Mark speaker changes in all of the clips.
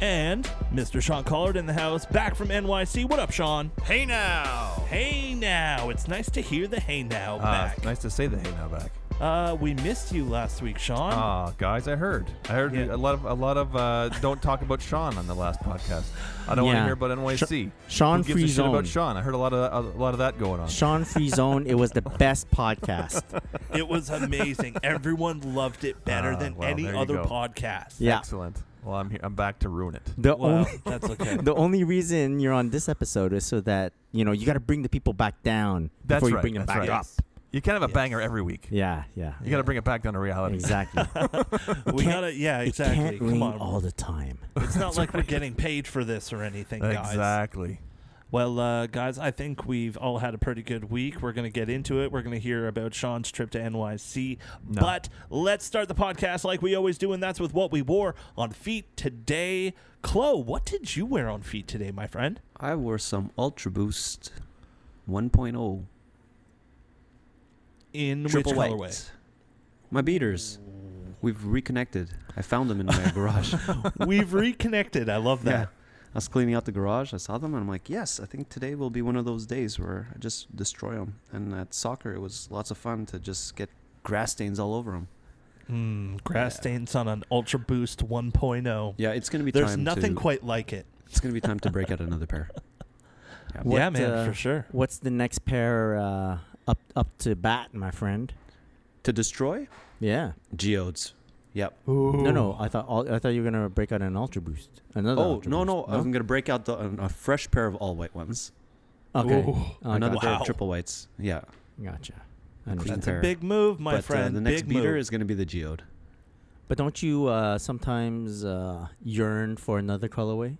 Speaker 1: and Mr. Sean Collard in the house, back from NYC. What up, Sean?
Speaker 2: Hey now!
Speaker 1: Hey now. It's nice to hear the hey now
Speaker 2: Uh,
Speaker 1: back.
Speaker 2: nice to say the hey now back.
Speaker 1: Uh, we missed you last week, Sean.
Speaker 2: Ah, guys, I heard. I heard
Speaker 1: Yeah.
Speaker 2: a lot of a lot of uh, don't talk about Sean on the last podcast. I don't want to
Speaker 3: Yeah.
Speaker 2: hear about NYC.
Speaker 3: Sean
Speaker 2: Who gives a shit
Speaker 3: Free Zone.
Speaker 2: about Sean? I heard a lot of a lot of that going on.
Speaker 3: Sean Free Zone, it was the best podcast.
Speaker 1: It was amazing. Everyone loved it better
Speaker 2: Ah,
Speaker 1: than
Speaker 2: well,
Speaker 1: any
Speaker 2: there you
Speaker 1: other
Speaker 2: go.
Speaker 1: podcast.
Speaker 3: Yeah.
Speaker 2: Excellent. Well, I'm here. I'm back to ruin it.
Speaker 3: The,
Speaker 1: Well,
Speaker 2: Oh.
Speaker 3: only,
Speaker 1: that's okay.
Speaker 3: the only reason you're on this episode is so that, you know, you got to bring the people back down
Speaker 2: That's
Speaker 3: before you
Speaker 2: right,
Speaker 3: bring them
Speaker 2: that's
Speaker 3: back
Speaker 2: right.
Speaker 3: up.
Speaker 2: You can't have a banger every week.
Speaker 3: Yeah, yeah.
Speaker 2: You got to bring it back down to reality.
Speaker 3: Exactly.
Speaker 1: we
Speaker 3: Can't-
Speaker 1: gotta, yeah,
Speaker 3: It
Speaker 1: exactly.
Speaker 3: can't
Speaker 1: Come
Speaker 3: rain
Speaker 1: on.
Speaker 3: all the time.
Speaker 1: It's not like we're getting paid for this or anything, guys.
Speaker 2: Exactly.
Speaker 1: Well, uh, guys, I think we've all had a pretty good week. We're going to get into it. We're going to hear about Sean's trip to NYC.
Speaker 2: No.
Speaker 1: But let's start the podcast like we always do, and that's with what we wore on feet today. Chloe, what did you wear on feet today, my friend?
Speaker 4: I wore some Ultra Boost 1.0
Speaker 1: In
Speaker 4: triple
Speaker 1: which
Speaker 4: white.
Speaker 1: colorway?
Speaker 4: My beaters. We've reconnected. I found them in my garage.
Speaker 1: we've reconnected. I love
Speaker 4: yeah.
Speaker 1: that.
Speaker 4: I was cleaning out the garage. I saw them and I'm like, yes, I think today will be one of those days where I just destroy them. And at soccer, it was lots of fun to just get grass stains all over them.
Speaker 1: Mm, grass
Speaker 4: Yeah.
Speaker 1: stains on an Ultra Boost 1.0.
Speaker 4: Yeah, it's going to be
Speaker 1: There's
Speaker 4: time
Speaker 1: nothing
Speaker 4: to,
Speaker 1: quite like it.
Speaker 4: It's going to be time to break out another pair. Yeah.
Speaker 3: What,
Speaker 1: yeah, man,
Speaker 3: uh,
Speaker 1: for sure.
Speaker 3: What's the next pair uh, up up to bat, my friend?
Speaker 4: To destroy?
Speaker 3: Yeah.
Speaker 4: Geodes. Yep.
Speaker 3: No, no. I thought all, I thought you were gonna break out an Ultra Boost. Another.
Speaker 4: Oh,
Speaker 3: Ultra
Speaker 4: no,
Speaker 3: Boost.
Speaker 4: no. I'm going to break out the, a fresh pair of all white ones.
Speaker 3: Okay.
Speaker 1: Ooh.
Speaker 3: Oh,
Speaker 4: Another
Speaker 3: gotcha.
Speaker 4: pair
Speaker 1: Wow.
Speaker 4: of triple whites. Yeah.
Speaker 3: Gotcha.
Speaker 4: Clean
Speaker 3: Understand.
Speaker 1: That's a
Speaker 4: pair.
Speaker 1: big move, my
Speaker 4: but
Speaker 1: friend.
Speaker 4: Uh, the next
Speaker 1: big
Speaker 4: beater
Speaker 1: move.
Speaker 4: is going to be the geode.
Speaker 3: But don't you uh, sometimes uh, yearn for another colorway?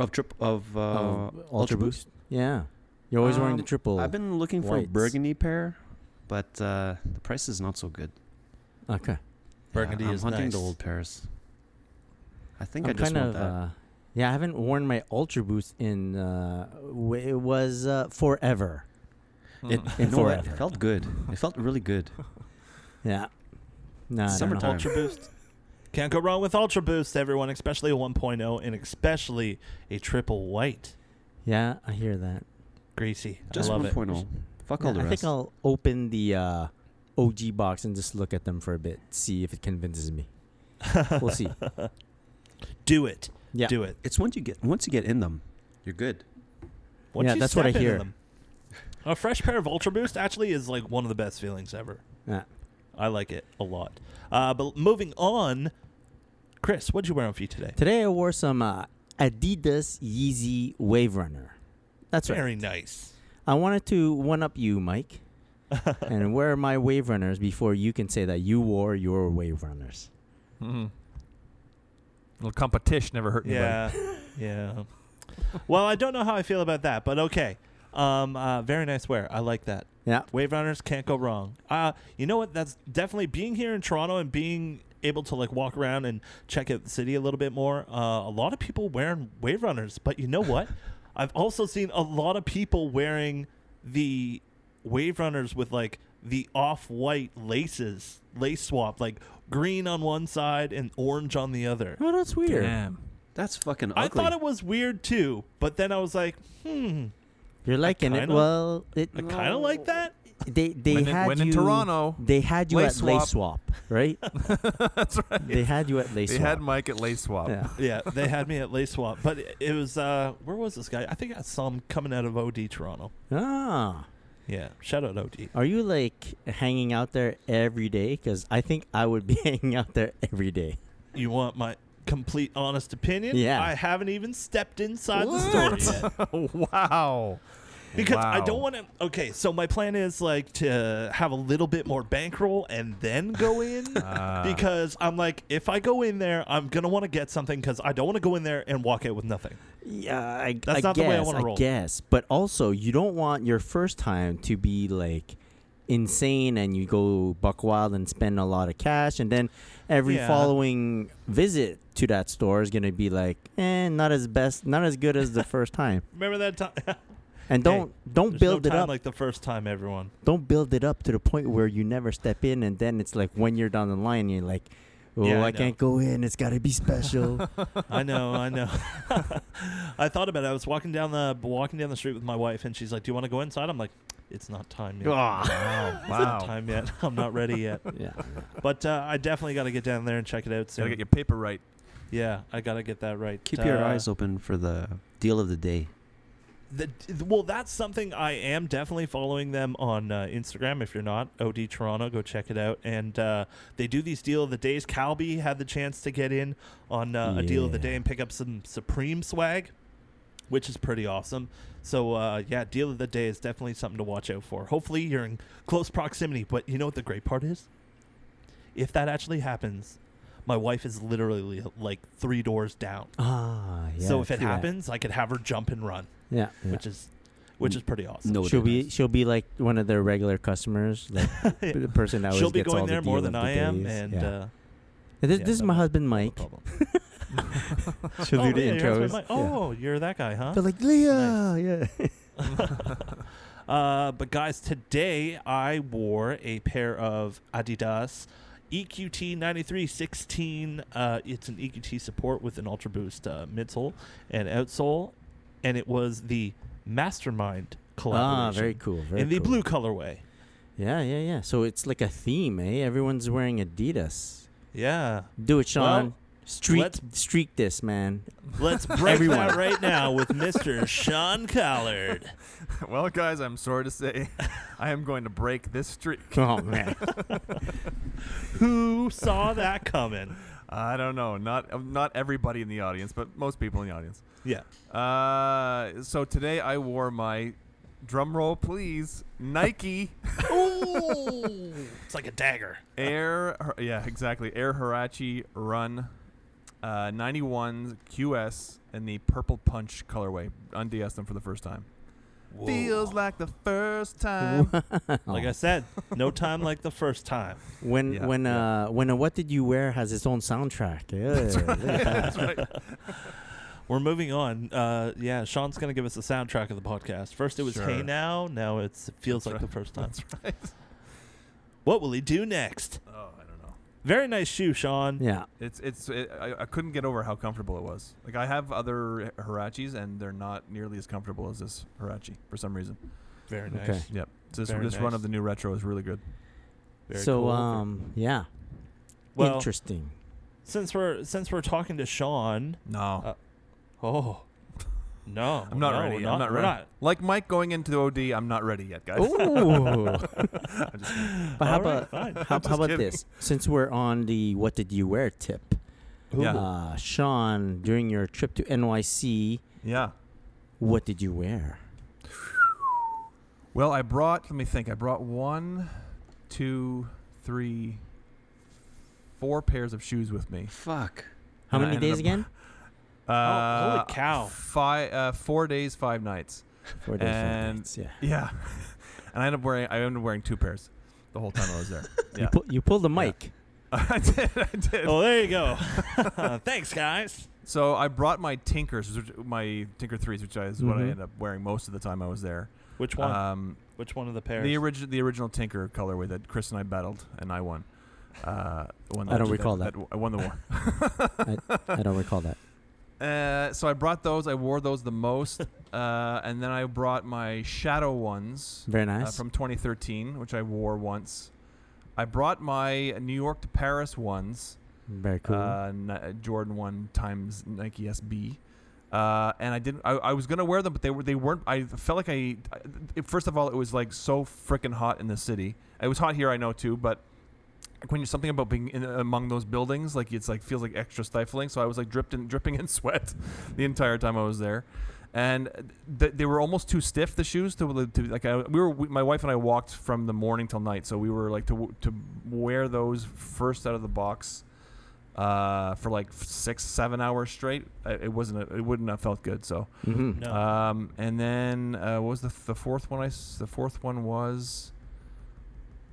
Speaker 4: Of trip of uh,
Speaker 3: Ultra, Boost? Yeah. You're always wearing the
Speaker 4: Um,
Speaker 3: triple.
Speaker 4: I've been looking for a
Speaker 3: whites.
Speaker 4: burgundy pair, but uh, the price is not so good.
Speaker 3: okay.
Speaker 4: Yeah,
Speaker 1: Burgundy
Speaker 4: I'm
Speaker 1: is
Speaker 4: hunting
Speaker 1: nice.
Speaker 4: the old pairs. I think
Speaker 3: I'm
Speaker 4: i just
Speaker 3: kind
Speaker 4: want
Speaker 3: of.
Speaker 4: that.
Speaker 3: Uh, yeah, I haven't worn my Ultra Boost in. Uh, w- it was uh, forever.
Speaker 4: it,
Speaker 3: Mm.
Speaker 4: you know what? It
Speaker 3: Forever.
Speaker 4: felt good. It felt really good.
Speaker 3: Yeah. No, I don't know.
Speaker 4: Summertime.
Speaker 1: Ultra Boost. Can't go wrong with Ultra Boost, everyone, especially a 1.0 and especially a triple white.
Speaker 3: Yeah, I hear that.
Speaker 1: Greasy.
Speaker 4: Just
Speaker 1: I love it.
Speaker 4: 1.0. oh. Fuck all
Speaker 3: Yeah,
Speaker 4: the
Speaker 3: I
Speaker 4: rest.
Speaker 3: think I'll open the uh, OG box and just look at them for a bit, see if it convinces me. oh. We'll see.
Speaker 1: Do it.
Speaker 3: Yeah.
Speaker 1: Do it.
Speaker 4: it's once you get once you get in them, you're good.
Speaker 1: Once
Speaker 3: Yeah,
Speaker 1: you
Speaker 3: that's what
Speaker 1: step
Speaker 3: I
Speaker 1: into
Speaker 3: hear.
Speaker 1: them. A fresh pair of Ultra Boost actually is like one of the best feelings ever.
Speaker 3: Yeah.
Speaker 1: I like it a lot. Uh, but moving on, Chris, what did you wear on feet today?
Speaker 3: Today I wore some uh, Adidas Yeezy Wave Runner. That's right.
Speaker 1: Very nice.
Speaker 3: I wanted to one up you, Mike, and wear my Wave Runners before you can say that you wore your Wave Runners.
Speaker 2: Mm. Little competition never hurt anybody.
Speaker 1: Yeah, yeah. Well, I don't know how I feel about that, but okay. Um, uh, very nice wear. I like that.
Speaker 3: Yeah.
Speaker 1: Wave runners can't go wrong. Uh, you know what? That's definitely being here in Toronto and being able to like walk around and check out the city a little bit more. Uh, a lot of people wearing wave runners, but you know what? I've also seen a lot of people wearing the wave runners with like the off-white laces, lace swap, like green on one side and orange on the other.
Speaker 3: Oh, that's weird.
Speaker 2: Damn.
Speaker 4: That's fucking ugly.
Speaker 1: I thought it was weird too, but then I was like, hmm,
Speaker 3: You're liking it.
Speaker 1: kinda-
Speaker 3: Well, it,
Speaker 1: I kind of like that.
Speaker 3: they they
Speaker 2: When in-
Speaker 3: had
Speaker 2: when
Speaker 3: you
Speaker 2: in Toronto,
Speaker 3: They had you
Speaker 2: lace
Speaker 3: at lace swap, right?
Speaker 2: That's right.
Speaker 3: they had you at lace
Speaker 2: They
Speaker 3: swap.
Speaker 2: had Mike at Lace Swap.
Speaker 3: yeah.
Speaker 1: Yeah, they had me at Lace Swap, but it- it was uh, where was this guy? I think I saw him coming out of OD Toronto.
Speaker 3: Ah,
Speaker 1: Yeah, shout out OD.
Speaker 3: are you like hanging out there every day? Because I think I would be hanging out there every day.
Speaker 1: You want my? complete honest opinion,
Speaker 3: Yeah.
Speaker 1: I haven't even stepped inside the store yet.
Speaker 2: wow.
Speaker 1: Because I don't
Speaker 2: Wow.
Speaker 1: want to. Okay, so my plan is like to have a little bit more bankroll and then go in. because I'm like, if I go in there, I'm gonna want to get something because I don't want to go in there and walk out with nothing.
Speaker 3: Yeah, I,
Speaker 1: That's
Speaker 3: I
Speaker 1: not the
Speaker 3: guess,
Speaker 1: way I wanna roll.
Speaker 3: guess, but also you don't want your first time to be like insane and you go buck wild and spend a lot of cash, and then every
Speaker 1: Yeah.
Speaker 3: following visit to that store is gonna be like, eh, not as best, not as good as the first time.
Speaker 1: Remember that time?
Speaker 3: And
Speaker 1: Hey,
Speaker 3: don't don't
Speaker 1: There's
Speaker 3: build
Speaker 1: no
Speaker 3: it
Speaker 1: time
Speaker 3: up.
Speaker 1: like the first time, everyone.
Speaker 3: don't build it up to the point where you never step in, and then it's like when you're down the line, you're like, oh,
Speaker 1: Yeah, I
Speaker 3: I,
Speaker 1: know.
Speaker 3: can't go in. It's gotta be special.
Speaker 1: I know, I know. I thought about it. I was walking down the walking down the street with my wife, and she's like, "Do you want to go inside?" I'm like, "It's not time yet.
Speaker 2: Wow.
Speaker 1: It's not
Speaker 2: wow.
Speaker 1: time yet. I'm not ready yet."
Speaker 3: yeah.
Speaker 1: But uh, I definitely got to get down there and check it out soon.
Speaker 2: Gotta get your paper right.
Speaker 1: yeah, I got to get that right.
Speaker 4: Keep your
Speaker 1: Uh,
Speaker 4: eyes open for the deal of the day.
Speaker 1: The, well, that's something I am definitely following them on uh, Instagram. If you're not, OD Toronto, go check it out. And uh, they do these deal of the days. Calby had the chance to get in on uh, a deal of the
Speaker 3: Yeah.
Speaker 1: day and pick up some Supreme swag, which is pretty awesome. So, uh, yeah, deal of the day is definitely something to watch out for. Hopefully, you're in close proximity. But you know what the great part is? If that actually happens, my wife is literally like three doors down.
Speaker 3: Ah, yeah.
Speaker 1: so if it
Speaker 3: true that.
Speaker 1: happens, I could have her jump and run
Speaker 3: yeah, yeah.
Speaker 1: which is which is pretty awesome.
Speaker 4: No,
Speaker 3: she'll be
Speaker 4: days.
Speaker 3: she'll be like one of their regular customers, like
Speaker 1: Yeah.
Speaker 3: the person that always
Speaker 1: She'll be
Speaker 3: gets all
Speaker 1: going
Speaker 3: the
Speaker 1: there more
Speaker 3: deal
Speaker 1: than
Speaker 3: of the
Speaker 1: I am,
Speaker 3: days.
Speaker 1: and
Speaker 3: Yeah.
Speaker 1: uh,
Speaker 3: And this,
Speaker 1: yeah,
Speaker 3: this is
Speaker 1: that
Speaker 3: my
Speaker 1: was-
Speaker 3: husband
Speaker 1: no
Speaker 3: Mike.
Speaker 1: problem.
Speaker 3: she'll
Speaker 1: oh,
Speaker 3: do the
Speaker 1: yeah, your husband
Speaker 3: intros.
Speaker 1: might-
Speaker 3: Yeah.
Speaker 1: Oh, you're that guy, huh?
Speaker 3: They're like Leah, yeah.
Speaker 1: uh, but guys, today I wore a pair of Adidas E EQT 9316. Uh, it's an EQT support with an Ultra Boost uh, midsole and outsole, and it was the Mastermind
Speaker 3: ah,
Speaker 1: collaboration
Speaker 3: very cool. Very
Speaker 1: in the
Speaker 3: cool.
Speaker 1: blue colorway.
Speaker 3: Yeah, yeah, yeah. So it's like a theme, eh? Everyone's wearing Adidas.
Speaker 1: Yeah,
Speaker 3: Do it, Sean. streak,
Speaker 1: let's-
Speaker 3: streak this, man.
Speaker 1: let's break
Speaker 3: Everyone.
Speaker 1: that right now with Mr. Sean Collard.
Speaker 2: Well, guys, I'm sorry to say, I am going to break this streak.
Speaker 3: Oh man.
Speaker 1: Who saw that coming?
Speaker 2: I don't know. Not um, not everybody in the audience, but most people in the audience.
Speaker 1: Yeah.
Speaker 2: Uh, so today I wore my drum roll, please. Nike
Speaker 1: Ooh, it's like a dagger.
Speaker 2: Air. Hir- Yeah, exactly. Air Hirachi Run. Uh, 91 QS in the purple punch colorway. Unds them for the first time. Feels like the first time.
Speaker 1: Like I said, no time like the first time.
Speaker 3: when
Speaker 2: Yeah,
Speaker 3: when
Speaker 2: yeah.
Speaker 3: uh when a what did you wear has its own soundtrack. Yeah. look at that.
Speaker 2: That's right.
Speaker 1: We're moving on. Uh, yeah, Sean's gonna give us the soundtrack of the podcast. First, it was "Hey
Speaker 2: Sure.
Speaker 1: Now." Now it's it "Feels
Speaker 2: That's
Speaker 1: Like
Speaker 2: right.
Speaker 1: the First Time."
Speaker 2: That's right.
Speaker 1: What will he do next?
Speaker 2: Oh, I don't know.
Speaker 1: Very nice shoe, Sean.
Speaker 3: Yeah.
Speaker 2: It's it's it, I, I couldn't get over how comfortable it was. Like I have other Hirachis and they're not nearly as comfortable as this Hirachi for some reason.
Speaker 1: Very nice.
Speaker 3: Okay.
Speaker 2: Yep. So this,
Speaker 1: Very
Speaker 2: this run
Speaker 1: nice.
Speaker 2: of the new retro is really good.
Speaker 1: Very
Speaker 3: so
Speaker 1: cool.
Speaker 3: um yeah.
Speaker 1: well,
Speaker 3: Interesting.
Speaker 1: since we're since we're talking to Sean,
Speaker 2: No.
Speaker 1: Uh, oh no,
Speaker 2: I'm not
Speaker 1: no,
Speaker 2: ready.
Speaker 1: we're
Speaker 2: I'm not
Speaker 1: we're
Speaker 2: ready. Like Mike going into OD, I'm not ready yet, guys.
Speaker 3: Ooh.
Speaker 2: I'm just kidding.
Speaker 3: But how
Speaker 1: All right,
Speaker 3: about
Speaker 1: fine.
Speaker 3: how,
Speaker 1: I'm
Speaker 3: how
Speaker 2: just
Speaker 3: about
Speaker 2: kidding.
Speaker 3: this? Since we're on the what did you wear tip,
Speaker 2: Yeah.
Speaker 3: uh, Sean, during your trip to NYC,
Speaker 2: yeah.
Speaker 3: what did you wear?
Speaker 2: Well, I brought. Let me think. I brought one, two, three, four pairs of shoes with me.
Speaker 4: Fuck.
Speaker 3: How
Speaker 2: And I
Speaker 3: many
Speaker 2: ended
Speaker 3: days
Speaker 2: up-
Speaker 3: again?
Speaker 2: Uh,
Speaker 1: Oh, holy cow.
Speaker 2: Five, uh, four days, five nights.
Speaker 3: Four days, five
Speaker 2: And-
Speaker 3: nights. Yeah.
Speaker 2: Yeah, and I ended up wearing. I ended up wearing two pairs the whole time I was there.
Speaker 3: You,
Speaker 2: Yeah,
Speaker 3: pull, you pulled the mic.
Speaker 2: I did. I did.
Speaker 1: Oh, there you go. Thanks, guys.
Speaker 2: So I brought my Tinkers, which, my Tinker threes, which is what I
Speaker 1: Mm-hmm.
Speaker 3: Mhm.
Speaker 2: ended up wearing most of the time I was there.
Speaker 1: Which one?
Speaker 2: Um,
Speaker 1: Which one of the pairs?
Speaker 2: the original, the original Tinker colorway that Chris and I battled, and I won. Uh, won
Speaker 3: I don't recall that.
Speaker 2: I won the war.
Speaker 3: I don't recall that.
Speaker 2: Uh, so I brought those. I wore those the most, uh, and then I brought my shadow ones
Speaker 3: Very
Speaker 2: uh,
Speaker 3: nice.
Speaker 2: from 2013, which I wore once. I brought my New York to Paris ones,
Speaker 3: Very cool.
Speaker 2: uh, Ni- Jordan one times Nike SB, uh, and I didn't. I, I was gonna wear them, but they were they weren't. I felt like I. I it- first of all, it was like so freaking hot in the city. It was hot here, I know too, but when you're something about being in, among those buildings, like it's like feels like extra stifling. So I was like dripped in, dripping in sweat the entire time I was there, and th- they were almost too stiff the shoes to, to like I, we were we, my wife and I walked from the morning till night, so we were like to w- to wear those first out of the box. Uh, for like six, seven hours straight, I- it wasn't. A, it wouldn't have felt good. So,
Speaker 3: Mm-hmm.
Speaker 1: No.
Speaker 2: um, and then uh, what was the, the fourth one? I s- the fourth one was.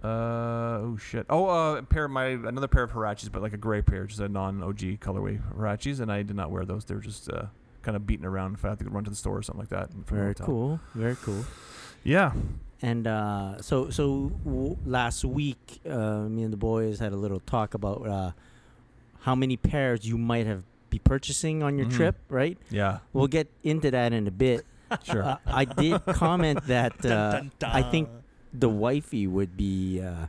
Speaker 2: Uh, oh shit! Oh, uh, a pair of my another pair of Hirachis, but like a gray pair, just a non-OG colorway Hirachis, and I did not wear those. They were just uh, kind of beaten around. If I had to run to the store or something like that. from the
Speaker 3: Very
Speaker 2: hotel.
Speaker 3: cool. Very cool.
Speaker 2: Yeah.
Speaker 3: And uh, so, so w- last week, uh, me and the boys had a little talk about uh, how many pairs you might have be purchasing on your
Speaker 2: Mhm.
Speaker 3: trip, right?
Speaker 2: Yeah.
Speaker 3: We'll get into that in a bit.
Speaker 2: Sure.
Speaker 3: Uh, I did comment that uh,
Speaker 1: Dun, dun,
Speaker 3: I think
Speaker 1: dun.
Speaker 3: the wifey would be uh,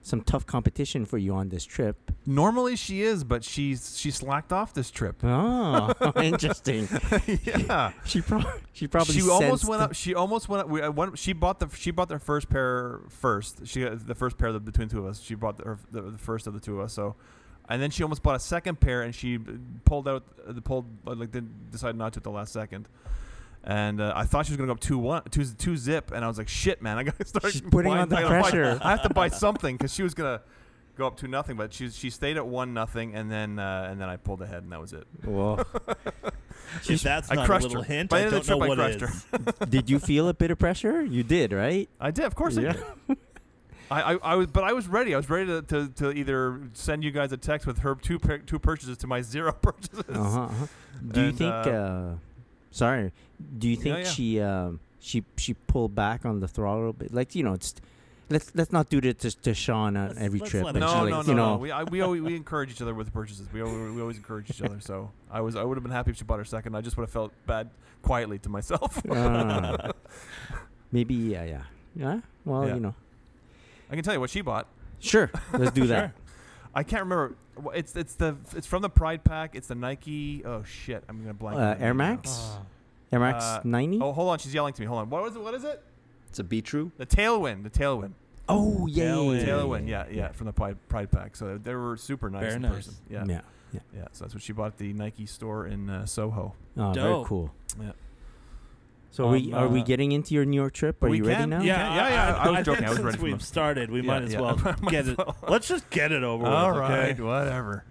Speaker 3: some tough competition for you on this trip.
Speaker 2: Normally she is, but she's she slacked off this trip.
Speaker 3: Oh, interesting.
Speaker 2: yeah.
Speaker 3: She, prob- she probably
Speaker 2: she almost
Speaker 3: sensed-
Speaker 2: went up. She almost went up. We, I went, she bought the she bought their first pair first. She got the first pair that between the two of us. She bought the, her, the, the first of the two of us. So, and then she almost bought a second pair, and she uh, pulled out uh, the pulled like didn't decide not to at the last second. And uh, I thought she was gonna go up two one two two zip, and I was like, shit, man, I gotta start
Speaker 3: She's putting
Speaker 2: buying-
Speaker 3: on the
Speaker 2: I gotta buy-
Speaker 3: pressure.
Speaker 2: I have to buy something because she was gonna go up two nothing, but she she stayed at one nothing, and then uh, and then I pulled ahead, and that was it.
Speaker 3: Whoa.
Speaker 1: if that's
Speaker 2: I
Speaker 1: not a
Speaker 2: crushed
Speaker 1: little
Speaker 2: her.
Speaker 1: hint,
Speaker 2: By
Speaker 1: I
Speaker 2: the end of
Speaker 1: don't
Speaker 2: the
Speaker 1: know
Speaker 2: trip, I
Speaker 1: what it
Speaker 2: crushed
Speaker 1: is.
Speaker 3: did you feel a bit of pressure? You did, right?
Speaker 2: I did, of course, I did. I, I, I was, but I was ready. I was ready to, to, to either send you guys a text with her two pur- two purchases to my zero purchases.
Speaker 3: Uh-huh, uh-huh. Do you
Speaker 2: And,
Speaker 3: think? Uh,
Speaker 2: uh,
Speaker 3: sorry. Do you
Speaker 2: Yeah,
Speaker 3: think
Speaker 2: yeah.
Speaker 3: she um, she she pulled back on the throttle? But like you know, it's let's let's not do that to, to Sean on
Speaker 1: Let's-
Speaker 3: every
Speaker 1: let's
Speaker 3: trip.
Speaker 1: let
Speaker 3: but
Speaker 1: him
Speaker 3: she,
Speaker 2: No,
Speaker 1: Actually,
Speaker 3: like,
Speaker 2: no, no,
Speaker 3: you
Speaker 2: no.
Speaker 3: know,
Speaker 2: We I, we always, we encourage each other with purchases. We always, we always encourage each other. So I was I would have been happy if she bought her second. I just would have felt bad quietly to myself.
Speaker 3: Ah. maybe yeah, yeah, yeah. Well,
Speaker 2: Yeah.
Speaker 3: you know,
Speaker 2: I can tell you what she bought.
Speaker 3: sure. Let's do that.
Speaker 2: I can't remember. Wha- It's it's the it's from the Pride Pack. It's the Nike. Oh shit! I'm gonna blank. on
Speaker 3: Uh,
Speaker 2: the
Speaker 3: Air
Speaker 2: name now.
Speaker 3: Max. Air Max
Speaker 2: Uh,
Speaker 3: ninety.
Speaker 2: Oh, hold on. She's yelling to me. Hold on. What was it? What is it?
Speaker 4: It's a be true.
Speaker 2: The Tailwind. The Tailwind.
Speaker 3: Oh, yeah, yeah,
Speaker 1: Tailwind.
Speaker 3: yeah, yeah,
Speaker 2: Tailwind, yeah, yeah, from the Pride, Pride Pack. So they were super nice
Speaker 1: Very
Speaker 2: in
Speaker 1: nice.
Speaker 2: person.
Speaker 3: yeah.
Speaker 2: Yeah. yeah,
Speaker 3: yeah.
Speaker 2: So that's what she bought at the Nike store in uh, Soho.
Speaker 3: Oh, very
Speaker 1: Dope.
Speaker 3: cool.
Speaker 2: Yeah.
Speaker 3: So we
Speaker 1: Um,
Speaker 3: are we
Speaker 1: uh,
Speaker 3: getting into your New York trip? Are
Speaker 2: we
Speaker 3: you ready
Speaker 2: can,
Speaker 3: now?
Speaker 1: Yeah,
Speaker 2: Okay, yeah, yeah, I was
Speaker 1: think
Speaker 2: joking, I was
Speaker 1: since
Speaker 2: ready for
Speaker 1: we've
Speaker 2: them.
Speaker 1: started, we
Speaker 2: Yeah,
Speaker 1: might as
Speaker 2: yeah.
Speaker 1: well
Speaker 2: Might
Speaker 1: get
Speaker 2: as
Speaker 1: it.
Speaker 2: well.
Speaker 1: Let's just get it over with. okay?
Speaker 2: whatever.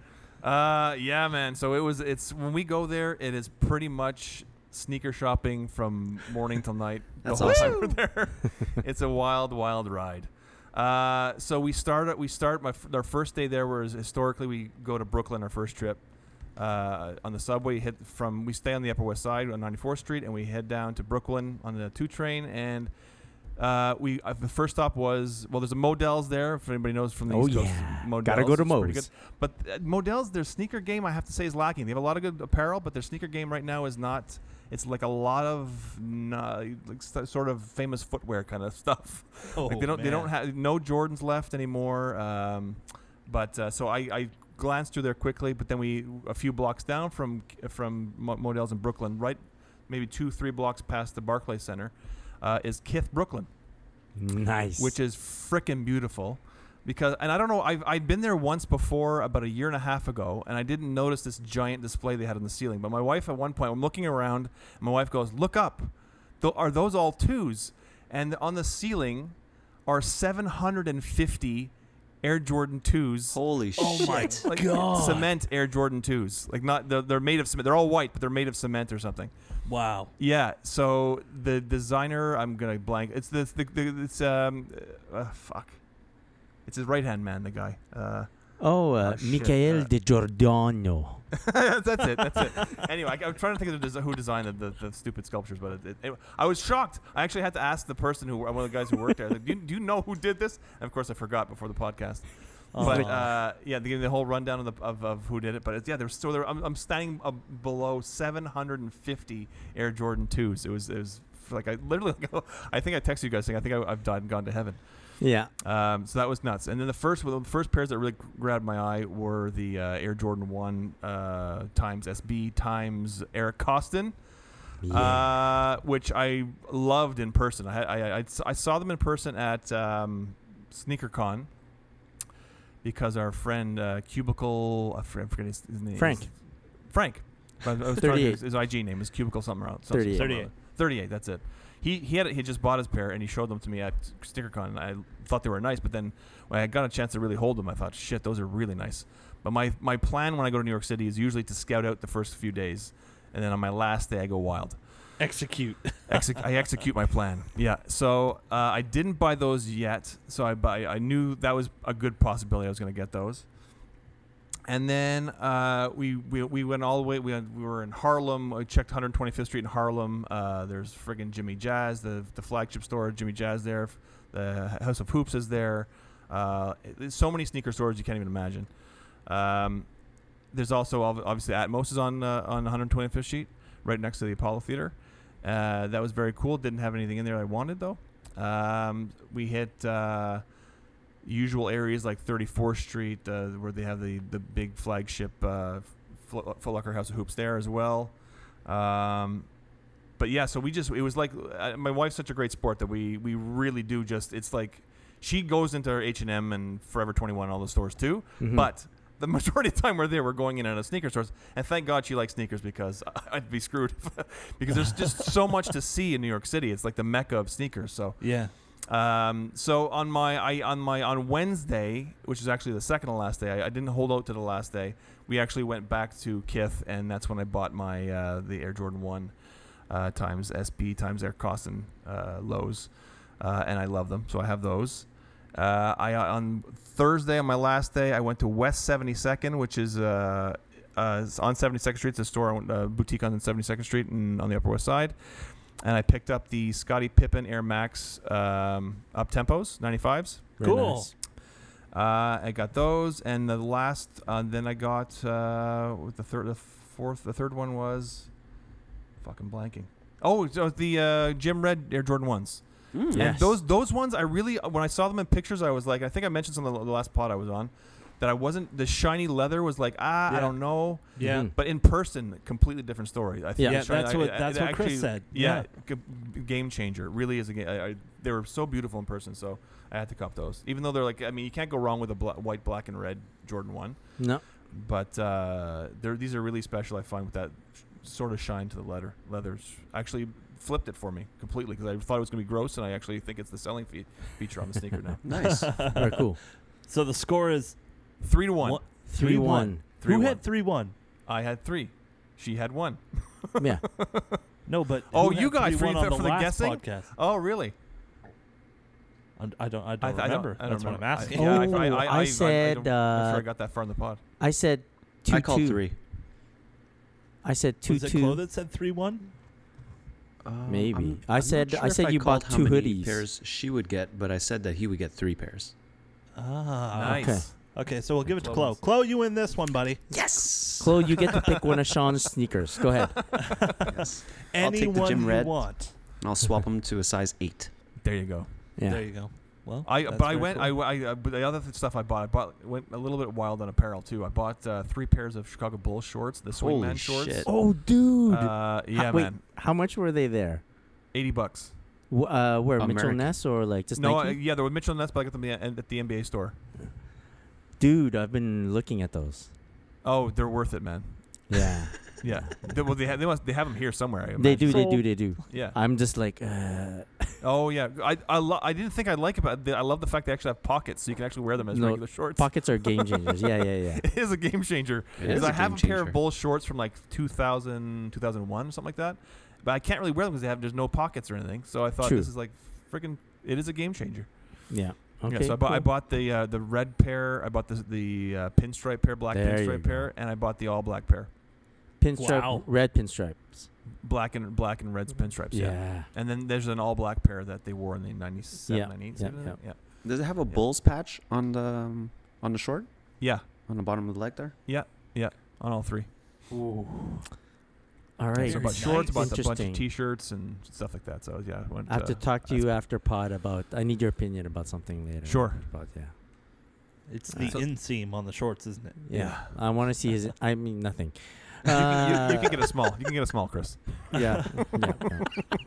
Speaker 2: Uh, yeah, man. So it was. It's when we go there, it is pretty much sneaker shopping from morning till night. the
Speaker 4: That
Speaker 2: whole
Speaker 4: sounds
Speaker 2: time we're there. it's a wild, wild ride. Uh, so we start. We start. My f- our first day there was historically we go to Brooklyn our first trip. Uh, on the subway, hit from we stay on the Upper West Side on 94th Street, and we head down to Brooklyn on the two train. And uh, we uh, the first stop was well, there's a Modell's there if anybody knows from the
Speaker 3: Oh,
Speaker 2: East Coast.
Speaker 3: yeah.
Speaker 2: Modell's
Speaker 3: Gotta go to
Speaker 2: is pretty
Speaker 3: Moe's.
Speaker 2: good. But uh, Modell's their sneaker game I have to say is lacking. They have a lot of good apparel, but their sneaker game right now is not. It's like a lot of nah, like st- sort of famous footwear kind of stuff.
Speaker 1: Oh,
Speaker 2: like they don't they don't
Speaker 1: man.
Speaker 2: have no Jordans left anymore. Um, but uh, so I, I glanced through there quickly, but then we a few blocks down from uh, from Mo- Modell's in Brooklyn, right, maybe two three blocks past the Barclay Center, uh, is Kith Brooklyn
Speaker 3: Nice.
Speaker 2: which is freaking beautiful because and i don't know I've, i'd been there once before about a year and a half ago and i didn't notice this giant display they had on the ceiling but my wife at one point i'm looking around and my wife goes look up Tho- are those all twos and on the ceiling are 750 air jordan twos
Speaker 4: Holy
Speaker 1: Oh
Speaker 4: shit!
Speaker 1: my
Speaker 2: like
Speaker 1: god!
Speaker 2: cement air jordan twos like not they're, they're made of cement they're all white but they're made of cement or something
Speaker 1: Wow.
Speaker 2: yeah. So the designer, I'm gonna blank. It's the, the, the it's um, uh, uh, fuck. It's his right hand man, the guy. Uh,
Speaker 3: oh, uh,
Speaker 2: Oh, shit,
Speaker 3: Michael
Speaker 2: uh,
Speaker 3: De Giordano.
Speaker 2: that's it. That's it. anyway, I, I'm trying to think of the desi- who designed the, the, the stupid sculptures, but it, it, anyway, I was shocked. I actually had to ask the person who one of the guys who worked there. I was Like, do, you, do you know who did this? And of course, I forgot before the podcast. But
Speaker 1: Aw.
Speaker 2: uh, yeah, they gave me the whole rundown of, the, of, of who did it. But it's, yeah, there was so there. I'm, I'm standing uh, below 750 Air Jordan twos. It was it was like I literally. I think I texted you guys saying I think I, I've died and gone to heaven.
Speaker 3: Yeah.
Speaker 2: Um, so that was nuts. And then the first well, the first pairs that really grabbed my eye were the uh, Air Jordan One uh, times SB times Eric Costin,
Speaker 3: Yeah.
Speaker 2: uh, which I loved in person. I, had- I, I, I s- I saw them in person at um, SneakerCon. because our friend uh, Cubicle, I fr- I forget his, his name.
Speaker 3: Frank.
Speaker 2: Frank. I was- I was trying to-
Speaker 3: 38.
Speaker 2: his, his IG name is Cubicle something around. something
Speaker 3: 38.
Speaker 2: something around. 38, that's it. He he had he had just bought his pair and he showed them to me at StickerCon and I thought they were nice, but then when I got a chance to really hold them, I thought, shit, those are really nice. But my my plan when I go to New York City is usually to scout out the first few days, and then on my last day I go wild.
Speaker 1: Execute.
Speaker 2: Exec- I execute my plan. Yeah. So uh, I didn't buy those yet. So I buy. I knew that was a good possibility. I was going to get those. And then uh, we, we we went all the way. We, went- we were in Harlem. I checked 125th Street in Harlem. Uh, there's friggin' Jimmy Jazz, the the flagship store. Jimmy Jazz there. The House of Hoops is there. Uh, there's so many sneaker stores you can't even imagine. Um, there's also ob- obviously Atmos is on uh, on 125th Street, right next to the Apollo Theater. Uh, that was very cool. Didn't have anything in there I wanted though. Um, we hit uh, usual areas like 34th Street, uh, where they have the the big flagship uh, Foot Foot Locker House of Hoops there as well. Um, but yeah, so we just it was like uh, my wife's such a great sport that we we really do just it's like she goes into her H and M and Forever 21 and all those stores too,
Speaker 3: Mhm.
Speaker 2: but. The majority of the time we're there, we're going in and out of sneaker stores, and thank God she likes sneakers because I'd be screwed because there's just so much to see in New York City. It's like the mecca of sneakers. So,
Speaker 1: yeah.
Speaker 2: um, so on my I on my on Wednesday, which is actually the second to last day, I, I didn't hold out to the last day. We actually went back to Kith, and that's when I bought my uh, the Air Jordan One uh, times SP times Air Costin uh, lows, uh, and I love them, so I have those. Uh, I on Thursday on my last day, I went to West 72nd, which is uh, uh, it's on 72nd Street. It's a store, on- uh, boutique on 72nd Street and on the Upper West Side. And I picked up the Scottie Pippen Air Max um, up tempos, 95s.
Speaker 3: Very
Speaker 1: Cool.
Speaker 3: nice.
Speaker 2: Uh, I got those, and the last. Uh, then I got uh, what the third, the fourth, the third one was fucking blanking. Oh, so the uh, Jim Red Air Jordan ones.
Speaker 4: Mm.
Speaker 3: Yeah.
Speaker 2: And those those ones, I really uh, when I saw them in pictures, I was like, I think I mentioned some of the the last pod I was on, that I wasn't the shiny leather was like ah I
Speaker 1: Yeah.
Speaker 2: don't know,
Speaker 1: Yeah.
Speaker 3: Mhm.
Speaker 2: but in person, completely different story. I think
Speaker 3: Yeah.
Speaker 2: the
Speaker 1: Yeah,
Speaker 2: shiny-
Speaker 1: that's what-
Speaker 2: I- I-
Speaker 1: that's
Speaker 2: it
Speaker 1: what Chris said.
Speaker 2: Yeah,
Speaker 1: Yeah.
Speaker 2: g- game changer. It Really is a game. I, I, they were so beautiful in person, so I had to cop those. Even though they're like, I mean, you can't go wrong with a bla- white, black, and red Jordan one,
Speaker 3: Mm-hmm. No.
Speaker 2: but uh, they're these are really special. I find with that sh- sort of shine to the leather. Leathers actually flipped it for me completely because I thought it was gonna be gross, and I actually think it's the selling fe- feature on the sneaker now.
Speaker 4: Nice.
Speaker 3: Very cool.
Speaker 1: So the score is
Speaker 2: Three to one.
Speaker 1: What?
Speaker 3: Three one.
Speaker 2: Three
Speaker 1: who
Speaker 2: to
Speaker 1: had three one?
Speaker 2: one. I had three. She had one.
Speaker 3: Yeah.
Speaker 1: No, but
Speaker 2: Oh,
Speaker 1: who had
Speaker 2: you guys for
Speaker 1: 3-1
Speaker 2: the-
Speaker 1: on the
Speaker 2: for the
Speaker 1: last
Speaker 2: guessing?
Speaker 1: Podcast?
Speaker 2: Oh, really?
Speaker 1: I'm- I don't. I
Speaker 2: I
Speaker 1: don't
Speaker 2: th- I
Speaker 1: remember.
Speaker 2: I don't
Speaker 1: That's
Speaker 2: remember.
Speaker 1: what I'm
Speaker 2: I-
Speaker 1: asking.
Speaker 2: yeah, I-
Speaker 3: Oh,
Speaker 2: I,
Speaker 3: I
Speaker 2: I,
Speaker 3: said,
Speaker 2: I, don't- I'm sure I
Speaker 3: uh,
Speaker 2: got that far in the pod.
Speaker 3: I said two
Speaker 4: I call
Speaker 3: two.
Speaker 4: three.
Speaker 3: I said two
Speaker 1: Was it
Speaker 3: two.
Speaker 1: Chloe that said three one?
Speaker 4: Uh,
Speaker 3: Maybe.
Speaker 4: I'm-
Speaker 3: I
Speaker 4: I'm not
Speaker 3: said- I
Speaker 4: sure if
Speaker 3: said you
Speaker 4: called
Speaker 3: bought
Speaker 4: how
Speaker 3: two
Speaker 4: many
Speaker 3: hoodies.
Speaker 4: Pairs she would get, but I said that he would get three pairs.
Speaker 1: Ah,
Speaker 2: Nice.
Speaker 3: okay.
Speaker 1: Okay, so we'll give it to Chloe.
Speaker 2: Chloe's.
Speaker 1: Chloe, you win this one, buddy.
Speaker 4: Yes.
Speaker 3: Chloe, you get to pick one of Sean's sneakers. Go ahead.
Speaker 4: yes. I'll take the
Speaker 1: Anyone
Speaker 4: Jim
Speaker 1: you
Speaker 4: Red.
Speaker 1: want.
Speaker 4: And I'll swap them to a size eight.
Speaker 2: There you go.
Speaker 1: There
Speaker 3: Yeah.
Speaker 1: you go. Well,
Speaker 2: I
Speaker 1: that's
Speaker 2: but I
Speaker 1: very
Speaker 2: went
Speaker 1: cool.
Speaker 2: I, I, I but the other th- stuff I bought I bought went a little bit wild on apparel too. I bought uh, three pairs of Chicago Bulls shorts, the
Speaker 4: Holy
Speaker 2: Swingman shorts.
Speaker 4: shit.
Speaker 3: Oh, dude.
Speaker 2: Uh, yeah,
Speaker 3: How, wait,
Speaker 2: man,
Speaker 3: how much were they there?
Speaker 2: eighty bucks.
Speaker 3: W- uh, where Mitchell
Speaker 4: American.
Speaker 3: Ness or like just
Speaker 2: no,
Speaker 3: Nike?
Speaker 2: uh, yeah, there were Mitchell Ness, but I got them at the, at the NBA store.
Speaker 3: dude, I've been looking at those.
Speaker 2: Oh, they're worth it, man.
Speaker 3: Yeah,
Speaker 2: Yeah, they, well, they ha- they must they have them here somewhere. I
Speaker 3: they
Speaker 2: imagine.
Speaker 3: do, they
Speaker 1: So-
Speaker 3: do, they do.
Speaker 2: Yeah.
Speaker 3: I'm just like, uh,
Speaker 2: Oh yeah. I I, lo- I didn't think I like about. I love the fact they actually have pockets, so you can actually wear them as
Speaker 3: No,
Speaker 2: regular shorts.
Speaker 3: pockets are game changers. Yeah, yeah, yeah.
Speaker 2: it is a game changer.
Speaker 4: It
Speaker 2: Because
Speaker 4: is
Speaker 2: I
Speaker 4: a
Speaker 2: have a
Speaker 4: game
Speaker 2: pair of
Speaker 4: changer.
Speaker 2: bull shorts from like 2000, 2001, something like that. But I can't really wear them because they have there's no pockets or anything. So I thought
Speaker 3: True.
Speaker 2: this is like freaking. It is a game changer.
Speaker 3: Yeah. Okay.
Speaker 2: yeah. So I bought I
Speaker 3: cool.
Speaker 2: bought the uh, the red pair. I bought the the uh, pinstripe pair, black
Speaker 3: There you
Speaker 2: pinstripe
Speaker 3: go.
Speaker 2: pair, and I bought the all black pair,
Speaker 3: pinstripe,
Speaker 1: Wow.
Speaker 3: red pinstripes.
Speaker 2: black and black and red pinstripes. Yeah.
Speaker 3: Yeah.
Speaker 2: And then there's an all black pair that they wore in the 97,
Speaker 3: Yeah,
Speaker 2: 98.
Speaker 3: yeah,
Speaker 2: season, I
Speaker 3: yeah.
Speaker 2: think. yeah.
Speaker 4: Does it have a Bulls patch on the um, on the short
Speaker 2: Yeah.
Speaker 4: on the bottom of the leg there?
Speaker 2: On all three.
Speaker 3: All right.
Speaker 2: So I
Speaker 1: Very
Speaker 2: bought shorts,
Speaker 1: nice.
Speaker 2: bought a bunch of
Speaker 3: Interesting.
Speaker 2: t-shirts and stuff like that. So yeah, I went,
Speaker 3: I have
Speaker 2: uh,
Speaker 3: to talk to
Speaker 2: that's
Speaker 3: you after pod about. I need your opinion about something later.
Speaker 2: Sure.
Speaker 3: About, yeah.
Speaker 1: It's the
Speaker 3: So-
Speaker 1: inseam on the shorts, isn't it?
Speaker 3: yeah.
Speaker 2: Yeah.
Speaker 3: I want to see his. I mean nothing.
Speaker 2: You can- you, you
Speaker 3: Uh,
Speaker 2: can get a small. You can get a small, Chris.
Speaker 3: yeah,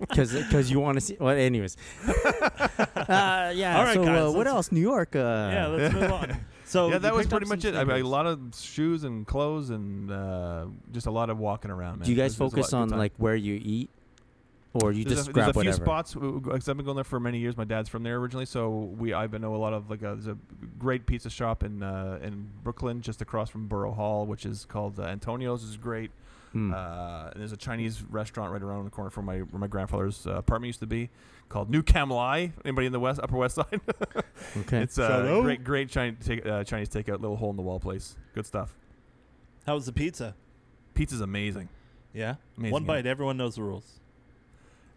Speaker 3: because you want to see. Well, anyways, uh, yeah.
Speaker 1: All right,
Speaker 3: so
Speaker 1: guys,
Speaker 3: uh, what
Speaker 1: let's-
Speaker 3: else? New York. Uh,
Speaker 1: yeah, let's move on. So
Speaker 2: yeah,
Speaker 1: you
Speaker 2: that was
Speaker 1: picked up
Speaker 2: pretty
Speaker 1: some
Speaker 2: much it. I, I, a
Speaker 1: sneakers.
Speaker 2: lot of shoes and clothes and uh, just a lot of walking around. Man.
Speaker 3: Do you guys
Speaker 2: It was- it was a
Speaker 3: focus
Speaker 2: lot- good
Speaker 3: on
Speaker 2: time.
Speaker 3: like where you eat, or you
Speaker 2: There's
Speaker 3: just
Speaker 2: a,
Speaker 3: grab
Speaker 2: there's a few
Speaker 3: whatever?
Speaker 2: spots because I've been going there for many years. My dad's from there originally, so we I've been to a lot of like a, there's a great pizza shop in uh, in Brooklyn, just across from Borough Hall, which is called uh, Antonio's. is great.
Speaker 3: Hmm.
Speaker 2: Uh, and there's a Chinese restaurant right around the corner from my where my grandfather's uh, apartment used to be, called New Kamlai. Anybody in the west Upper West Side?
Speaker 3: okay.
Speaker 2: it's a
Speaker 1: Hello?
Speaker 2: great great Chinese take, uh, Chinese takeout, little hole in the wall place. Good stuff.
Speaker 1: How was the pizza?
Speaker 2: Pizza's amazing.
Speaker 1: Yeah,
Speaker 2: Amazing,
Speaker 1: one
Speaker 2: yeah.
Speaker 1: bite. Everyone knows the rules.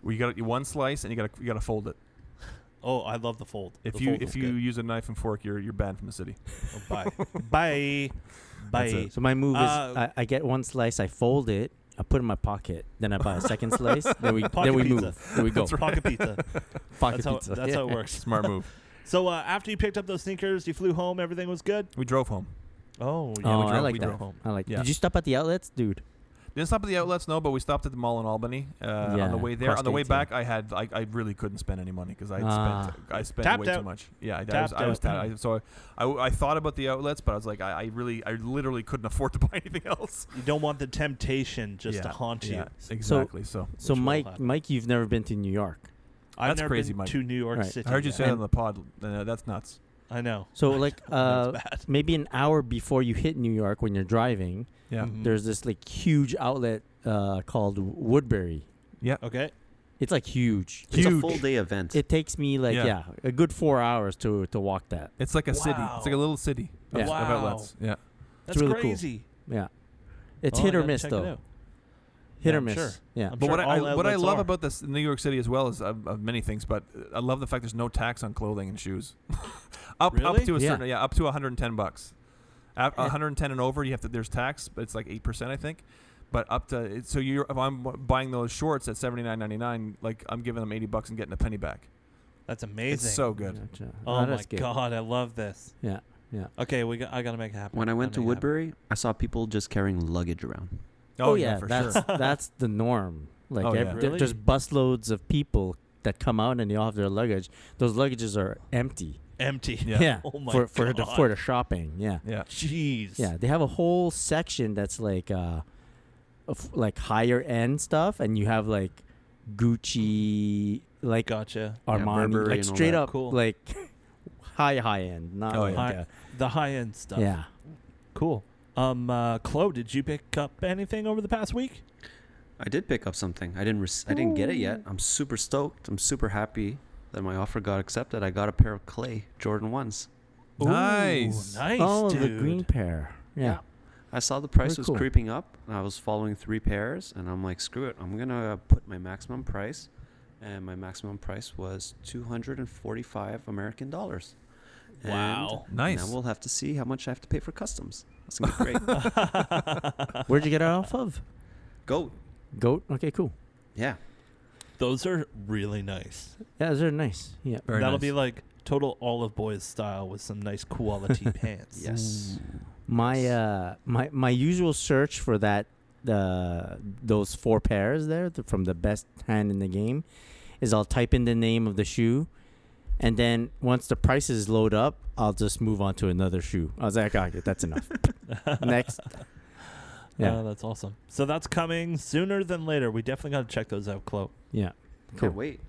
Speaker 2: Well, you got one slice and you got to you got to fold it.
Speaker 1: Oh, I love the fold.
Speaker 2: If
Speaker 1: The
Speaker 2: you
Speaker 1: fold
Speaker 2: if
Speaker 1: was
Speaker 2: you
Speaker 1: good.
Speaker 2: use a knife and fork, you're you're banned from the city.
Speaker 1: Oh, bye bye bye.
Speaker 3: So my move is
Speaker 1: Uh,
Speaker 3: I, I get one slice, I fold it, I put it in my pocket, then I buy a second slice, then we
Speaker 1: Pocket
Speaker 3: then we
Speaker 1: pizza.
Speaker 3: move, then we go.
Speaker 1: That's pocket pizza.
Speaker 3: Pocket
Speaker 1: That's how
Speaker 3: pizza.
Speaker 1: that's how it works.
Speaker 2: Smart move.
Speaker 1: So uh, after you picked up those sneakers, you flew home. Everything was good.
Speaker 2: We drove home.
Speaker 1: Oh,
Speaker 3: Oh,
Speaker 1: we
Speaker 3: I
Speaker 1: drove-
Speaker 3: like
Speaker 1: we
Speaker 3: that.
Speaker 1: drove home.
Speaker 3: I like.
Speaker 2: Yeah.
Speaker 3: Did you stop at the outlets, dude?
Speaker 2: Didn't stop at the outlets, no, but we stopped at the mall in Albany. Uh,
Speaker 3: Yeah,
Speaker 2: on the way there, on the way
Speaker 3: Crossgate,
Speaker 2: back, I had I, I really couldn't spend any money because I had
Speaker 3: Ah.
Speaker 2: spent I spent
Speaker 1: Tapped
Speaker 2: way too
Speaker 1: out.
Speaker 2: much. Yeah, I, I was
Speaker 1: Tapped
Speaker 2: I was
Speaker 1: out.
Speaker 2: ta- I, so I, I, I thought about the outlets, but I was like I, I really I literally couldn't afford to buy anything else.
Speaker 1: You don't want the temptation just to
Speaker 2: Yeah,
Speaker 1: haunt you.
Speaker 2: yeah, exactly. So,
Speaker 3: So
Speaker 1: Which will
Speaker 3: Mike,
Speaker 1: happen.
Speaker 3: Mike, you've never been to New York.
Speaker 1: I've
Speaker 2: That's
Speaker 1: never
Speaker 2: crazy,
Speaker 1: been
Speaker 2: Mike.
Speaker 1: to New York
Speaker 3: Right. I
Speaker 1: City.
Speaker 2: I heard you
Speaker 1: yet.
Speaker 2: say that on the pod. Uh, that's nuts.
Speaker 1: I know.
Speaker 3: So like uh,
Speaker 1: That's bad.
Speaker 3: maybe an hour before you hit New York, when you're driving,
Speaker 2: Yeah.
Speaker 1: Mhm.
Speaker 3: there's this like huge outlet uh, called Woodbury.
Speaker 1: Okay.
Speaker 3: It's like huge.
Speaker 4: It's a full day event.
Speaker 3: It takes me like yeah.
Speaker 2: Yeah.
Speaker 3: a good four hours to to walk that.
Speaker 2: It's like a city. It's like a
Speaker 1: Wow.
Speaker 2: little city of,
Speaker 3: Yeah.
Speaker 2: of
Speaker 1: Wow.
Speaker 2: outlets. Yeah.
Speaker 1: That's
Speaker 3: really cool.
Speaker 1: crazy.
Speaker 3: Yeah, it's
Speaker 1: Well, Oh, I
Speaker 3: hit or
Speaker 1: gotta
Speaker 3: miss
Speaker 1: check it
Speaker 3: though.
Speaker 1: out.
Speaker 3: Hit
Speaker 1: Yeah,
Speaker 3: or
Speaker 1: I'm
Speaker 3: miss.
Speaker 1: sure.
Speaker 3: Yeah.
Speaker 1: I'm
Speaker 2: But what
Speaker 1: sure
Speaker 2: I,
Speaker 1: all
Speaker 2: what I
Speaker 1: outlets
Speaker 2: love
Speaker 1: are.
Speaker 2: about this New York City as well is of, of many things, but I love the fact there's no tax on clothing and shoes. up up
Speaker 1: Really?
Speaker 2: to a
Speaker 3: Yeah.
Speaker 2: certain yeah up to 110 bucks, At
Speaker 3: Yeah.
Speaker 2: 110 and over you have to there's tax, but it's like eight percent I think. But up to it's- so you if I'm buying those shorts at 79.99, like I'm giving them 80 bucks and getting a penny back.
Speaker 1: that's amazing.
Speaker 2: It's so good.
Speaker 3: Gotcha.
Speaker 1: oh my
Speaker 3: that's good.
Speaker 1: god, I love this.
Speaker 3: Yeah, yeah.
Speaker 1: Okay, we got, I gotta make it happen.
Speaker 4: when I went
Speaker 1: Gotta
Speaker 4: to
Speaker 1: make it happen.
Speaker 4: Woodbury, I saw people just carrying luggage around.
Speaker 3: Oh, yeah,
Speaker 2: for
Speaker 3: that's
Speaker 2: sure.
Speaker 3: that's the norm. Like
Speaker 2: Oh, yeah.
Speaker 3: ev- there- there's
Speaker 1: Really?
Speaker 3: busloads of people that come out and they all have their luggage. Those luggages are empty.
Speaker 1: empty.
Speaker 2: Yeah.
Speaker 1: Oh my
Speaker 3: for for the
Speaker 1: god.
Speaker 3: for the shopping. Yeah,
Speaker 2: Yeah.
Speaker 1: Jeez.
Speaker 3: yeah. They have a whole section that's like uh, of, like higher end stuff, and you have like Gucci, like
Speaker 1: Gotcha.
Speaker 3: Armani,
Speaker 4: Burberry
Speaker 3: like
Speaker 4: and all
Speaker 3: straight
Speaker 4: that.
Speaker 3: up,
Speaker 1: Cool.
Speaker 3: like high high end. Not
Speaker 2: Oh,
Speaker 3: like,
Speaker 2: yeah.
Speaker 1: High-
Speaker 3: uh,
Speaker 1: The high end stuff.
Speaker 3: yeah.
Speaker 1: Cool. Um, uh, Chloe, did you pick up anything over the past week?
Speaker 4: I did pick up something. I didn't. Res- I didn't get it yet.
Speaker 3: Oh.
Speaker 4: I'm super stoked. I'm super happy that my offer got accepted. I got a pair of clay Jordan ones.
Speaker 1: Ooh,
Speaker 2: Nice.
Speaker 1: Nice,
Speaker 3: oh,
Speaker 1: dude.
Speaker 3: the green pair. Yeah.
Speaker 4: I saw the price
Speaker 3: Very
Speaker 4: was
Speaker 3: cool.
Speaker 4: creeping up. and I was following three pairs, and I'm like, screw it. I'm gonna put my maximum price, and my maximum price was 245 American dollars. And
Speaker 1: Wow.
Speaker 2: Nice.
Speaker 4: Now we'll have to see how much I have to pay for customs. That's gonna be great.
Speaker 3: Where'd you get it off of?
Speaker 4: Go.
Speaker 3: Goat. Okay, cool.
Speaker 4: Yeah.
Speaker 1: Those are really nice.
Speaker 3: Yeah, those are nice. Yeah.
Speaker 2: Very
Speaker 1: That'll
Speaker 2: nice.
Speaker 1: be like total Olive Boys style with some nice quality pants.
Speaker 4: Yes.
Speaker 3: My uh my my usual search for that uh, those four pairs there th- from the best hand in the game is I'll type in the name of the shoe and then once the prices load up I'll just move on to another shoe. I was like, okay, that's enough. Next.
Speaker 1: Uh,
Speaker 3: Yeah.
Speaker 1: Oh, that's awesome. So that's coming sooner than later. We definitely got to check those out, Chloe.
Speaker 3: Yeah. Cool.
Speaker 4: Can't wait.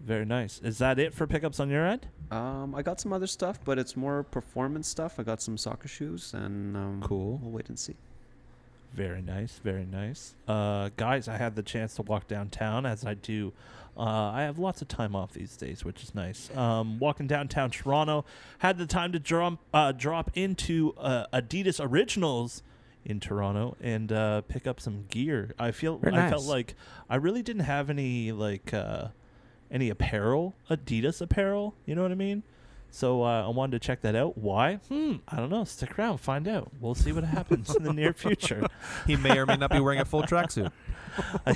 Speaker 1: Very nice. Is that it for pickups on your end?
Speaker 4: Um, I got some other stuff, but it's more performance stuff. I got some soccer shoes, and um,
Speaker 1: Cool.
Speaker 4: We'll wait and see.
Speaker 1: Very nice, very nice. Uh, guys, I had the chance to walk downtown as I do. Uh, I have lots of time off these days, which is nice. Um, walking downtown Toronto, had the time to drop uh, drop into uh, Adidas Originals in Toronto and uh, pick up some gear. I feel
Speaker 3: Very
Speaker 1: I felt
Speaker 3: nice.
Speaker 1: like I really didn't have any like uh, any apparel, Adidas apparel. You know what I mean? So uh, I wanted to check that out. Why? Hmm, I don't know. Stick around, find out. We'll see what happens in the near future.
Speaker 2: he may or may not be wearing a full tracksuit.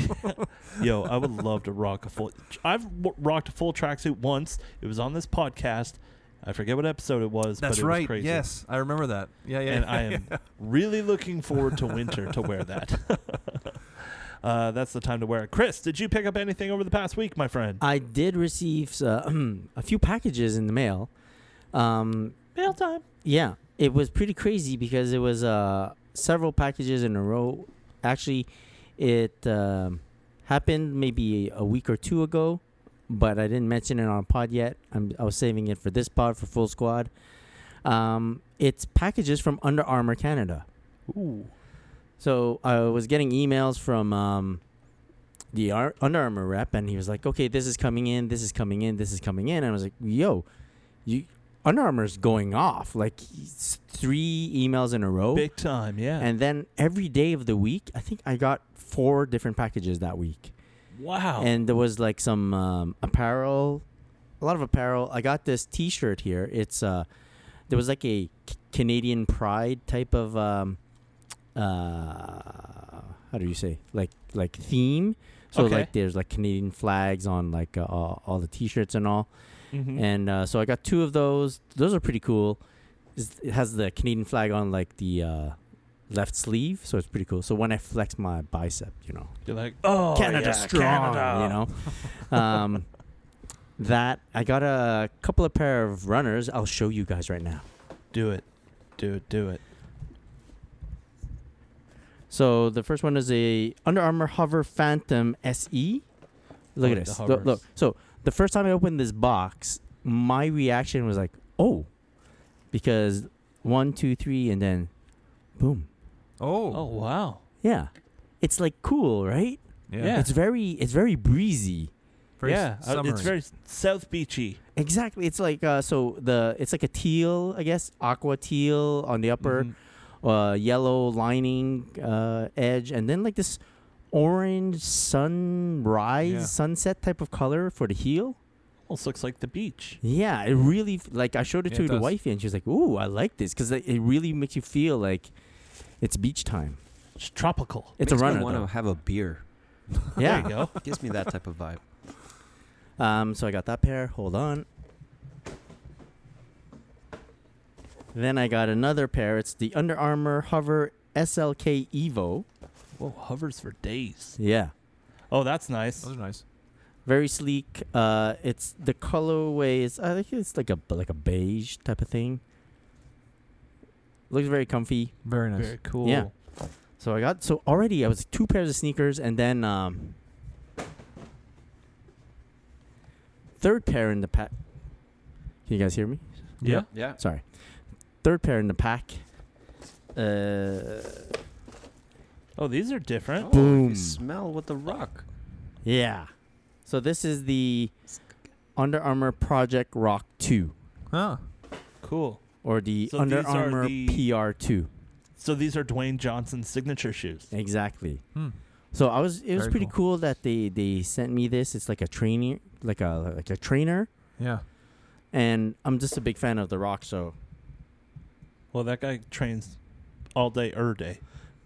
Speaker 1: Yo, I would love to rock a full. I've w- rocked a full tracksuit once. It was on this podcast. I forget what episode it was.
Speaker 2: That's
Speaker 1: but it Was
Speaker 2: right.
Speaker 1: crazy.
Speaker 2: Yes, I remember that. Yeah, yeah.
Speaker 1: and
Speaker 2: yeah,
Speaker 1: I am
Speaker 2: yeah.
Speaker 1: really looking forward to winter to wear that. uh, that's the time to wear it. Chris, did you pick up anything over the past week, my friend?
Speaker 3: I did receive uh, a few packages in the mail. Um
Speaker 1: Mail time.
Speaker 3: yeah. it was pretty crazy because it was uh, several packages in a row. Actually, it um, happened maybe a week or two ago, but I didn't mention it on pod yet. I'm, I was saving it for this pod for full squad. Um, it's packages from Under Armour Canada.
Speaker 4: Ooh.
Speaker 3: So I was getting emails from um, the Ar- Under Armour rep, and he was like, "Okay, this is coming in, this is coming in, this is coming in." And I was like, "Yo, you Under Armour's going off like s- three emails in a row."
Speaker 1: Big time, yeah.
Speaker 3: Oh. And then every day of the week, I think I got four different packages that week.
Speaker 1: wow.
Speaker 3: And there was like some um, apparel, a lot of apparel. I got this T-shirt here. It's uh, there was like a C- Canadian pride type of um, uh, how do you say like like theme. So
Speaker 1: Okay.
Speaker 3: like there's like Canadian flags on like uh, all, all the T-shirts and all.
Speaker 1: Mhm.
Speaker 3: And uh, so I got two of those. Those are pretty cool. It's- It has the Canadian flag on like the uh, left sleeve, so it's pretty cool. So when I flex my bicep, you know,
Speaker 1: you're like, oh,
Speaker 3: Canada
Speaker 1: yeah,
Speaker 3: strong,
Speaker 1: Canada.
Speaker 3: you know. Um, that I got a couple of pair of runners. I'll show you guys right now.
Speaker 1: do it, do it, do it.
Speaker 3: So the first one is a Under Armour Hover Phantom SE. Look
Speaker 1: like Oh, the
Speaker 3: at this. Look, look.
Speaker 1: hovers.
Speaker 3: So the first time I opened this box, my reaction was like, "Oh," because one, two, three, and then, boom.
Speaker 2: Oh.
Speaker 1: Oh wow.
Speaker 3: Yeah, it's like cool, right?
Speaker 2: Yeah.
Speaker 1: yeah.
Speaker 3: It's very, it's very breezy.
Speaker 2: Very
Speaker 1: yeah,
Speaker 2: s-
Speaker 1: uh,
Speaker 2: summery.
Speaker 1: it's very s- South Beachy.
Speaker 3: Exactly. It's like uh, so the it's like a teal, I guess, aqua teal on the upper
Speaker 1: Mhm.
Speaker 3: uh, yellow lining uh, edge, and then like this orange sunrise,
Speaker 2: Yeah.
Speaker 3: sunset type of color for the heel.
Speaker 1: Almost looks like the beach.
Speaker 3: Yeah, it really f- like I showed it
Speaker 2: Yeah,
Speaker 3: to
Speaker 2: it
Speaker 3: the
Speaker 2: does.
Speaker 3: wifey, and she was like, "Ooh, I like this because it really makes you feel like it's beach time."
Speaker 1: It's tropical.
Speaker 3: It's
Speaker 4: Makes
Speaker 3: a
Speaker 4: Me
Speaker 3: runner,
Speaker 4: want to
Speaker 3: though.
Speaker 4: have a beer.
Speaker 3: yeah.
Speaker 1: There you go.
Speaker 4: Gives me that type of vibe.
Speaker 3: Um, so I got that pair. Hold on. Then I got another pair. It's the Under Armour Hover SLK Evo.
Speaker 1: Whoa, hovers for days.
Speaker 3: Yeah.
Speaker 1: Oh, that's nice.
Speaker 2: Those are nice.
Speaker 3: Very sleek. Uh, it's the colorway is I think it's like a like a beige type of thing. Looks very comfy.
Speaker 2: Very nice.
Speaker 1: Very cool.
Speaker 3: Yeah. So I got so already I was two pairs of sneakers and then um third pair in the pack. Can you guys hear me?
Speaker 1: Yeah.
Speaker 4: Yeah.
Speaker 3: sorry. Third pair in the pack. Uh,
Speaker 1: Oh, these are different.
Speaker 4: Oh,
Speaker 3: Boom.
Speaker 4: You smell with the rock.
Speaker 3: yeah. So this is the Under Armour Project Rock 2
Speaker 2: Huh.
Speaker 1: Cool.
Speaker 3: or the
Speaker 1: So
Speaker 3: Under
Speaker 1: these are
Speaker 3: Armour
Speaker 1: the-
Speaker 3: PR2.
Speaker 1: So these are Dwayne Johnson's signature shoes.
Speaker 3: Exactly.
Speaker 2: Hmm.
Speaker 3: So I was it was
Speaker 2: Very
Speaker 3: pretty
Speaker 2: cool.
Speaker 3: cool. that they they sent me this. It's like a training like a like a trainer
Speaker 2: Yeah.
Speaker 3: and I'm just a big fan of the rock so
Speaker 1: Well, that guy trains all day, er day.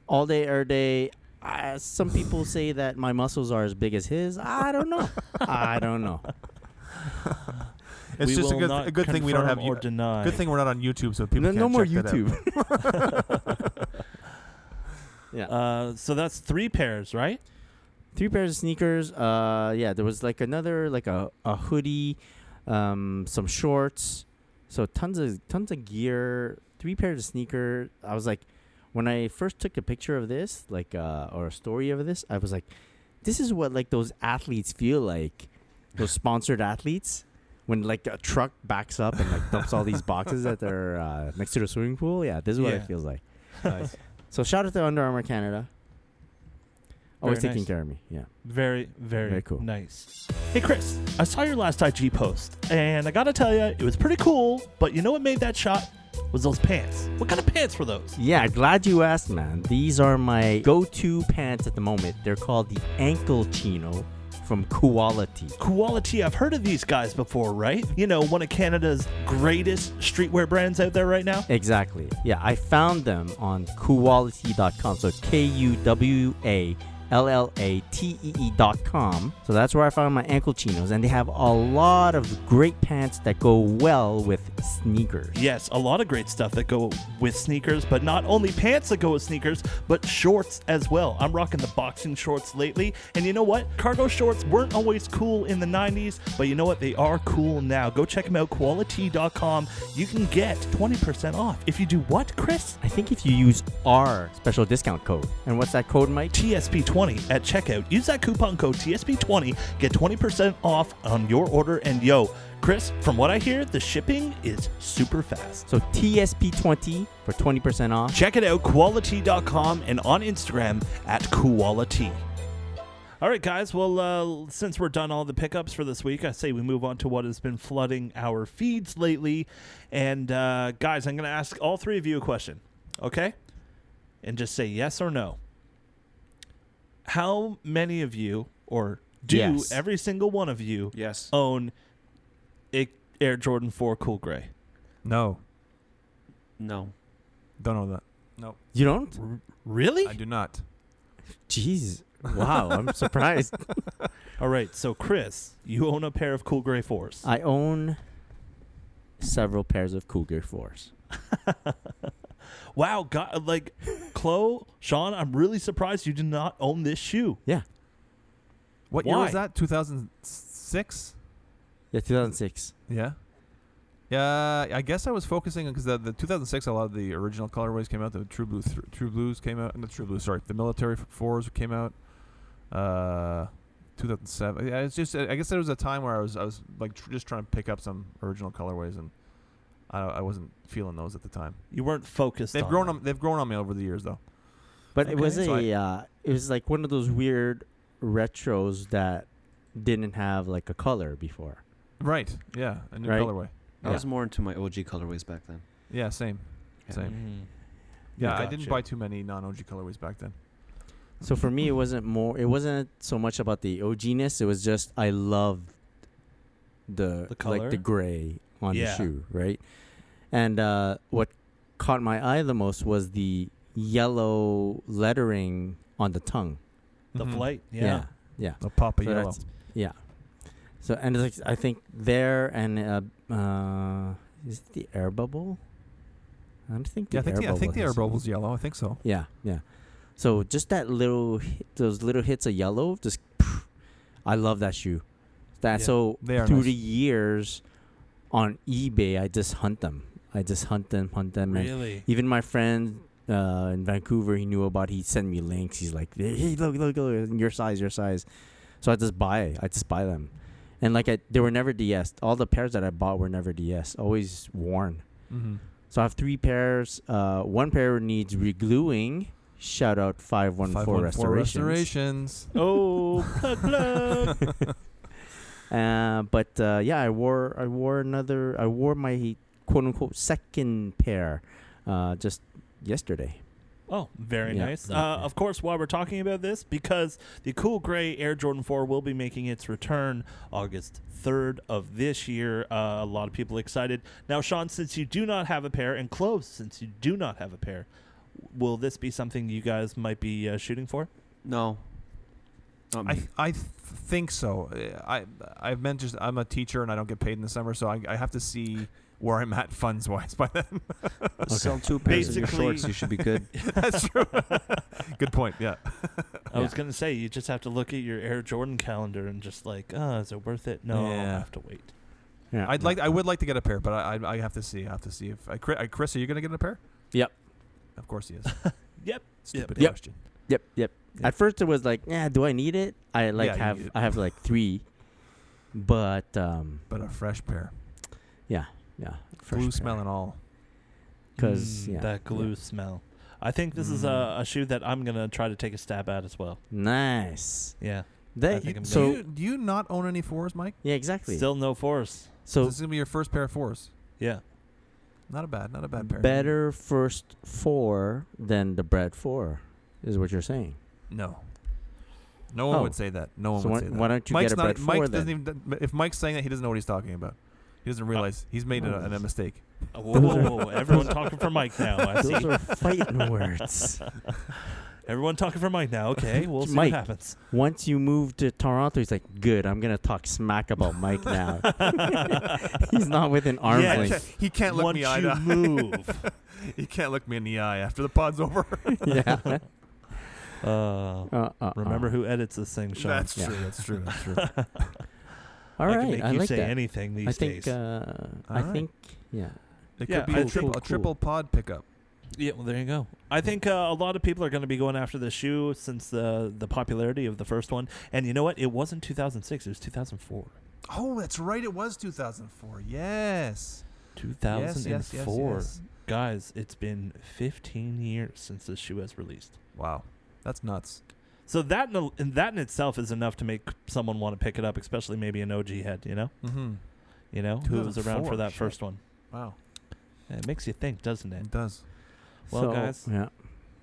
Speaker 3: all day every day uh, some people say that my muscles are as big as his. I don't know. I don't know.
Speaker 2: It's
Speaker 1: We
Speaker 2: just a
Speaker 1: will
Speaker 2: good,
Speaker 1: not
Speaker 2: a good thing we don't have
Speaker 1: confirm
Speaker 2: you.
Speaker 1: or deny.
Speaker 2: Good thing we're not on YouTube, so people
Speaker 3: No,
Speaker 2: can't
Speaker 3: no more
Speaker 2: check that out.
Speaker 3: YouTube. yeah.
Speaker 1: Uh, so that's three pairs, right?
Speaker 3: Three pairs of sneakers. Uh, yeah, there was like another like a, a hoodie, um, some shorts. So tons of tons of gear. Three pairs of sneaker. I was like, when I first took a picture of this, like uh, or a story of this, I was like, this is what like those athletes feel like, those sponsored athletes. When like a truck backs up and like dumps all these boxes at their uh, next to the swimming pool, yeah, this is what
Speaker 1: Yeah.
Speaker 3: it feels like.
Speaker 2: Nice.
Speaker 3: So shout out to Under Armour Canada, always
Speaker 1: Very
Speaker 3: taking
Speaker 1: nice.
Speaker 3: care of me. Yeah.
Speaker 1: Very, very,
Speaker 3: Very cool.
Speaker 1: nice. Hey, Chris, I saw your last IG post, and I gotta tell you, it was pretty cool. But you know what made that shot was those pants. What kind of pants were those?
Speaker 3: Yeah, glad you asked, man. These are my go-to pants at the moment. They're called the ankle chino from Quality.
Speaker 1: Quality. I've heard of these guys before, right? You know, one of Canada's greatest streetwear brands out there right now.
Speaker 3: Exactly. Yeah, I found them on Kuwality.com. So K U W A L L A T E E dot com. So that's where I found my ankle chinos, and they have a lot of great pants that go well with sneakers.
Speaker 1: Yes, a lot of great stuff that go with sneakers, but not only pants that go with sneakers, but shorts as well. I'm rocking the boxing shorts lately, and you know what? Cargo shorts weren't always cool in the 90s, but you know what? They are cool now. Go check them out, quality.com. You can get 20% off if you do what, Chris?
Speaker 3: I think if you use our special discount code, and what's that code, Mike?
Speaker 1: TSP20 at checkout. Use that coupon code TSP20, get 20% off on your order, and yo, Chris, from what I hear, the shipping is super fast.
Speaker 3: So TSP20 for 20% off.
Speaker 1: Check it out, quality.com, and on Instagram at quality. All right, guys. Well, uh, since we're done all the pickups for this week, I say we move on to what has been flooding our feeds lately. And, uh, guys, I'm going to ask all three of you a question, okay? And just say yes or no. How many of you, or do
Speaker 3: Yes.
Speaker 1: every single one of you,
Speaker 4: Yes.
Speaker 3: Oh.
Speaker 1: own a Air Jordan 4 Cool Gray?
Speaker 2: No,
Speaker 4: No.
Speaker 2: don't know that. No,
Speaker 3: You don't?
Speaker 1: Really?
Speaker 2: I do not.
Speaker 3: Jeez. Wow, I'm surprised.
Speaker 1: All right. So, Chris, you own a pair of Cool Gray 4s.
Speaker 3: I own several pairs of Cougar 4s.
Speaker 1: Wow, God, like Chloe, Sean, I'm really surprised you did not own this shoe.
Speaker 3: Yeah.
Speaker 2: What year
Speaker 1: Why?
Speaker 2: was that? 2006.
Speaker 3: Yeah, 2006.
Speaker 2: Yeah. Yeah, I guess I was focusing on because the, the 2006 a lot of the original colorways came out. The True Blue, th- True Blues came out. Not True Blues, sorry. The military f- fours came out. Uh, 2007. Yeah, it's just I guess there was a time where I was I was like tr- just trying to pick up some original colorways and I I wasn't feeling those at the time.
Speaker 1: You weren't focused.
Speaker 2: They've
Speaker 1: on
Speaker 2: grown
Speaker 1: it.
Speaker 2: on they've grown on me over the years though.
Speaker 3: But it
Speaker 2: Okay.
Speaker 3: was
Speaker 2: So I-
Speaker 3: a uh, it was like one of those weird retros that didn't have like a color before.
Speaker 2: Right. Yeah, a new
Speaker 3: Right.
Speaker 2: colorway.
Speaker 4: I
Speaker 3: Yeah.
Speaker 4: was more into my OG colorways back then.
Speaker 2: Yeah, same.
Speaker 4: Yeah.
Speaker 2: Same. Yeah, I didn't
Speaker 1: Gotcha.
Speaker 2: buy too many non-OG colorways back then.
Speaker 3: So for me, it wasn't more. It wasn't so much about the OGness. It was just I loved the,
Speaker 1: The
Speaker 3: like
Speaker 1: color?
Speaker 3: the gray on
Speaker 1: Yeah.
Speaker 3: the shoe, right? And uh, what caught my eye the most was the yellow lettering on the tongue.
Speaker 1: The
Speaker 2: Mhm.
Speaker 1: flight, yeah.
Speaker 3: yeah. yeah.
Speaker 2: The Papa
Speaker 3: So
Speaker 2: Yellow.
Speaker 3: that's- Yeah. So and it's like, I think there and uh, uh, is it the air bubble? I don't think the
Speaker 2: Yeah, I think
Speaker 3: air
Speaker 2: the, I
Speaker 3: bubble.
Speaker 2: think the air
Speaker 3: has-
Speaker 2: bubble's yellow. I think so.
Speaker 3: Yeah, yeah. So just that little, hi- those little hits of yellow. Just, I love that shoe. That
Speaker 1: Yeah,
Speaker 3: so
Speaker 2: they are
Speaker 3: through
Speaker 2: nice.
Speaker 3: the years, on eBay, I just hunt them. I just hunt them, hunt them, and
Speaker 1: Really?
Speaker 3: even my friend uh, in Vancouver, he knew about. He sent me links. He's like, "Hey, look, look, look, your size, your size." So I just buy. I just buy them, and like I, they were never DS. All the pairs that I bought were never DS. Always worn.
Speaker 2: Mm-hmm.
Speaker 3: So I have three pairs. Uh, one pair needs regluing. Shout out five one four restoration.
Speaker 2: restorations.
Speaker 1: Oh, plug, plug.
Speaker 3: Uh, but uh, yeah, I wore I wore another. I wore my quote unquote second pair uh, just yesterday.
Speaker 1: Oh, very
Speaker 3: Yeah,
Speaker 1: nice.
Speaker 3: yeah,
Speaker 1: Uh,
Speaker 3: yeah.
Speaker 1: of course, while we're talking about this, because the cool gray Air Jordan 4 will be making its return August 3rd of this year. Uh, a lot of people excited. Now, Sean, since you do not have a pair, and Close, since you do not have a pair, will this be something you guys might be uh, shooting for?
Speaker 4: No. Not me.
Speaker 2: I th- I th- think so. Uh, I I've meant just I'm a teacher and I don't get paid in the summer, so I, I have to see where I'm at funds wise by then.
Speaker 4: Sell two pairs of your
Speaker 1: Basically-
Speaker 4: shorts. You should be good.
Speaker 2: That's true. Good point. Yeah.
Speaker 1: I was gonna say you just have to look at your Air Jordan calendar and just like, oh, is it worth it? No, I'll
Speaker 2: Yeah.
Speaker 1: have to wait.
Speaker 3: Yeah,
Speaker 2: I'd like I would like to get a pair, but I I, I have to see. I have to see if I, Chri- I Chris, are you going to get a pair?
Speaker 3: Yep.
Speaker 2: Of course he is.
Speaker 1: Yep.
Speaker 2: Stupid
Speaker 3: Yep.
Speaker 2: question.
Speaker 3: Yep, yep.
Speaker 2: Yeah.
Speaker 3: At first, it was like, yeah, do I need it? I like
Speaker 2: Yeah, you
Speaker 3: have
Speaker 2: need it.
Speaker 3: I have like three, but um,
Speaker 2: But a fresh pair,
Speaker 3: yeah,
Speaker 2: blue smell and all.
Speaker 3: because
Speaker 1: Mm,
Speaker 3: yeah, Mm-hmm.
Speaker 1: that glue smell. I think this is a,
Speaker 2: Mm.
Speaker 1: a shoe that I'm gonna try to take a stab at as well.
Speaker 3: nice.
Speaker 1: Yeah.
Speaker 3: That
Speaker 1: think I'm
Speaker 3: so
Speaker 2: do you, do you not own any fours, Mike?
Speaker 3: yeah, exactly.
Speaker 1: Still no force.
Speaker 3: so
Speaker 2: this is gonna be your first pair of fours.
Speaker 1: Yeah.
Speaker 2: Not a bad, not a bad pair.
Speaker 3: better first four than the bread four is what you're saying.
Speaker 2: No. No one
Speaker 3: Oh.
Speaker 2: would say that. No one
Speaker 3: So
Speaker 2: would
Speaker 3: why,
Speaker 2: say that.
Speaker 3: why don't you
Speaker 2: Mike's
Speaker 3: get a
Speaker 2: not.
Speaker 1: e-,
Speaker 3: bread
Speaker 2: Mike
Speaker 3: four
Speaker 2: doesn't
Speaker 3: then?
Speaker 2: even. If Mike's saying that, he doesn't know what he's talking about. He doesn't realize he's made
Speaker 3: Oh,
Speaker 2: a, a, a mistake.
Speaker 1: Uh, Whoa, whoa, whoa, whoa. Everyone talking for Mike now. I see.
Speaker 3: Those are fighting words.
Speaker 1: Everyone talking for Mike now. Okay, we'll see
Speaker 3: Mike.
Speaker 1: what happens.
Speaker 3: Once you move to Toronto, he's like, good, I'm going to talk smack about Mike now. he's not within arm's
Speaker 1: Yeah,
Speaker 2: He
Speaker 1: Blink.
Speaker 3: length.
Speaker 2: can't- he can't look
Speaker 1: Once
Speaker 2: me eye
Speaker 1: you
Speaker 2: to eye.
Speaker 1: move,
Speaker 2: He can't look me in the eye after the pod's over.
Speaker 3: Yeah. Uh,
Speaker 1: uh,
Speaker 3: uh, uh.
Speaker 1: remember who edits this thing, Sean.
Speaker 2: that's,
Speaker 3: Yeah.
Speaker 2: true, that's true. That's true.
Speaker 3: All
Speaker 1: I can
Speaker 3: right.
Speaker 1: make
Speaker 3: I
Speaker 1: you
Speaker 3: like
Speaker 1: say
Speaker 3: that.
Speaker 1: anything these
Speaker 3: I think,
Speaker 1: days.
Speaker 3: uh, I
Speaker 2: Alright.
Speaker 3: think, yeah.
Speaker 2: It
Speaker 1: Yeah,
Speaker 2: could be
Speaker 1: I
Speaker 2: a
Speaker 1: think-
Speaker 2: triple,
Speaker 3: Cool,
Speaker 2: a triple pod pickup.
Speaker 1: yeah, well, there you go. I think uh, a lot of people are going to be going after the shoe since the the popularity of the first one. And you know what? It wasn't 2006. It was 2004.
Speaker 2: Oh, that's right. It was 2004. Yes.
Speaker 1: 2004.
Speaker 2: Yes, yes, yes, yes.
Speaker 1: Guys, it's been 15 years since this shoe has released.
Speaker 2: Wow. That's nuts.
Speaker 1: So that in, a- and that in itself is enough to make someone want to pick it up, especially maybe an OG head. You know,
Speaker 2: Mm-hmm.
Speaker 1: you know who was around
Speaker 2: 2004,
Speaker 1: for that
Speaker 2: shit.
Speaker 1: first one.
Speaker 2: Wow.
Speaker 1: It makes you think, doesn't it?
Speaker 2: It does.
Speaker 1: Well,
Speaker 3: So,
Speaker 1: guys.
Speaker 3: Yeah.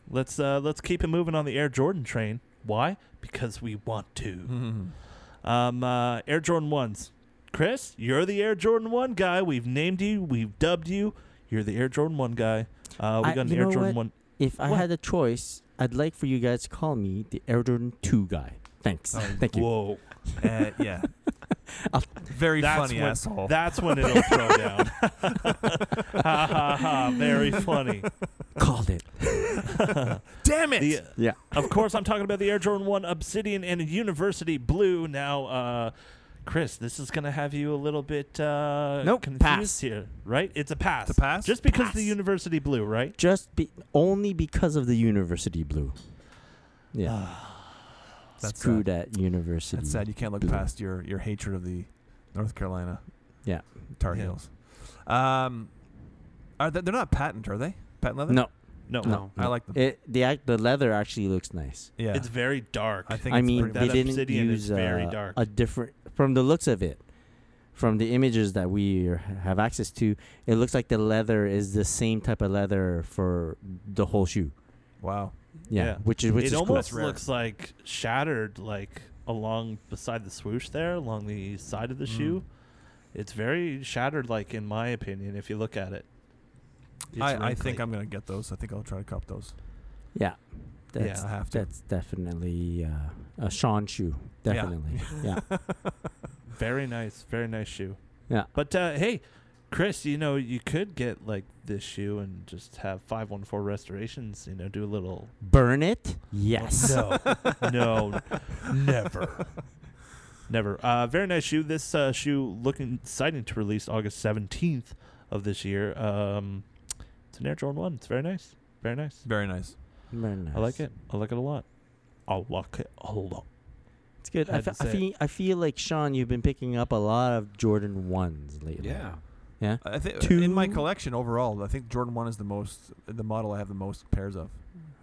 Speaker 1: Let's uh, let's keep it moving on the Air Jordan train. Why? Because we want to.
Speaker 3: Mm-hmm.
Speaker 2: Mhm.
Speaker 1: Um, uh, Air Jordan ones. Chris, you're the Air Jordan one guy. We've named you. We've dubbed you. You're the Air Jordan one guy. Uh, we
Speaker 3: I-
Speaker 1: got an
Speaker 3: you
Speaker 1: Air
Speaker 3: know
Speaker 1: Jordan
Speaker 3: what?
Speaker 1: one.
Speaker 3: If I
Speaker 1: What?
Speaker 3: had a choice, I'd like for you guys to call me the Air Jordan 2 guy. Thanks.
Speaker 2: Oh,
Speaker 3: Thank you.
Speaker 1: Whoa,
Speaker 2: Uh, yeah. Very
Speaker 1: That's
Speaker 2: funny
Speaker 1: when-
Speaker 2: asshole.
Speaker 1: that's when it'll throw down. ha ha ha! Very funny.
Speaker 3: Called it.
Speaker 2: Damn it!
Speaker 1: The-
Speaker 3: Yeah.
Speaker 1: of course, I'm talking about the Air Jordan One Obsidian and University Blue. Now, uh, Chris, this is gonna have you a little bit uh,
Speaker 3: Nope,
Speaker 1: confused
Speaker 3: pass.
Speaker 1: here, right? It's a pass.
Speaker 2: It's a pass?
Speaker 1: Just because the
Speaker 3: Pass.
Speaker 1: University Blue, right?
Speaker 3: Just be only because of the University Blue. Yeah.
Speaker 2: That's
Speaker 3: Screw
Speaker 2: sad.
Speaker 3: that University.
Speaker 2: That's sad. You can't look
Speaker 3: Blue.
Speaker 2: past your, your hatred of the North Carolina
Speaker 3: Yeah.
Speaker 2: Tar
Speaker 1: Yeah.
Speaker 2: Heels. Um, are they, they're not patent, are they? Patent leather?
Speaker 3: No,
Speaker 1: No,
Speaker 3: no,
Speaker 4: No,
Speaker 3: no.
Speaker 2: I like them.
Speaker 3: It, the act, the leather actually looks nice.
Speaker 2: Yeah.
Speaker 1: it's very dark.
Speaker 2: I think
Speaker 3: I
Speaker 2: it's
Speaker 3: mean,
Speaker 2: pretty
Speaker 1: that
Speaker 3: they
Speaker 2: much-
Speaker 3: didn't
Speaker 1: obsidian is
Speaker 3: use
Speaker 1: very
Speaker 3: uh,
Speaker 1: dark.
Speaker 3: a different. From the looks of it, from the images that we are- have access to, it looks like the leather is the same type of leather for the whole shoe.
Speaker 2: Wow.
Speaker 3: Yeah,
Speaker 1: Yeah.
Speaker 3: which is which
Speaker 1: it
Speaker 3: is
Speaker 1: almost
Speaker 2: cool. That's rare.
Speaker 1: looks like shattered, like along beside the swoosh there, along the side of the
Speaker 2: Mm.
Speaker 1: shoe. It's very shattered, like in my opinion, if you look at it. It's
Speaker 2: I, I
Speaker 1: wrinkly.
Speaker 2: think I'm gonna get those. I think I'll try to cop those.
Speaker 3: cool. Yeah, that's
Speaker 2: I have to.
Speaker 3: that's definitely uh, a Sean shoe.
Speaker 2: Yeah.
Speaker 3: Definitely. Yeah.
Speaker 1: Very nice, very nice shoe.
Speaker 3: Yeah.
Speaker 1: But uh, hey, Chris, you know you could get like this shoe and just have five one four restorations. You know, do a little.
Speaker 3: Burn it. Yes.
Speaker 1: No, no, never, never. Uh, very nice shoe. This uh, shoe looking exciting to release August seventeenth of this year. Um, it's an Air Jordan one. It's very nice. Very nice.
Speaker 2: Very nice.
Speaker 3: Very nice.
Speaker 1: I like it. I like it a lot. I like it a lot.
Speaker 3: It's good. I,
Speaker 1: Had to
Speaker 3: fe- I,
Speaker 1: say
Speaker 3: feel, I feel like Sean, you've been picking up a lot of Jordan ones lately.
Speaker 4: Yeah.
Speaker 3: Yeah.
Speaker 2: I think
Speaker 3: Two-
Speaker 2: in my collection overall, I think Jordan One is the most the model I have the most pairs of.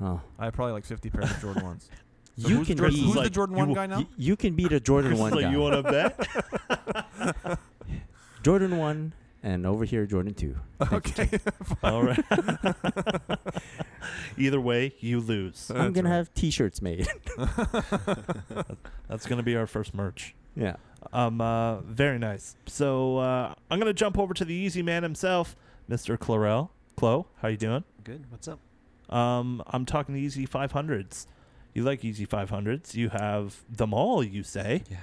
Speaker 3: Oh.
Speaker 2: I have probably like 50 pairs of Jordan Ones. So
Speaker 3: you
Speaker 2: who's
Speaker 3: can
Speaker 2: Jordan,
Speaker 3: be.
Speaker 2: who's the
Speaker 1: like,
Speaker 2: Jordan
Speaker 1: you
Speaker 2: One
Speaker 1: will-
Speaker 2: guy now?
Speaker 3: y- you can be the Jordan
Speaker 1: Chris,
Speaker 3: one
Speaker 1: like,
Speaker 3: guy.
Speaker 1: you want to bet?
Speaker 3: Jordan one, and over here Jordan two.
Speaker 2: Oh, okay.
Speaker 1: All right. Either way, you lose.
Speaker 3: I'm gonna have T-shirts made.
Speaker 1: That's going to be our first merch.
Speaker 3: yeah.
Speaker 1: Um, uh, very nice. So uh, I'm going to jump over to the easy man himself, Mr. Clarell. Chloe, how you doing?
Speaker 4: Good. What's up?
Speaker 1: Um, I'm talking Easy 500s. You like Easy 500s. You have them all, you say,
Speaker 4: Yeah.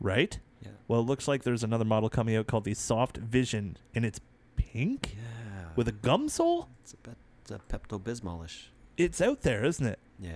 Speaker 1: right?
Speaker 4: Yeah.
Speaker 1: Well, it looks like there's another model coming out called the Soft Vision, and it's pink
Speaker 4: Yeah.
Speaker 1: with a gum sole.
Speaker 4: It's a bit uh, Pepto Bismolish.
Speaker 1: It's out there, isn't it?
Speaker 4: Yeah.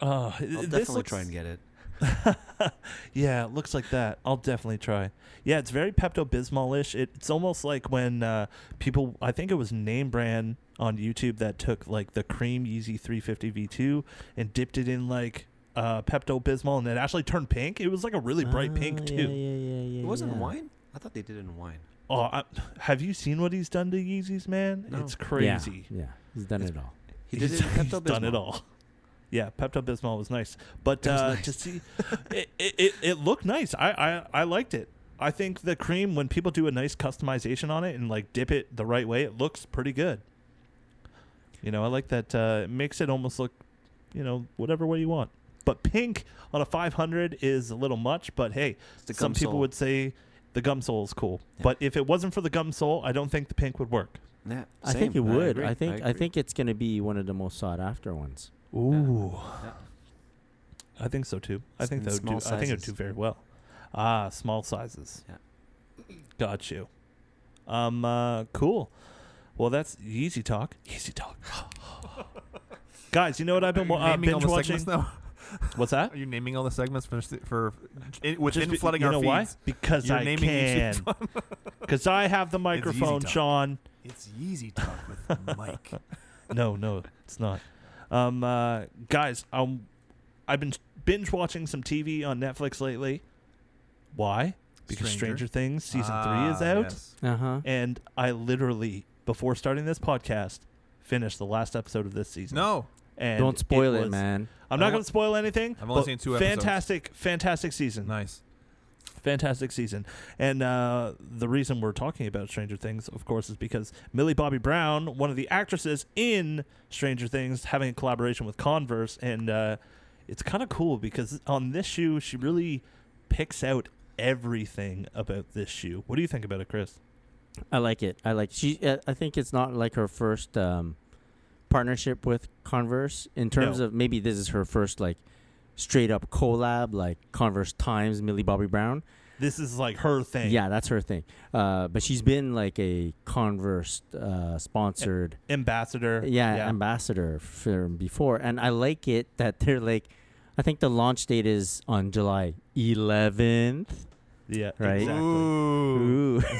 Speaker 1: Uh,
Speaker 4: I'll definitely try and get it.
Speaker 1: yeah, it looks like that. I'll definitely try. Yeah, it's very Pepto Bismol ish. It, it's almost like when uh, people, I think it was Name Brand on YouTube that took like the cream Yeezy 350 V2 and dipped it in like uh, Pepto Bismol and it actually turned pink. It was like a really bright
Speaker 3: Ah,
Speaker 1: pink, too.
Speaker 3: Yeah, yeah, yeah, yeah,
Speaker 4: It wasn't
Speaker 3: yeah.
Speaker 4: wine? I thought they did it in wine.
Speaker 1: Oh, I, have you seen what he's done to Yeezys, man?
Speaker 4: No.
Speaker 1: It's
Speaker 4: Yeah.
Speaker 3: Yeah,
Speaker 1: crazy.
Speaker 3: Yeah, he's done
Speaker 4: It's-
Speaker 3: it all.
Speaker 4: He did
Speaker 1: he's,
Speaker 4: it in
Speaker 1: he's
Speaker 4: Pepto
Speaker 1: done it all. Yeah, Pepto Bismol was nice, but
Speaker 4: It was
Speaker 1: uh,
Speaker 4: nice.
Speaker 1: to see it, it, it, it looked nice. I, I I liked it. I think the cream when people do a nice customization on it and like dip it the right way, it looks pretty good. You know, I like that. Uh, it makes it almost look, you know, whatever way you want. But pink on a 500 is a little much. But hey,
Speaker 4: It's the
Speaker 1: some
Speaker 4: gum
Speaker 1: people
Speaker 4: sole.
Speaker 1: would say the gum sole is cool.
Speaker 4: Yeah.
Speaker 1: But if it wasn't for the gum sole, I don't think the pink would work.
Speaker 4: Yeah,
Speaker 3: I think
Speaker 4: same.
Speaker 3: it would.
Speaker 4: agree.
Speaker 3: I think I,
Speaker 4: agree.
Speaker 3: think it's gonna be one of the most sought after ones.
Speaker 1: Ooh.
Speaker 4: Yeah.
Speaker 1: I think so too. I think
Speaker 4: And
Speaker 1: that would do.
Speaker 4: small
Speaker 1: I think it would
Speaker 4: sizes.
Speaker 1: do very well. Ah, small sizes.
Speaker 4: Yeah.
Speaker 1: Got you. Um. Uh, cool. Well, that's Yeezy talk. Yeezy talk. Guys, you know what I've been wa- uh,
Speaker 2: naming all
Speaker 1: binge
Speaker 2: the segments
Speaker 1: watching.
Speaker 2: now?
Speaker 1: What's that?
Speaker 2: Are you naming all the segments for for it, within
Speaker 1: Just be-
Speaker 2: flooding
Speaker 1: you
Speaker 2: our
Speaker 1: know
Speaker 2: feeds?
Speaker 1: why? Because
Speaker 2: You're
Speaker 1: I
Speaker 2: naming
Speaker 1: can.
Speaker 2: YouTube
Speaker 1: Because I have the
Speaker 2: Yeezy
Speaker 1: microphone,
Speaker 2: Talk.
Speaker 1: Sean.
Speaker 2: It's Yeezy Talk with Mike.
Speaker 1: No, no, it's not. Um, uh, guys, um, I've been binge watching some TV on Netflix lately. Why? Because Stranger,
Speaker 2: Stranger?
Speaker 1: Things season three is
Speaker 2: Ah,
Speaker 1: out.
Speaker 2: yes.
Speaker 3: Uh huh.
Speaker 1: and I literally before starting this podcast finished the last episode of this season.
Speaker 2: No,
Speaker 1: and
Speaker 3: Don't spoil it,
Speaker 1: was-
Speaker 3: man.
Speaker 1: I'm
Speaker 2: I
Speaker 1: not
Speaker 2: won't-
Speaker 1: going to spoil anything.
Speaker 2: I've only
Speaker 1: but
Speaker 2: seen two episodes.
Speaker 1: Fantastic, fantastic season.
Speaker 2: nice.
Speaker 1: Fantastic season. And uh, the reason we're talking about Stranger Things, of course, is because Millie Bobby Brown, one of the actresses in Stranger Things, having a collaboration with Converse. And uh, it's kind of cool because on this shoe, she really picks out everything about this shoe. What do you think about it, Chris?
Speaker 3: I like it. I like she. Uh, I think it's not like her first um, partnership with Converse in terms
Speaker 1: No.
Speaker 3: of maybe this is her first like straight up collab like Converse times Millie Bobby Brown.
Speaker 1: This is like her thing.
Speaker 3: Yeah, that's her thing. Uh, but she's been like a Converse uh, sponsored
Speaker 1: ambassador.
Speaker 3: yeah, ambassador for before, and I like it that they're like. I think the launch date is on July 11th.
Speaker 1: yeah,
Speaker 3: Right.
Speaker 1: exactly.
Speaker 2: Ooh.
Speaker 3: Ooh.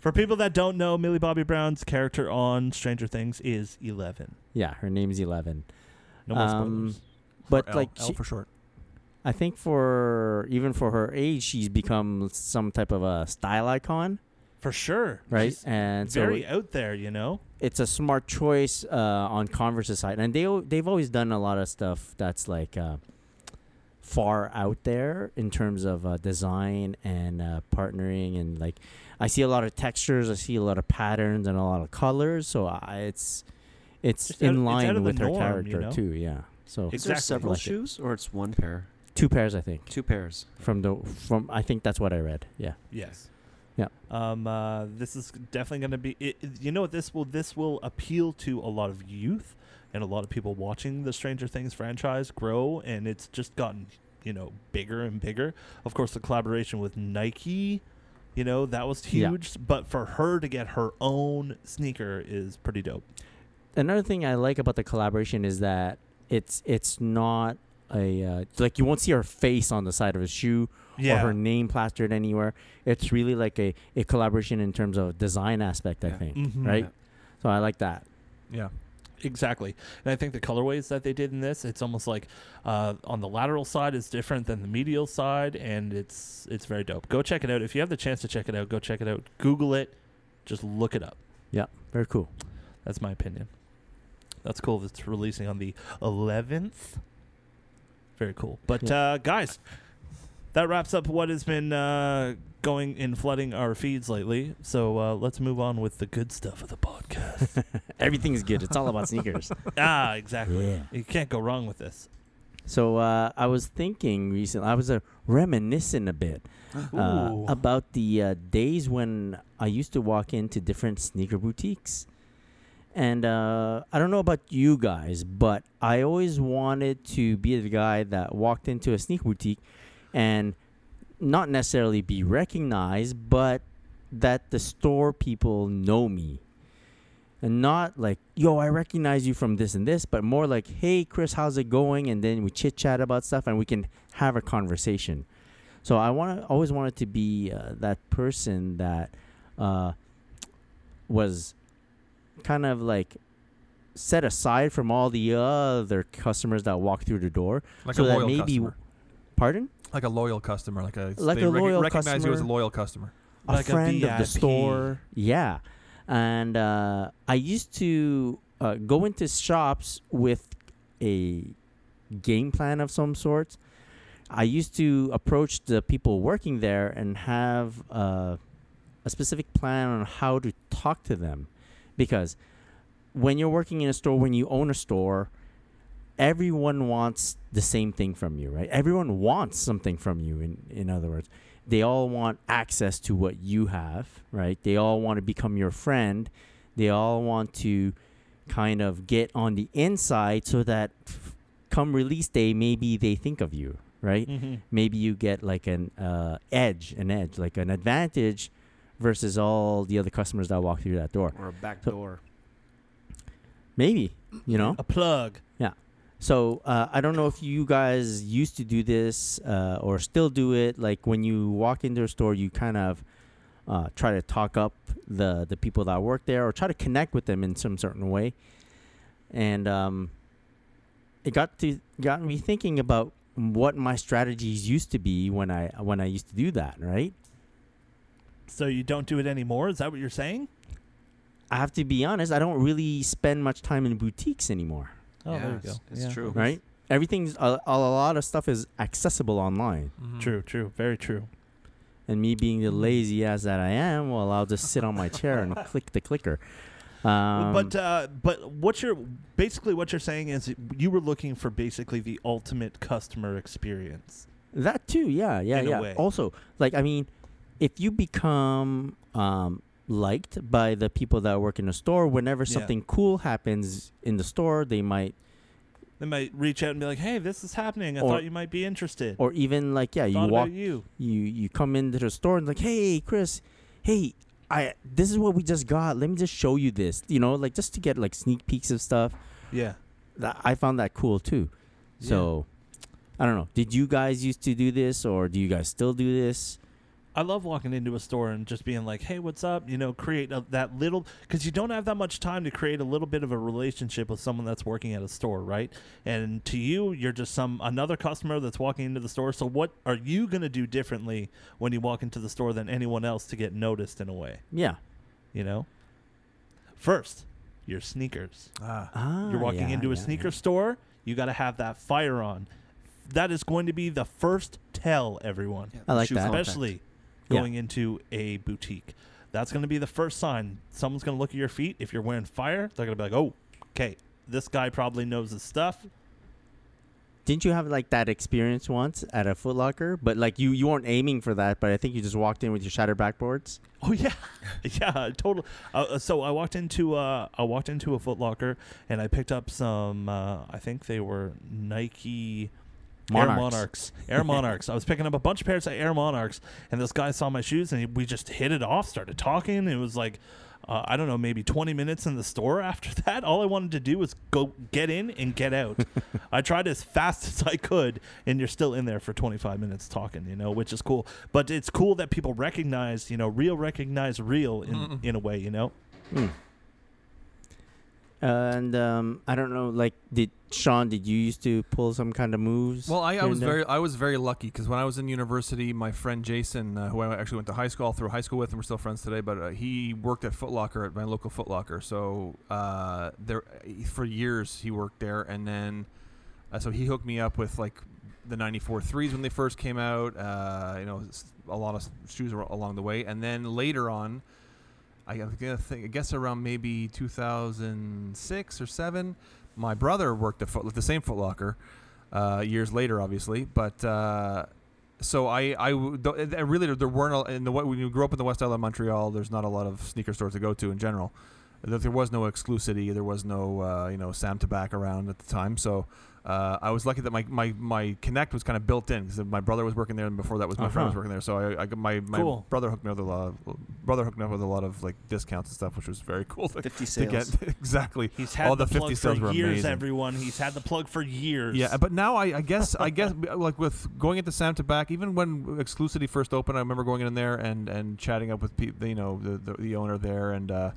Speaker 1: For people that don't know, Millie Bobby Brown's character on Stranger Things is Eleven.
Speaker 3: yeah, her name's 11.
Speaker 1: No more
Speaker 3: Um,
Speaker 1: spoilers.
Speaker 3: But
Speaker 2: Or L,
Speaker 3: like
Speaker 2: L
Speaker 3: she-
Speaker 2: for short.
Speaker 3: I think for even for her age, she's become some type of a style icon,
Speaker 1: For sure,
Speaker 3: right?
Speaker 1: She's
Speaker 3: and so
Speaker 1: very out there, you know.
Speaker 3: it's a smart choice uh, on Converse's side, and they al- they've always done a lot of stuff that's like uh, far out there in terms of uh, design and uh, partnering, and like I see a lot of textures, I see a lot of patterns, and a lot of colors. So I, it's it's
Speaker 1: It's out-
Speaker 3: in
Speaker 1: it's out
Speaker 3: line
Speaker 1: of the
Speaker 3: with her
Speaker 1: norm, you
Speaker 3: character
Speaker 1: know?
Speaker 3: too. Yeah. So
Speaker 4: Is there
Speaker 1: Exactly.
Speaker 4: several
Speaker 3: Like it.
Speaker 4: shoes or it's one pair?
Speaker 3: two pairs, I think,
Speaker 4: Two pairs.
Speaker 3: from the from I think that's what I read. Yeah.
Speaker 1: Yes.
Speaker 3: Yeah.
Speaker 1: Um. Uh, this is definitely going to be. It, it- you know what? This will this will appeal to a lot of youth and a lot of people watching the Stranger Things franchise grow, and it's just gotten you know bigger and bigger. Of course, the collaboration with Nike. You know that was
Speaker 3: Yeah.
Speaker 1: huge, but for her to get her own sneaker is pretty dope.
Speaker 3: another thing I like about the collaboration is that it's it's not a uh, like you won't see her face on the side of a shoe
Speaker 1: Yeah,
Speaker 3: or her name plastered anywhere. It's really like a, a collaboration in terms of design aspect. I
Speaker 4: Yeah.
Speaker 3: think
Speaker 1: Mhm.
Speaker 3: right.
Speaker 4: Yeah.
Speaker 3: So I like that.
Speaker 2: Yeah.
Speaker 1: Exactly, and I think the colorways that they did in this, it's almost like uh, on the lateral side is different than the medial side, and it's it's very dope. Go check it out if you have the chance to check it out. Go check it out. Google it, just look it up.
Speaker 3: Very cool.
Speaker 1: That's my opinion. That's cool. That's releasing on the 11th. Very cool. But
Speaker 3: Yeah.
Speaker 1: uh, guys, that wraps up what has been uh, going and flooding our feeds lately. So uh, let's move on with the good stuff of the podcast.
Speaker 3: Everything's good. It's all about sneakers.
Speaker 1: ah, exactly.
Speaker 3: Yeah.
Speaker 1: You can't go wrong with this.
Speaker 3: So uh, I was thinking recently. I was uh, reminiscing a bit uh,
Speaker 1: Ooh.
Speaker 3: about the uh, days when I used to walk into different sneaker boutiques. And uh, I don't know about you guys, but I always wanted to be the guy that walked into a sneaker boutique and not necessarily be recognized, but that the store people know me. And not like, yo, I recognize you from this and this, but more like, hey, Chris, how's it going? And then we chit chat about stuff and we can have a conversation. So I want to always wanted to be uh, that person that uh, was kind of like set aside from all the other customers that walk through the door.
Speaker 2: Like
Speaker 3: So
Speaker 2: a
Speaker 3: that
Speaker 2: loyal
Speaker 3: maybe-
Speaker 2: customer.
Speaker 3: Pardon?
Speaker 2: Like a loyal customer. Like a
Speaker 3: Like
Speaker 2: they
Speaker 3: a
Speaker 2: rec-
Speaker 3: loyal
Speaker 2: recognize you as a
Speaker 3: customer.
Speaker 2: loyal customer.
Speaker 3: a
Speaker 1: Like a
Speaker 3: friend of the
Speaker 1: VIP.
Speaker 3: store. Yeah, and uh, I used to uh, go into shops with a game plan of some sort. I used to approach the people working there and have uh, a specific plan on how to talk to them, because when you're working in a store, when you own a store. Everyone wants the same thing from you, right? Everyone wants something from you. In in other words, they all want access to what you have, right? They all want to become your friend. They all want to kind of get on the inside so that f- come release day maybe they think of you right
Speaker 1: Mhm.
Speaker 3: maybe you get like an uh, edge an edge like an advantage versus all the other customers that walk through that door
Speaker 4: or a back
Speaker 3: So-
Speaker 4: door.
Speaker 3: maybe you know
Speaker 1: A plug.
Speaker 3: so uh, I don't know if you guys used to do this uh, or still do it. Like when you walk into a store, you kind of uh, try to talk up the the people that work there or try to connect with them in some certain way. And um, it got to got me thinking about what my strategies used to be when I when I used to do that. Right?
Speaker 1: So you don't do it anymore? Is that what you're saying?
Speaker 3: I have to be honest. I don't really spend much time in boutiques anymore.
Speaker 1: Oh,
Speaker 4: yeah,
Speaker 1: there you go.
Speaker 4: it's, it's
Speaker 1: Yeah.
Speaker 4: true.
Speaker 3: Right? Everything's a, a lot of stuff is accessible online.
Speaker 2: Mm-hmm.
Speaker 1: True, true. Very true.
Speaker 3: And me being
Speaker 1: Mm-hmm.
Speaker 3: the lazy ass that I am, well, I'll just sit on my chair and click the clicker. Um,
Speaker 1: but uh, but what you're basically what you're saying is you were looking for basically the ultimate customer experience.
Speaker 3: that too, yeah, yeah,
Speaker 1: in a
Speaker 3: yeah.
Speaker 1: way.
Speaker 3: Also, like, I mean, if you become um, liked by the people that work in the store, whenever
Speaker 1: Yeah.
Speaker 3: something cool happens in the store, they might,
Speaker 1: They might reach out and be like, "Hey, this is happening. I
Speaker 3: Or-
Speaker 1: thought you might be interested."
Speaker 3: or even like, yeah, you
Speaker 1: thought
Speaker 3: walk,
Speaker 1: about you.
Speaker 3: you you come into the store and like, hey, Chris, hey, I this is what we just got. Let me just show you this, you know, like just to get like sneak peeks of stuff.
Speaker 1: Yeah.
Speaker 3: that I found that cool too.
Speaker 1: Yeah.
Speaker 3: So I don't know. Did you guys used to do this or do you guys still do this?
Speaker 1: I love walking into a store and just being like, "Hey, what's up?" You know, create a, that little because you don't have that much time to create a little bit of a relationship with someone that's working at a store, right? And to you, you're just some another customer that's walking into the store. So, what are you gonna do differently when you walk into the store than anyone else to get noticed in a way?
Speaker 3: Yeah.
Speaker 1: You know, first, your sneakers.
Speaker 2: Ah.
Speaker 3: Ah,
Speaker 1: You're walking
Speaker 3: yeah,
Speaker 1: into a
Speaker 3: yeah,
Speaker 1: sneaker store. You got to have that fire on. That is going to be the first tell, everyone
Speaker 4: Yeah,
Speaker 3: I like
Speaker 4: shoe
Speaker 3: that.
Speaker 4: contact.
Speaker 1: especially
Speaker 3: Yeah.
Speaker 1: going into a boutique. That's going to be the first sign. Someone's going to look at your feet. If you're wearing fire, they're going to be like, "Oh, okay, this guy probably knows his stuff."
Speaker 3: yeah. Didn't you have like that experience once at a Foot Locker? But like you you weren't aiming for that, but I think you just walked in with your shattered backboards.
Speaker 1: Oh yeah, yeah, total. Uh, Uh, so I walked into uh, I walked into a Foot Locker and I picked up some. Uh, I think they were Nike. Air
Speaker 3: Monarchs.
Speaker 1: Monarchs. Air Monarchs. I was picking up a bunch of pairs of Air Monarchs, and this guy saw my shoes, and he, we just hit it off, started talking. It was like, uh, I don't know, maybe 20 minutes in the store after that. All I wanted to do was go get in and get out. I tried as fast as I could, and you're still in there for 25 minutes talking, you know, which is cool. But it's cool that people recognize, you know, real recognize real in,
Speaker 2: Mm.
Speaker 1: in a way, you know?
Speaker 3: Hmm. And um, I don't know, like did Sean, did you used to pull some kind of moves?
Speaker 2: Well, I,
Speaker 3: here
Speaker 2: I
Speaker 3: and
Speaker 2: was
Speaker 3: there?
Speaker 2: very I was very lucky because when I was in university, my friend Jason, uh, who I actually went to high school all through high school with, and we're still friends today, but uh, he worked at Foot Locker at my local Foot Locker. So uh, there for years he worked there, and then uh, so he hooked me up with like the 94 threes when they first came out. Uh, you know, s- a lot of s- shoes were along the way, and then later on. I I guess- I guess around maybe 2006 or seven, my brother worked at foot, the same Foot Locker uh, years later, obviously. But uh, so I, I, w- th- I really there weren't a, in the wa- when you grew up in the West Island of Montreal. There's not a lot of sneaker stores to go to in general. There there was no exclusivity. There was no uh, you know Sam Tabac around at the time. So. Uh, I was lucky that my, my, my connect was kind of built in because my brother was working there, and before that was my friend was
Speaker 3: Uh-huh.
Speaker 2: working there. So I, I got my, my
Speaker 1: Cool.
Speaker 2: brother hooked me up with a lot of, brother hooked me up with a lot of like discounts and stuff, which was very cool to,
Speaker 4: 50
Speaker 2: to
Speaker 4: sales.
Speaker 2: get exactly.
Speaker 1: He's had
Speaker 2: All
Speaker 1: the,
Speaker 2: the 50
Speaker 1: plug
Speaker 2: sales
Speaker 1: for
Speaker 2: were
Speaker 1: years,
Speaker 2: amazing.
Speaker 1: everyone. He's had the plug for years.
Speaker 2: Yeah, but now I, I guess I guess like with going into Sam Tabac, even when Exclusivity first opened, I remember going in there and and chatting up with people, you know, the, the, the owner there and uh,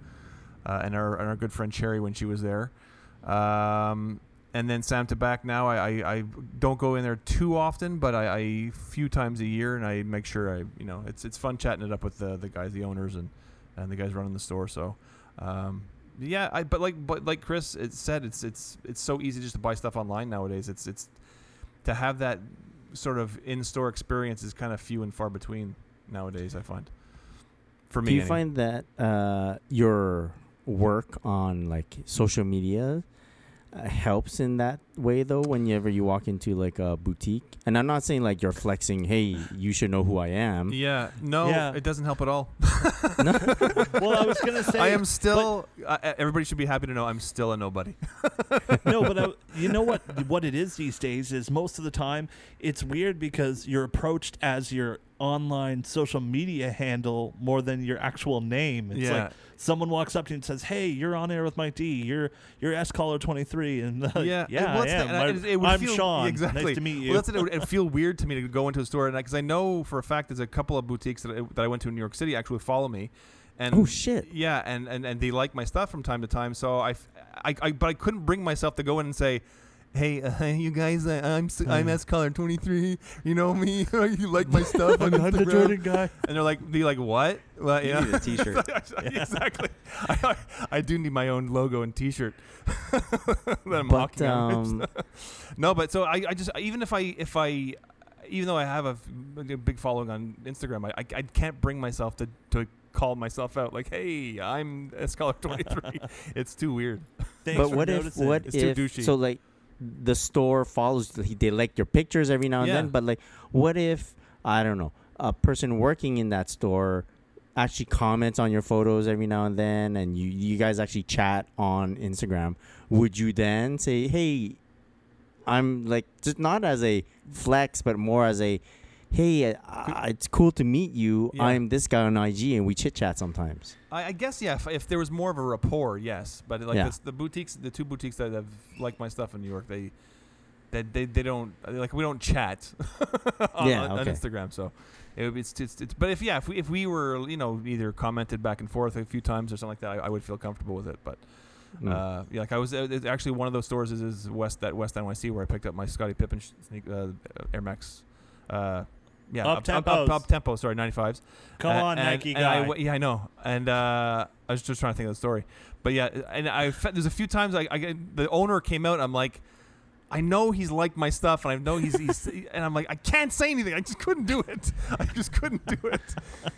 Speaker 2: uh, and our and our good friend Cherry when she was there. Um, and then Sam Tabac now I, I, I don't go in there too often, but I, I few times a year and I make sure I you know it's it's fun chatting it up with the, the guys, the owners and and the guys running the store. So. Um, yeah, I, but like but like Chris it said, it's it's it's so easy just to buy stuff online nowadays. It's it's to have that sort of in store experience is kind of few and far between nowadays. I find. For me,
Speaker 3: Do you
Speaker 2: any-
Speaker 3: find that uh, your work on like social media uh, helps in that way though whenever you walk into like a boutique, and I'm not saying like you're flexing. Hey, you should know who I am.
Speaker 2: Yeah. No,
Speaker 1: Yeah.
Speaker 2: it doesn't help at all.
Speaker 1: well, I was gonna say
Speaker 2: I am still. I, e, everybody should be happy to know I'm still a nobody.
Speaker 1: no, but I, you know what? What it is these days is most of the time it's weird because you're approached as your online social media handle more than your actual name. It's
Speaker 2: Yeah.
Speaker 1: like someone walks up to you and says, "Hey, you're on air with Mike D. You're you're S caller 23." And uh,
Speaker 2: yeah,
Speaker 1: yeah,
Speaker 2: well,
Speaker 1: I
Speaker 2: that's the-
Speaker 1: am.
Speaker 2: and I-
Speaker 1: I'm,
Speaker 2: it- it would
Speaker 1: I'm
Speaker 2: feel-
Speaker 1: Sean.
Speaker 2: Exactly.
Speaker 1: Nice to meet you.
Speaker 2: Well, that's it. It would feel weird to me to go into a store and because I know for a fact there's a couple of boutiques that I, that I went to in New York City actually follow me. And
Speaker 3: Oh, shit.
Speaker 2: Yeah, and, and and they like my stuff from time to time. So I, f- I, I- but I couldn't bring myself to go in and say. Hey, uh, you guys! I, I'm s- I'm
Speaker 4: Mm.
Speaker 2: S Color 23. You know me. you like my stuff on
Speaker 1: I'm not the
Speaker 2: Instagram.
Speaker 1: Jordan guy.
Speaker 2: And they're like, they like what? Well,
Speaker 4: You
Speaker 2: yeah.
Speaker 4: need a T-shirt.
Speaker 2: exactly. I, I do need my own logo and T-shirt that I'm
Speaker 3: But
Speaker 2: hawking out.
Speaker 3: um,
Speaker 2: No, but so I, I just even if I if I even though I have a, f- a big following on Instagram, I, I I can't bring myself to to call myself out like, hey, I'm a scholar 23. it's too weird.
Speaker 1: Thanks
Speaker 3: but
Speaker 1: for
Speaker 3: what if
Speaker 1: noticing.
Speaker 3: what
Speaker 2: It's too
Speaker 3: if
Speaker 2: douchey.
Speaker 3: so like the store follows the- they like your pictures every now and
Speaker 2: Yeah.
Speaker 3: then but like what if i don't know a person working in that store actually comments on your photos every now and then and you you guys actually chat on instagram would you then say hey i'm like just not as a flex but more as a hey uh, it's cool to meet you
Speaker 2: Yeah.
Speaker 3: i'm this guy on ig and we chit chat sometimes
Speaker 2: I, I guess yeah. If, if there was more of a rapport, yes. But like
Speaker 3: Yeah.
Speaker 2: this, the boutiques, the two boutiques that have liked my stuff in New York, they they they, they don't like we don't chat on,
Speaker 3: Yeah,
Speaker 2: on- on
Speaker 3: okay.
Speaker 2: Instagram. So it, would be- it's, it's it's but if yeah if we if we were you know either commented back and forth a few times or something like that, I, I would feel comfortable with it. But
Speaker 3: Mm.
Speaker 2: uh, yeah, like I was uh, it's actually one of those stores is, is West that West NYC where I picked up my Scotty Pippen sh- sneak, uh, Air Max. Uh, yeah,
Speaker 1: Up-tempos.
Speaker 2: up, up tempo. Sorry, ninety fives.
Speaker 1: Come
Speaker 2: Uh,
Speaker 1: on,
Speaker 2: and-
Speaker 1: Nike
Speaker 2: and
Speaker 1: guy.
Speaker 2: I w- yeah, I know. And uh, I was just trying to think of the story, but yeah, and I fe- there's a few times I, I get- the owner came out. and I'm like, I know he's liked my stuff, and I know he's, he's and I'm like, I can't say anything. I just couldn't do it. I just couldn't do it.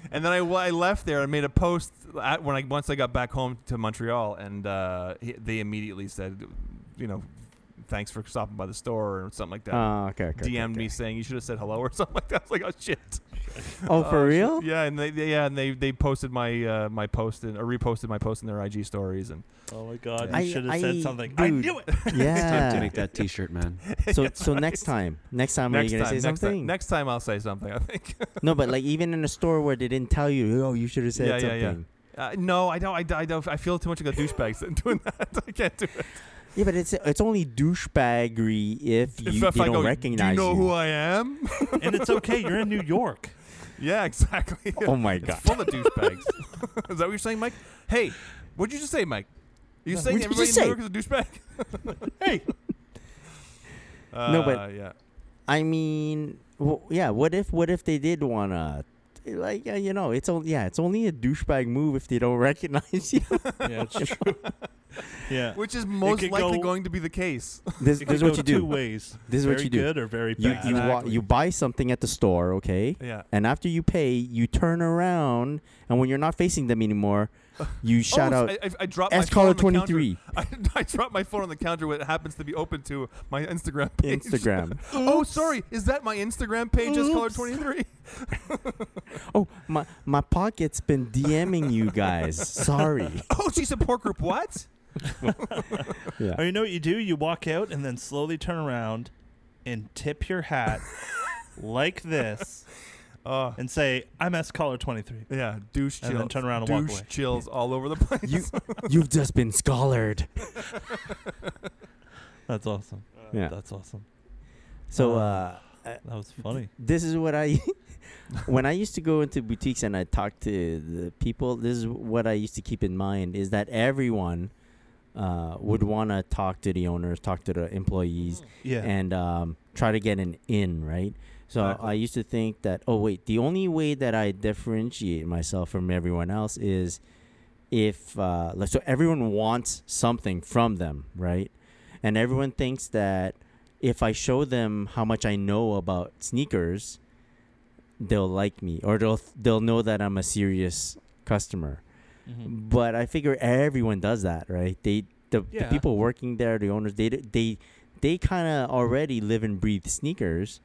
Speaker 2: And then I, w- I left there and made a post at, when I once I got back home to Montreal, and uh, he, they immediately said, you know, thanks for stopping by the store or something like that.
Speaker 3: Ah, okay, okay, okay,
Speaker 2: DM'd
Speaker 3: okay.
Speaker 2: me saying you should have said hello or something like that. I was like, oh shit.
Speaker 3: oh for
Speaker 2: Oh, shit.
Speaker 3: real
Speaker 2: Yeah, and they, they yeah, and they they posted my uh, my post and or reposted my post in their IG stories and
Speaker 1: oh my god,
Speaker 3: I-
Speaker 1: you should have said
Speaker 3: I-
Speaker 1: something. I
Speaker 3: dude.
Speaker 1: knew it.
Speaker 4: Time to
Speaker 3: Yeah.
Speaker 4: make that T-shirt, man.
Speaker 3: So so next time, next time are
Speaker 2: next
Speaker 3: you
Speaker 2: time
Speaker 3: gonna say
Speaker 2: next
Speaker 3: something?
Speaker 2: time next time I'll say something. I think.
Speaker 3: No, but like even in a store where they didn't tell you, oh, you should have said
Speaker 2: Yeah, yeah,
Speaker 3: something.
Speaker 2: yeah. Uh, no, I don't. I, don't- I don't. I feel too much like a douchebag doing that. I can't do it.
Speaker 3: Yeah, but it's it's only douchebaggery if you
Speaker 2: If- if
Speaker 3: they
Speaker 2: I
Speaker 3: don't
Speaker 2: go, do
Speaker 3: recognize
Speaker 2: you know
Speaker 3: you.
Speaker 2: who I am?
Speaker 1: and it's okay. You're in New York.
Speaker 2: yeah, exactly.
Speaker 3: oh my
Speaker 2: it's
Speaker 3: god!
Speaker 2: full of douchebags. Is that what you're saying, Mike? Hey, what'd you just say, Mike? You saying
Speaker 3: What'd you
Speaker 2: everybody in
Speaker 3: just
Speaker 2: New York is a douchebag? hey. Uh,
Speaker 3: No, but-
Speaker 2: yeah.
Speaker 3: I mean, w yeah. What if what if they did wanna? Like yeah, you know, it's only yeah, it's only a douchebag move if they don't recognize you.
Speaker 1: Yeah, it's true. yeah.
Speaker 2: Which is most
Speaker 1: could
Speaker 2: likely
Speaker 1: go-
Speaker 2: going to be the case.
Speaker 3: This,
Speaker 1: It
Speaker 3: this
Speaker 1: could
Speaker 3: is what
Speaker 1: go
Speaker 3: you
Speaker 1: Two
Speaker 3: do.
Speaker 1: ways.
Speaker 3: This is
Speaker 1: very
Speaker 3: what you do.
Speaker 1: good or very
Speaker 3: You
Speaker 1: bad.
Speaker 3: you, wa-
Speaker 2: Exactly.
Speaker 3: you buy something at the store, okay?
Speaker 2: yeah.
Speaker 3: And after you pay, you turn around, and when you're not facing them anymore, you shout
Speaker 2: Oh,
Speaker 3: out,
Speaker 2: I, I, I dropped my
Speaker 3: "S
Speaker 2: phone
Speaker 3: caller
Speaker 2: on the counter.
Speaker 3: 23
Speaker 2: I, I dropped my phone on the counter when it happens to be open to my Instagram page.
Speaker 3: Instagram."
Speaker 2: oh, sorry. Is that my Instagram page? S caller
Speaker 3: Oops.
Speaker 2: 23.
Speaker 3: oh, my my pocket's been DMing you guys. Sorry.
Speaker 2: Oh, she support group. What?
Speaker 3: Yeah.
Speaker 1: Or Oh, you know what you do? You walk out and then slowly turn around and tip your hat like this
Speaker 2: Uh,
Speaker 1: and say, I'm S Caller 23.
Speaker 2: yeah. Douche
Speaker 1: And
Speaker 2: chills.
Speaker 1: then turn around and walk
Speaker 2: douche
Speaker 1: away.
Speaker 2: chills all over the place.
Speaker 3: You you've just been scholared.
Speaker 1: That's awesome.
Speaker 3: Yeah.
Speaker 1: That's awesome.
Speaker 3: So
Speaker 1: Uh,
Speaker 3: uh,
Speaker 1: That was funny.
Speaker 3: this is what I when I used to go into boutiques and I talked to the people. This is what I used to keep in mind is that everyone uh, would want to talk to the owners, talk to the employees,
Speaker 1: Yeah.
Speaker 3: and um, try to get an in, right? So
Speaker 2: Exactly.
Speaker 3: I used to think that, oh, wait, the only way that I differentiate myself from everyone else is if, uh, like, so everyone wants something from them, right? And everyone thinks that if I show them how much I know about sneakers, they'll like me or they'll they'll know that I'm a serious customer Mm-hmm.
Speaker 1: Mhm.
Speaker 3: but I figure everyone does that, right? They the,
Speaker 1: Yeah.
Speaker 3: the people working there, the owners, they d- they they kind of already live and breathe sneakers.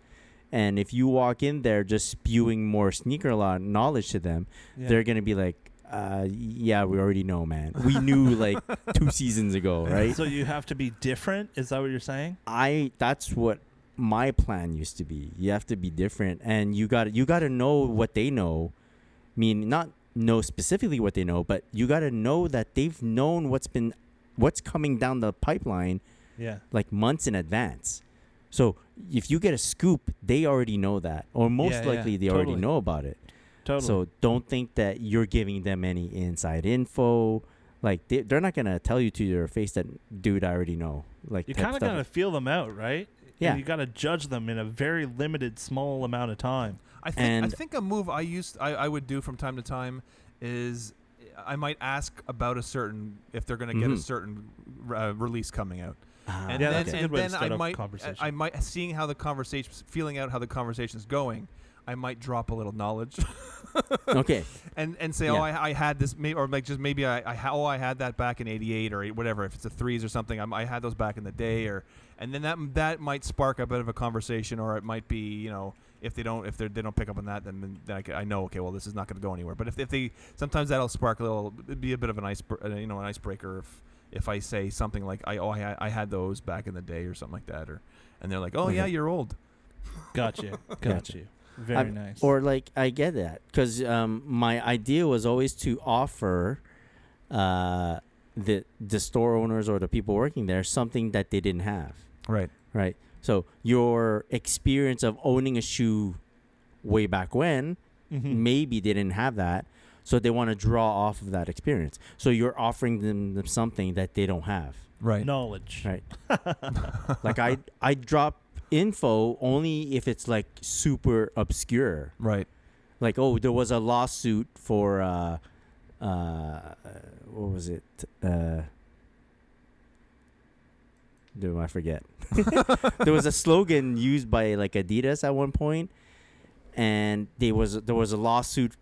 Speaker 3: And if you walk in there just spewing more sneaker law knowledge to them,
Speaker 1: Yeah.
Speaker 3: they're going to be like, uh, yeah, we already know, man. We knew like two seasons ago, right?
Speaker 1: So you have to be different. Is that what you're saying?
Speaker 3: I that's what my plan used to be. You have to be different and you got to you got to know what they know. I mean, not know specifically what they know, but you got to know that they've known what's been what's coming down the pipeline
Speaker 1: Yeah.
Speaker 3: like months in advance. So, if you get a scoop, they already know that or most
Speaker 1: Yeah, yeah,
Speaker 3: likely they
Speaker 1: totally.
Speaker 3: already know about it.
Speaker 1: Totally.
Speaker 3: So, don't think that you're giving them any inside info. Like they, they're not going to tell you to your face that dude, I already know. Like
Speaker 1: you
Speaker 3: type
Speaker 1: kind of
Speaker 3: stuff.
Speaker 1: got to feel them out, right? And
Speaker 3: Yeah.
Speaker 1: you got to judge them in a very limited, small amount of time.
Speaker 2: I think I
Speaker 3: And-
Speaker 2: think a move I used I, I would do from time to time is I might ask about a certain if they're going to get a
Speaker 3: Mhm.
Speaker 2: certain uh, release coming out.
Speaker 3: Ah,
Speaker 1: Uh-huh.
Speaker 2: And
Speaker 1: Yeah,
Speaker 2: then,
Speaker 1: that's a
Speaker 2: and
Speaker 1: good way to
Speaker 2: then
Speaker 1: start
Speaker 2: I
Speaker 1: up
Speaker 2: might, uh,
Speaker 1: conversation.
Speaker 2: I might seeing how the conversation, feeling out how the conversation's going. I might drop a little knowledge
Speaker 3: okay.
Speaker 2: and and say, oh,
Speaker 3: Yeah.
Speaker 2: I, I had this, may, or like just maybe I, I ha- oh, I had that back in '88 or whatever. If it's a threes or something, I'm, I had those back in the day, or and then that that might spark a bit of a conversation, or it might be, you know, if they don't if they they don't pick up on that, then, then I, c- I know, okay, well, this is not going to go anywhere. But if, if they sometimes that'll spark a little, it'd be a bit of an ice, you know, an icebreaker if if I say something like, I oh, I, had- I had those back in the day or something like that, or and they're like, oh yeah,
Speaker 3: Mhm.
Speaker 2: you're old.
Speaker 1: Got you. Got
Speaker 3: Gotcha.
Speaker 1: you. Very
Speaker 3: I'm-
Speaker 1: nice.
Speaker 3: Or like I get that because um, my idea was always to offer uh, the the store owners or the people working there something that they didn't have,
Speaker 2: Right.
Speaker 3: right? So your experience of owning a shoe way back when
Speaker 1: Mhm.
Speaker 3: maybe they didn't have that, so they want to draw off of that experience. So you're offering them them something that they don't have.
Speaker 2: Right.
Speaker 1: knowledge.
Speaker 3: Right. like I I drop info only if it's like super obscure.
Speaker 2: Right.
Speaker 3: like oh there was a lawsuit for uh uh what was it uh do I forget there was a slogan used by like Adidas at one point and there was there was a lawsuit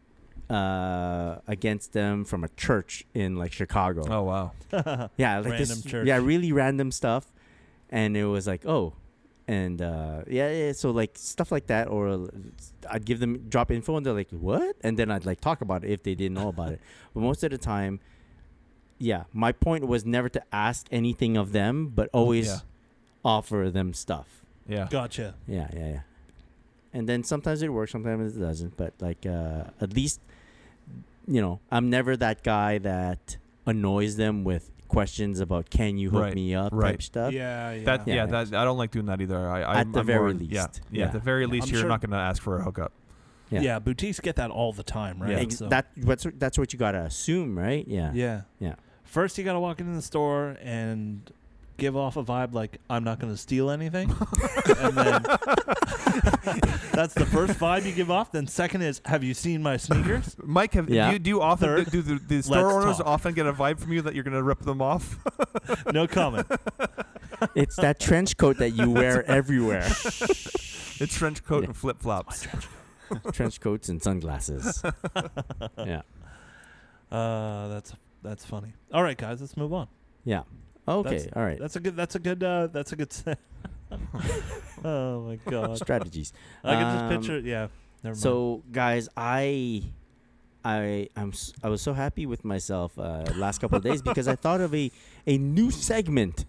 Speaker 3: uh against them from a church in like Chicago
Speaker 2: Oh wow.
Speaker 3: yeah, like this,
Speaker 1: Random church.
Speaker 3: yeah, really random stuff, and it was like, oh, and uh, yeah, yeah, so like stuff like that, or l- I'd give them drop info, and they're like, what? And then I'd like talk about it if they didn't know about it. But most of the time, yeah, my point was never to ask anything of them, but
Speaker 1: Oh,
Speaker 3: always
Speaker 2: Yeah.
Speaker 3: offer them stuff.
Speaker 2: Yeah.
Speaker 1: Gotcha.
Speaker 3: Yeah, yeah, yeah. And then sometimes it works, sometimes it doesn't. But like, uh, at least, you know, I'm never that guy that annoys them with questions about "Can you hook
Speaker 2: Right,
Speaker 3: me up?"
Speaker 2: right.
Speaker 3: type stuff.
Speaker 1: Yeah, yeah.
Speaker 2: That yeah,
Speaker 3: Yeah.
Speaker 2: that I don't like doing that either. I, I
Speaker 3: At the
Speaker 2: I'm more-
Speaker 3: very least.
Speaker 2: yeah, yeah,
Speaker 3: Yeah.
Speaker 2: At the very least,
Speaker 1: I'm
Speaker 2: you're
Speaker 1: sure-
Speaker 2: not going to ask for a hookup.
Speaker 1: yeah.
Speaker 3: Yeah.
Speaker 1: boutiques get that all the time, right?
Speaker 2: Yeah.
Speaker 3: Ex- that what's that's what you gotta assume, right? Yeah.
Speaker 1: yeah.
Speaker 3: Yeah.
Speaker 1: First, you got to walk into the store and give off a vibe like I'm not going to steal anything. and then that's the first vibe you give off. Then second is Have you seen my sneakers?
Speaker 2: Mike, have
Speaker 3: Yeah.
Speaker 2: do you do you often
Speaker 1: Third,
Speaker 2: do, do the, the store
Speaker 1: let's
Speaker 2: owners
Speaker 1: talk.
Speaker 2: often get a vibe from you that you're going to rip them off?
Speaker 1: No comment.
Speaker 3: it's that trench coat that you wear everywhere.
Speaker 2: the trench coat
Speaker 3: Yeah.
Speaker 2: and flip flops.
Speaker 3: trench coats and sunglasses. yeah.
Speaker 1: Uh, that's that's funny. All right, guys, let's move on.
Speaker 3: Yeah. Okay. all right.
Speaker 1: That's a good. That's a good. Uh, that's a good. Se- oh my god!
Speaker 3: Strategies.
Speaker 1: I can just
Speaker 3: Um,
Speaker 1: picture. it. Yeah. Never mind.
Speaker 3: So guys, I I I'm s- I was so happy with myself uh, last couple of days because I thought of a a new segment,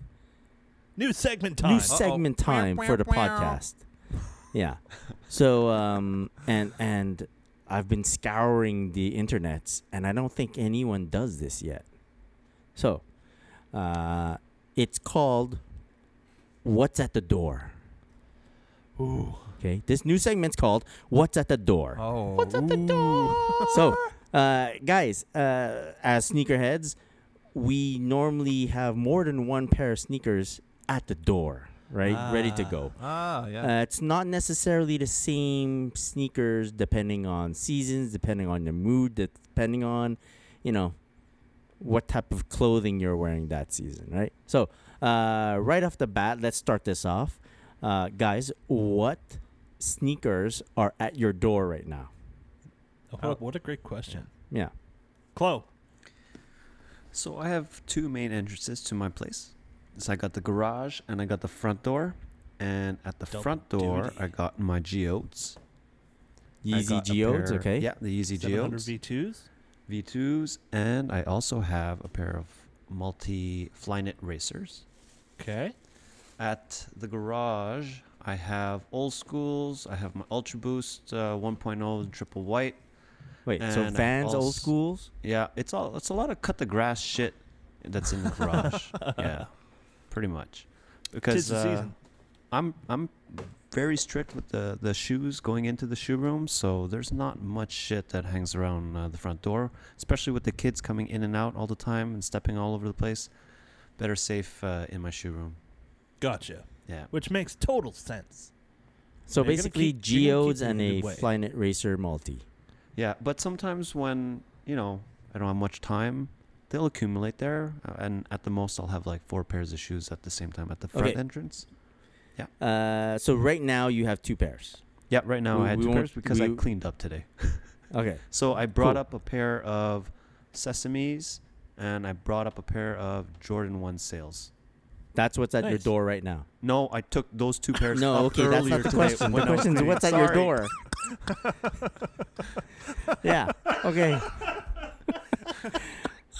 Speaker 1: new segment time.
Speaker 3: new segment time for the podcast. Yeah. So um and and I've been scouring the internets and I don't think anyone does this yet. So, uh it's called What's at the Door.
Speaker 1: Ooh.
Speaker 3: Okay? This new segment's called What's at the Door.
Speaker 2: Oh, what's at the door?
Speaker 3: So, uh, guys, uh, as sneakerheads, we normally have more than one pair of sneakers at the door, right? Ready to
Speaker 1: Ah.
Speaker 3: go.
Speaker 2: Ah, yeah.
Speaker 3: Uh, it's not necessarily the same sneakers depending on seasons, depending on your mood, depending on, you know, what type of clothing you're wearing that season, right? So, uh, right off the bat, let's start this off. Uh, guys, what sneakers are at your door right now?
Speaker 1: Oh, what, what a great question,
Speaker 3: Yeah.
Speaker 1: Chloe.
Speaker 4: So I have two main entrances to my place. So I got the garage and I got the front door. And at the
Speaker 1: Double
Speaker 4: front door,
Speaker 1: duty.
Speaker 4: I got my geodes. I
Speaker 3: Yeezy
Speaker 4: got a
Speaker 3: geodes,
Speaker 4: pair-
Speaker 3: okay?
Speaker 4: Yeah, the Yeezy
Speaker 1: 700 V2s.
Speaker 4: geodes. V2s. And I also have a pair of multi Flynet racers.
Speaker 1: Okay.
Speaker 4: At the garage, I have old schools. I have my Ultra Boost uh, 1.0 triple white.
Speaker 3: Wait, so
Speaker 4: And I've
Speaker 3: fans, old
Speaker 4: also-
Speaker 3: schools.
Speaker 4: Yeah, it's all it's a lot of cut the grass shit that's in the garage. yeah, pretty much.
Speaker 1: Tis
Speaker 4: Because
Speaker 1: the
Speaker 4: uh,
Speaker 1: season.
Speaker 4: I'm I'm very strict with the the shoes going into the shoe room, so there's not much shit that hangs around uh, the front door, especially with the kids coming in and out all the time and stepping all over the place. Better safe uh, in my shoe room.
Speaker 1: Gotcha.
Speaker 4: Yeah.
Speaker 1: Which makes total sense.
Speaker 3: So
Speaker 1: Yeah, you're gonna
Speaker 3: basically,
Speaker 1: keep- you're gonna keep
Speaker 3: geodes
Speaker 1: it in
Speaker 3: and
Speaker 1: a
Speaker 3: a
Speaker 1: good way.
Speaker 3: Flynet Racer multi.
Speaker 4: Yeah, but sometimes when you know I don't have much time, they'll accumulate there, uh, and at the most I'll have like four pairs of shoes at the same time at the front
Speaker 3: Okay.
Speaker 4: entrance.
Speaker 3: Uh, so right now you have two pairs.
Speaker 4: Yeah, right now
Speaker 3: We-
Speaker 4: I had
Speaker 3: we
Speaker 4: two
Speaker 3: won't-
Speaker 4: pairs because I
Speaker 3: we-
Speaker 4: cleaned up today.
Speaker 3: Okay.
Speaker 4: So I brought
Speaker 3: Cool.
Speaker 4: up a pair of sesames, and I brought up a pair of Jordan One sales.
Speaker 3: That's what's at your
Speaker 1: Nice.
Speaker 3: door right now.
Speaker 4: No, I took those two pairs.
Speaker 3: No,
Speaker 4: up
Speaker 3: okay, that's
Speaker 4: earlier
Speaker 3: not the
Speaker 4: today
Speaker 3: question.
Speaker 4: when
Speaker 3: The
Speaker 4: I was
Speaker 3: question is
Speaker 4: cleaning.
Speaker 3: what's at your
Speaker 4: Sorry.
Speaker 3: door. yeah. Okay.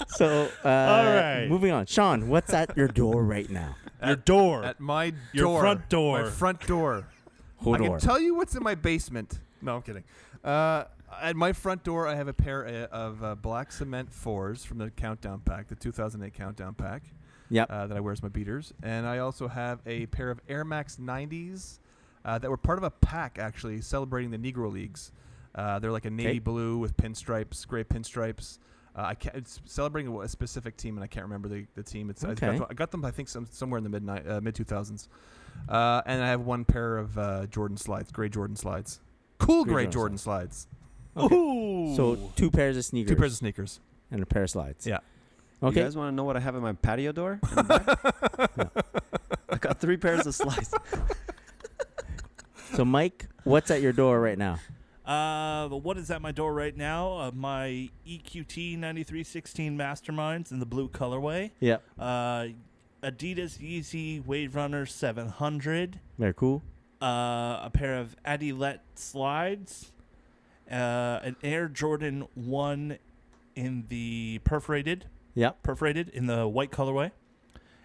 Speaker 3: so, uh,
Speaker 1: right.
Speaker 3: moving on. Sean, what's at your door right now?
Speaker 1: Your
Speaker 2: At-
Speaker 1: door.
Speaker 2: At my
Speaker 1: Your
Speaker 2: door.
Speaker 1: front door.
Speaker 2: My front door. I
Speaker 3: Hodor.
Speaker 2: can tell you what's in my basement. No, I'm kidding. Uh, at my front door, I have a pair uh, of uh, black cement fours from the countdown pack, the 2008 countdown pack.
Speaker 3: Yep.
Speaker 2: Uh, that I wear as my beaters, and I also have a pair of Air Max 90s uh, that were part of a pack actually celebrating the Negro Leagues. Uh, they're like a navy
Speaker 3: Okay.
Speaker 2: blue with pinstripes, gray pinstripes. Uh, I can't, it's celebrating a specific team, and I can't remember the, the team. It's I,
Speaker 3: Okay.
Speaker 2: got them, I got them, I think, some, somewhere in the mid uh, mid 2000s. Uh, and I have one pair of uh, Jordan slides, gray Jordan slides, cool gray,
Speaker 3: Gray Jordan
Speaker 2: Jordan slides.
Speaker 3: okay.
Speaker 1: Ooh.
Speaker 3: So, two pairs of sneakers
Speaker 2: Two pairs of sneakers.
Speaker 3: and a pair of slides.
Speaker 2: Yeah.
Speaker 3: Okay.
Speaker 4: You guys want to know what I have in my patio door? in the back? I got three pairs of slides.
Speaker 3: so, Mike, what's at your door right now?
Speaker 1: Uh, but what is at my door right now? Uh, my EQT 9316 Masterminds in the blue colorway.
Speaker 3: Yep.
Speaker 1: Uh, Adidas Yeezy Wave Runner 700.
Speaker 3: Very cool.
Speaker 1: Uh, a pair of Adilet slides. Uh, an Air Jordan 1 in the perforated,
Speaker 3: Yep.
Speaker 1: perforated in the white colorway.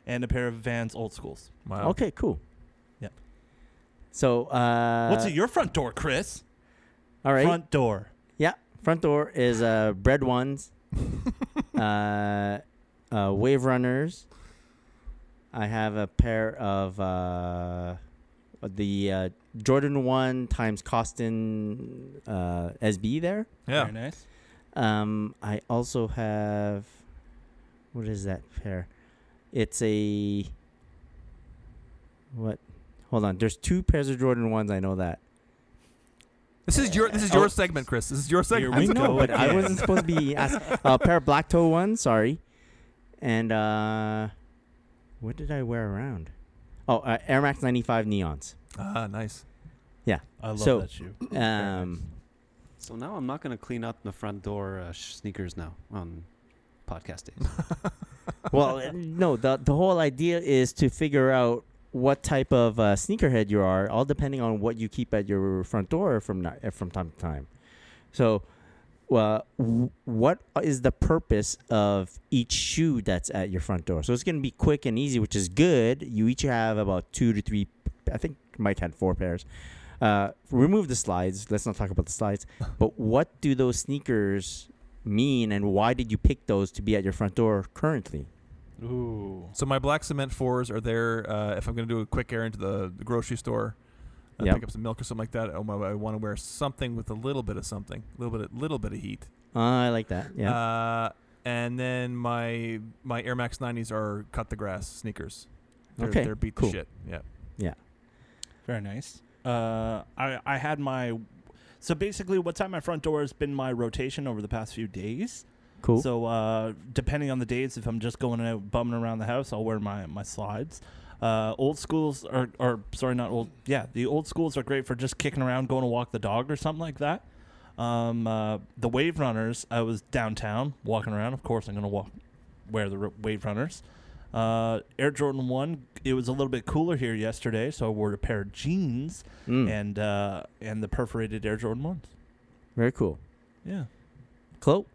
Speaker 1: And a pair of Vans Old Schools.
Speaker 2: Wow.
Speaker 3: Okay, cool.
Speaker 1: Yep.
Speaker 3: So, uh,
Speaker 1: What's at your front door, Chris?
Speaker 3: all right?
Speaker 1: Front door.
Speaker 3: Yeah, front door is uh bread ones, uh, uh, wave runners. I have a pair of uh, the uh, Jordan one times Costin uh, SB there.
Speaker 2: Yeah.
Speaker 1: Very nice.
Speaker 3: Um, I also have what is that pair? It's a what? Hold on. There's two pairs of Jordan ones. I know that.
Speaker 2: This is your this is
Speaker 3: Oh.
Speaker 2: your segment, Chris. This is your segment.
Speaker 3: I
Speaker 1: we
Speaker 3: know,
Speaker 1: go
Speaker 3: but I
Speaker 1: again.
Speaker 3: wasn't supposed to be asked. A pair of black toe ones, sorry. And uh, what did I wear around? Oh, uh, Air Max 95 neons.
Speaker 2: Ah, nice.
Speaker 1: I love
Speaker 3: So-
Speaker 1: that shoe.
Speaker 3: Um,
Speaker 4: So now I'm not going to clean out the front door uh, sh- sneakers now on podcast days.
Speaker 3: well, uh, no, the, the whole idea is to figure out what type of uh, sneakerhead you are, all depending on what you keep at your front door from, ni- uh, from time to time. So, uh, w- what is the purpose of each shoe that's at your front door? So it's going to be quick and easy, which is good. You each have about two to three. I think Mike had four pairs. Uh, remove the slides. Let's not talk about the slides. but what do those sneakers mean, and why did you pick those to be at your front door currently?
Speaker 1: Ooh.
Speaker 2: So my black cement fours are there. Uh, if I'm going to do a quick errand to the, the grocery store, uh,
Speaker 3: Yep.
Speaker 2: pick up some milk or something like that. Oh my! I want to wear something with a little bit of something, a little bit, of, little bit of heat.
Speaker 3: Uh, I like that. Yeah.
Speaker 2: Uh, and then my my Air Max 90s are cut the grass sneakers. They're,
Speaker 3: Okay,
Speaker 2: They're beat
Speaker 3: cool.
Speaker 2: the shit. Yeah.
Speaker 1: Very nice. Uh, I I had my so basically what's at my front door has been my rotation over the past few days.
Speaker 3: cool.
Speaker 1: So uh, depending on the days, if I'm just going out bumming around the house, I'll wear my my slides. Uh, old schools are or sorry, not old. Yeah, the old schools are great for just kicking around, going to walk the dog or something like that. Um, uh, the wave runners, I was downtown walking around. Of course, I'm gonna walk wear the r- wave runners. Uh, Air Jordan 1, it was a little bit cooler here yesterday, so I wore a pair of jeans
Speaker 3: Mm,
Speaker 1: and uh, and the perforated Air Jordan 1s.
Speaker 3: very cool.
Speaker 1: Yeah.
Speaker 3: Clo,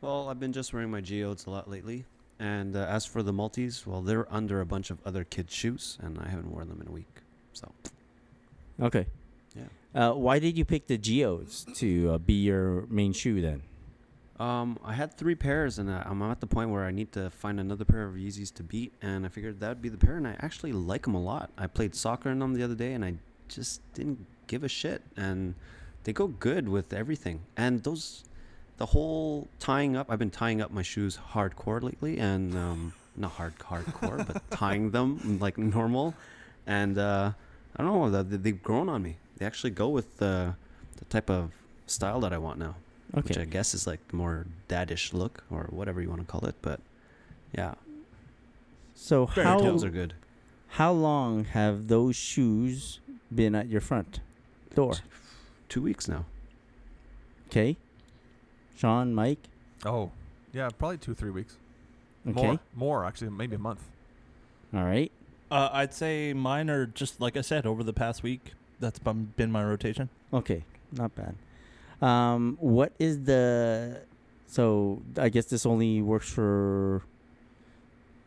Speaker 4: Well, I've been just wearing my geodes a lot lately. And uh, as for the multis, well, they're under a bunch of other kids' shoes, and I haven't worn them in a week. So
Speaker 3: okay.
Speaker 4: Yeah.
Speaker 3: Uh, why did you pick the geos to uh, be your main shoe then?
Speaker 4: um, I had three pairs, and uh, I'm at the point where I need to find another pair of Yeezys to beat. And I figured that'd be the pair, and I actually like them a lot. I played soccer in them the other day, and I just didn't give a shit. And they go good with everything. And those, the whole tying up, I've been tying up my shoes hardcore lately, and um, not hard hardcore, but tying them mm, like normal. And uh, I don't know, they- they've grown on me. They actually go with uh, the type of style that I want now, which
Speaker 3: Okay.
Speaker 4: I guess is like more daddish look or whatever you want to call it. But yeah,
Speaker 3: So
Speaker 1: Very
Speaker 3: how
Speaker 4: those are good.
Speaker 3: how long have those shoes been at your front door?
Speaker 4: Two weeks now.
Speaker 3: Okay. Sean, Mike.
Speaker 2: Oh, yeah, probably two, three weeks.
Speaker 3: Okay.
Speaker 2: More, more actually, maybe a month.
Speaker 3: All right.
Speaker 1: Uh, I'd say mine are just, like I said, over the past week. That's bum- been my rotation.
Speaker 3: Okay, not bad. Um, what is the? So I guess this only works for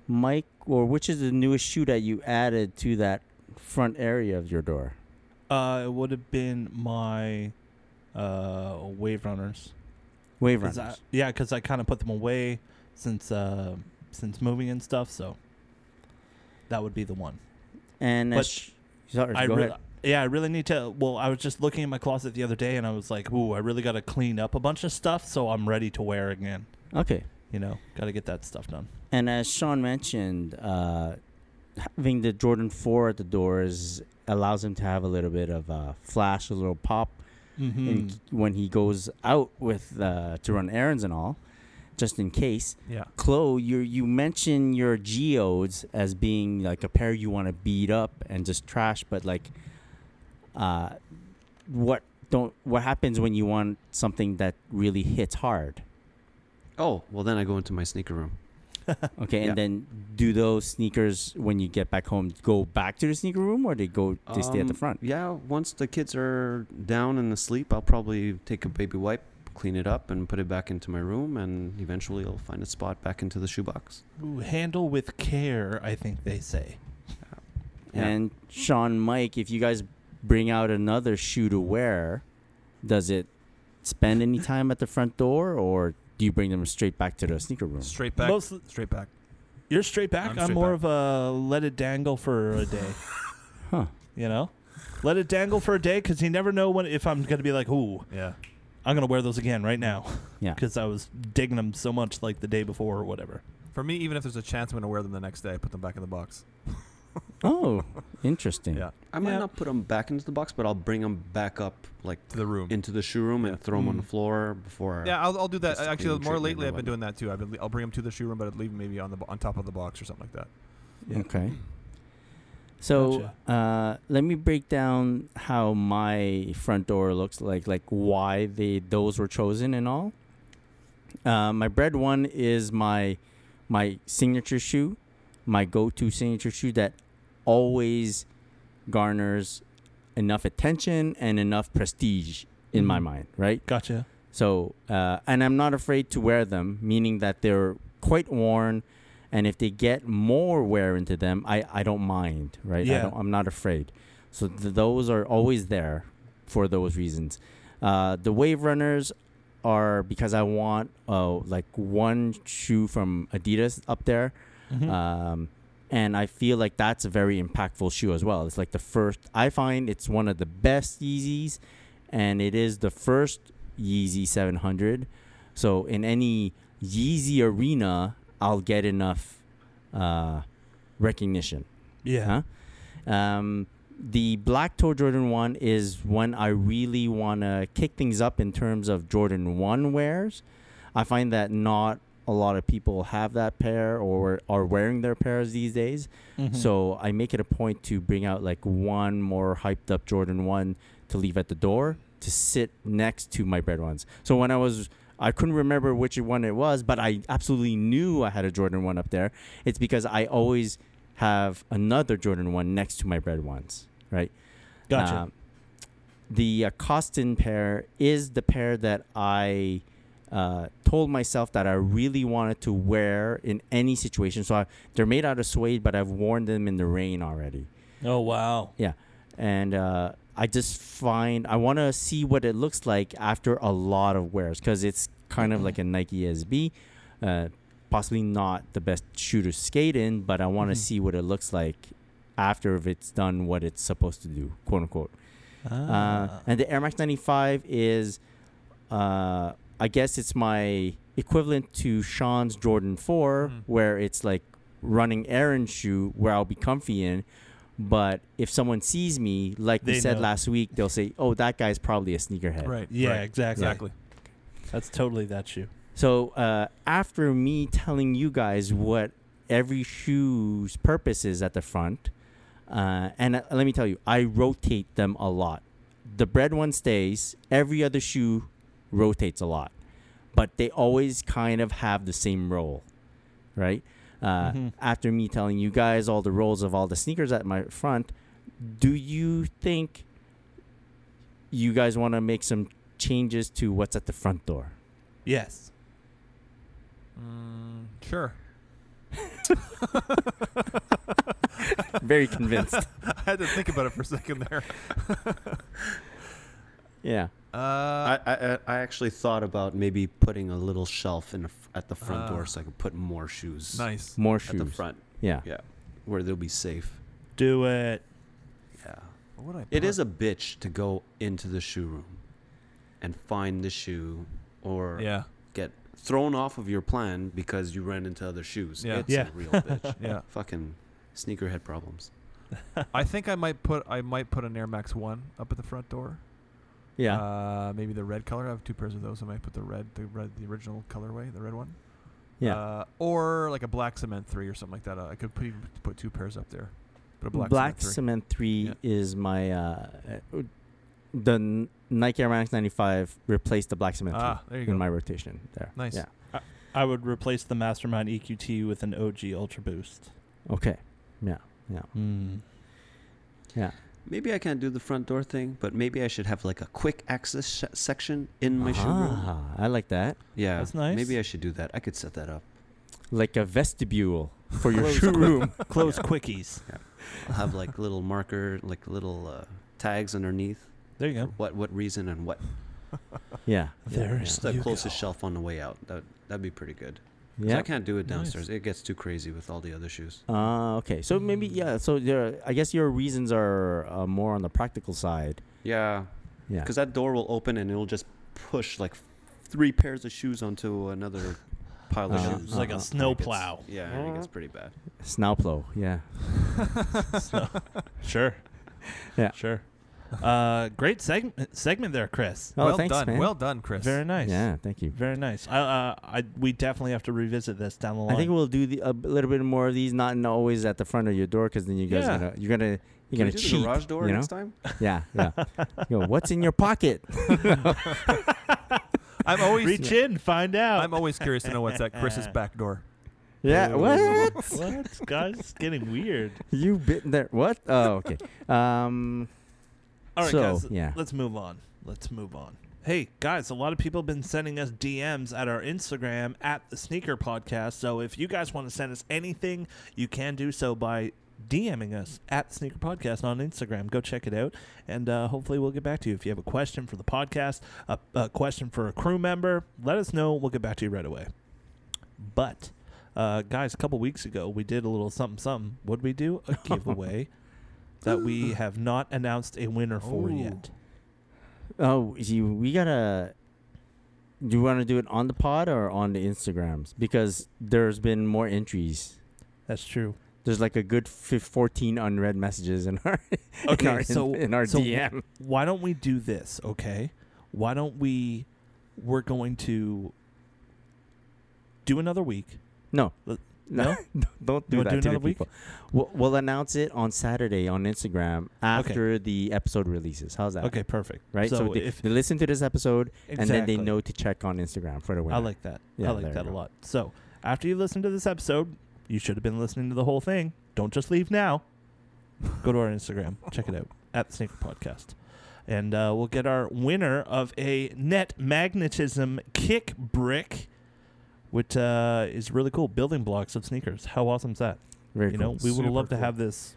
Speaker 3: Mike, or which is the newest shoe that you added to that front area of your door?
Speaker 1: Uh, it would have been my uh, Wave Runners.
Speaker 3: Wave
Speaker 1: 'Cause I-
Speaker 3: runners.
Speaker 1: yeah, because I kind of put them away since uh, since moving and stuff. So that would be the one.
Speaker 3: and
Speaker 1: but
Speaker 3: as sh- sorry,
Speaker 1: I
Speaker 3: go
Speaker 1: re-
Speaker 3: ahead.
Speaker 1: yeah, I really need to. Well, I was just looking at my closet the other day, and I was like, "Ooh, I really got to clean up a bunch of stuff, so I'm ready to wear again."
Speaker 3: Okay.
Speaker 1: You know, got to get that stuff done.
Speaker 3: And as Sean mentioned, uh, having the Jordan Four at the doors allows him to have a little bit of a flash, a little pop
Speaker 1: Hmm.
Speaker 3: in, when he goes out with uh, to run errands and all, just in case.
Speaker 2: Yeah.
Speaker 3: Chloe, you you mentioned your geodes as being like a pair you want to beat up and just trash, but like, uh, what don't what happens when you want something that really hits hard?
Speaker 4: Oh, well, then I go into my sneaker room.
Speaker 3: Okay, and
Speaker 4: Yeah.
Speaker 3: then do those sneakers when you get back home go back to the sneaker room or they go they stay at the
Speaker 4: Um,
Speaker 3: front?
Speaker 4: Yeah, once the kids are down and asleep, I'll probably take a baby wipe, clean it up, and put it back into my room, and eventually I'll find a spot back into the shoebox.
Speaker 1: Mm-hmm. Ooh, handle with care, I think they say.
Speaker 4: Yeah.
Speaker 3: And Sean, Mike, if you guys bring out another shoe to wear, does it spend any time at the front door or do you bring them straight back to the sneaker room?
Speaker 2: Straight back.
Speaker 1: Most,
Speaker 2: straight back.
Speaker 1: you're straight back. I'm,
Speaker 2: I'm straight
Speaker 1: more
Speaker 2: back.
Speaker 1: of a let it dangle for a day.
Speaker 3: Huh.
Speaker 1: You know, let it dangle for a day because you never know when if I'm gonna be like, "Ooh,
Speaker 2: Yeah.
Speaker 1: I'm gonna wear those again right now."
Speaker 3: Yeah.
Speaker 1: because I was digging them so much like the day before or whatever.
Speaker 2: For me, even if there's a chance I'm gonna wear them the next day, I put them back in the box.
Speaker 3: Oh, interesting.
Speaker 2: Yeah.
Speaker 4: I might
Speaker 1: Yeah.
Speaker 4: not put them back into the box, but I'll bring them back up, like
Speaker 2: To the room.
Speaker 4: into the shoe room,
Speaker 2: Yeah.
Speaker 4: and throw them on the
Speaker 1: Mm.
Speaker 4: floor before.
Speaker 2: yeah, I'll, I'll do that.
Speaker 4: Just a
Speaker 2: Actually,
Speaker 4: cleaning
Speaker 2: more
Speaker 4: treatment
Speaker 2: lately,
Speaker 4: or
Speaker 2: I've been
Speaker 4: whatever.
Speaker 2: doing that too. I've been, I'll bring them to the shoe room, but I'd leave them maybe on the bo- on top of the box or something like that.
Speaker 1: Yeah.
Speaker 3: Okay. So uh, let me break down how my front door looks like, like why they those were chosen and all. Uh, my bread one is my my signature shoe, my go-to signature shoe that always garners enough attention and enough prestige in my
Speaker 1: Mhm.
Speaker 3: mind, right?
Speaker 1: Gotcha.
Speaker 3: So, uh, and I'm not afraid to wear them, meaning that they're quite worn. And if they get more wear into them, I, I don't mind, right? I
Speaker 1: Yeah.
Speaker 3: don't, I'm not afraid. So th- those are always there for those reasons. Uh, the Wave Runners are because I want uh, like one shoe from Adidas up there.
Speaker 1: Mhm.
Speaker 3: Um, and I feel like that's a very impactful shoe as well. It's like the first, I find it's one of the best Yeezys, and it is the first Yeezy 700. So in any Yeezy arena, I'll get enough uh, recognition.
Speaker 1: yeah.
Speaker 3: Huh? Um, the Black Toe Jordan 1 is when I really want to kick things up in terms of Jordan 1 wears. I find that not a lot of people have that pair or are wearing their pairs these days.
Speaker 1: Mhm.
Speaker 3: So I make it a point to bring out like one more hyped up Jordan 1 to leave at the door to sit next to my bread ones. So when I was I couldn't remember which one it was, but I absolutely knew I had a Jordan 1 up there. It's because I always have another Jordan 1 next to my red ones, right?
Speaker 1: Gotcha.
Speaker 3: Um, the uh, Costin pair is the pair that I uh, told myself that I really wanted to wear in any situation. So I, they're made out of suede, but I've worn them in the rain already.
Speaker 1: oh wow.
Speaker 3: Yeah. And uh, I just find I want to see what it looks like after a lot of wears because it's kind of like a Nike SB, uh, possibly not the best shoe to skate in, but I want to
Speaker 1: Mhm.
Speaker 3: see what it looks like after if it's done what it's supposed to do, quote unquote. Uh,
Speaker 1: Ah.
Speaker 3: and the Air Max 95 is, uh, I guess it's my equivalent to Sean's Jordan 4,
Speaker 1: Hmm.
Speaker 2: Mhm.
Speaker 3: where it's like running errand shoe where I'll be comfy in. But if someone sees me, like we
Speaker 1: They
Speaker 3: said
Speaker 1: know.
Speaker 3: last week, they'll say, oh, that guy's probably a sneakerhead.
Speaker 2: Right.
Speaker 1: yeah,
Speaker 2: right.
Speaker 1: exactly.
Speaker 2: Exactly.
Speaker 1: That's totally that shoe.
Speaker 3: So uh, after me telling you guys what every shoe's purpose is at the front, uh, and uh, let me tell you, I rotate them a lot. The bread one stays. Every other shoe rotates a lot, but they always kind of have the same role, right? Uh,
Speaker 1: Mhm.
Speaker 3: After me telling you guys all the roles of all the sneakers at my front, do you think you guys want to make some changes to what's at the front door?
Speaker 1: Yes.
Speaker 2: Mm, sure.
Speaker 3: Very convinced.
Speaker 2: I had to think about it for a second there.
Speaker 3: Yeah.
Speaker 2: Uh,
Speaker 4: I, I I actually thought about maybe putting a little shelf in the f- at the front
Speaker 2: Ah.
Speaker 4: door so I could put more shoes
Speaker 2: nice.
Speaker 3: More
Speaker 4: at
Speaker 3: shoes.
Speaker 4: the front.
Speaker 3: Yeah.
Speaker 4: Yeah, where they'll be safe.
Speaker 1: Do it.
Speaker 4: Yeah,
Speaker 2: What would I
Speaker 4: it
Speaker 2: put?
Speaker 4: is a bitch to go into the shoe room and find the shoe or
Speaker 2: Yeah.
Speaker 4: get thrown off of your plan because you ran into other shoes.
Speaker 2: Yeah.
Speaker 4: It's
Speaker 1: Yeah.
Speaker 4: a real bitch.
Speaker 2: Yeah.
Speaker 4: Fucking sneakerhead problems.
Speaker 2: I think I might put I might put an Air Max One up at the front door.
Speaker 3: Yeah.
Speaker 2: Uh, maybe the red color. I have two pairs of those. I might put the red, the red, the original colorway, the red one.
Speaker 3: yeah.
Speaker 2: Uh, or like a black cement three or something like that. Uh, I could put even put two pairs up there. Put a black,
Speaker 3: Black,
Speaker 2: cement.
Speaker 3: Cement 3 is my uh uh, the N- Nike Air Max 95 replaced the Black
Speaker 2: Three.
Speaker 3: Cement
Speaker 2: Ah, there
Speaker 3: 3
Speaker 2: you
Speaker 3: in
Speaker 2: go.
Speaker 3: my rotation there.
Speaker 2: Nice.
Speaker 3: Yeah.
Speaker 1: I would replace the Mastermind EQT with an OG Ultra Boost.
Speaker 3: Okay. Yeah. Yeah.
Speaker 1: Mm.
Speaker 3: Yeah.
Speaker 4: Maybe I can't do the front door thing, but maybe I should have like a quick access sh- section in my shoe
Speaker 2: Uh-huh.
Speaker 4: room.
Speaker 3: Ah, I like that.
Speaker 4: Yeah,
Speaker 1: That's nice.
Speaker 4: Maybe I should do that. I could set that up.
Speaker 3: Like a vestibule for your
Speaker 1: Close
Speaker 3: shoe
Speaker 1: quick-
Speaker 3: room.
Speaker 1: Close quickies.
Speaker 4: I'll have like little marker, like little uh, tags underneath.
Speaker 1: There you go.
Speaker 4: for What what reason and what?
Speaker 3: Yeah.
Speaker 1: There
Speaker 3: yeah,
Speaker 1: is
Speaker 4: Just
Speaker 1: You
Speaker 4: the
Speaker 1: go.
Speaker 4: closest shelf on the way out. That that'd be pretty good. 'Cause
Speaker 3: Yeah.
Speaker 4: I can't do it
Speaker 1: Nice.
Speaker 4: downstairs. It gets too crazy with all the other shoes.
Speaker 3: Ah, okay. So maybe
Speaker 2: Mm.
Speaker 3: yeah. So there, I guess your reasons are uh, more on the practical side.
Speaker 4: Yeah,
Speaker 3: Yeah.
Speaker 4: because that door will open and it'll just push like three pairs of shoes onto another pile of
Speaker 3: Uh-huh.
Speaker 4: shoes.
Speaker 1: It's like a
Speaker 3: Uh-huh.
Speaker 1: snowplow.
Speaker 4: Yeah, and it gets pretty bad.
Speaker 3: Snauplo. Yeah.
Speaker 2: Ah,
Speaker 1: So- sure.
Speaker 3: Yeah.
Speaker 1: Sure. Uh, great segment segment there, Chris.
Speaker 3: Oh,
Speaker 2: well
Speaker 3: thanks,
Speaker 2: done.
Speaker 3: man.
Speaker 2: Well done, Chris.
Speaker 1: Very nice.
Speaker 3: Yeah. Thank you.
Speaker 1: Very nice. I, uh, I we definitely have to revisit this down the line.
Speaker 3: I think we'll do the, a b- little bit more of these, not in- always at the front of your door, because then you guys
Speaker 1: Yeah.
Speaker 3: gonna, you're gonna you're
Speaker 4: Can we
Speaker 3: gonna
Speaker 4: do
Speaker 3: cheat.
Speaker 4: the garage door
Speaker 3: you know?
Speaker 4: next time?
Speaker 3: Yeah, yeah. you go, What's in your pocket?
Speaker 2: I'm always
Speaker 1: reach in, find out.
Speaker 2: I'm always curious to know what's at Chris's back door.
Speaker 3: yeah.
Speaker 2: Ooh.
Speaker 3: What?
Speaker 1: what guys? It's getting weird.
Speaker 3: You bitten there? What? Oh, okay. Um.
Speaker 1: All right,
Speaker 3: so
Speaker 1: guys.
Speaker 3: yeah.
Speaker 1: Let's move on. Let's move on. Hey guys, a lot of people have been sending us DMs at our Instagram at the Sneaker Podcast. So if you guys want to send us anything, you can do so by DMing us at Sneaker Podcast on Instagram. Go check it out, and uh, hopefully we'll get back to you. If you have a question for the podcast, a, a question for a crew member, let us know. We'll get back to you right away. But uh, guys, a couple weeks ago we did a little something something. What would we do? A giveaway that we have not announced a winner for
Speaker 2: Ooh.
Speaker 1: yet.
Speaker 3: Oh, you, we gotta. Do you want to do it on the pod or on the Instagrams? Because there's been more entries.
Speaker 1: That's true.
Speaker 3: There's like a good fif- 14 unread messages in our in
Speaker 1: Okay,
Speaker 3: our, in-
Speaker 1: so-
Speaker 3: in our
Speaker 1: so-
Speaker 3: DM.
Speaker 1: Why don't we do this? Okay, why don't we? We're going to do another week.
Speaker 3: No.
Speaker 1: Let-
Speaker 3: No, don't
Speaker 1: You
Speaker 3: do
Speaker 1: wanna
Speaker 3: that
Speaker 1: do
Speaker 3: to the
Speaker 1: another week?
Speaker 3: people. We'll, we'll announce it on Saturday on Instagram after the episode releases. How's that?
Speaker 1: Okay, perfect.
Speaker 3: Right. So,
Speaker 1: So,
Speaker 3: they,
Speaker 1: if
Speaker 3: they listen to this episode and then they
Speaker 1: Exactly.
Speaker 3: know to check on Instagram for the winner.
Speaker 1: I like that.
Speaker 3: Yeah,
Speaker 1: I
Speaker 3: there
Speaker 1: like
Speaker 3: you
Speaker 1: that a
Speaker 3: go.
Speaker 1: lot. So after you listen to this episode, you should have been listening to the whole thing. Don't just leave now. Go to our Instagram, check it out at the Sneaker Podcast, and uh, we'll get our winner of a net magnetism kick brick, which uh, is really cool. Building blocks of sneakers. How awesome is that?
Speaker 3: Very
Speaker 1: you
Speaker 3: cool.
Speaker 1: know, we would have
Speaker 2: Super
Speaker 1: loved to
Speaker 2: cool.
Speaker 1: have this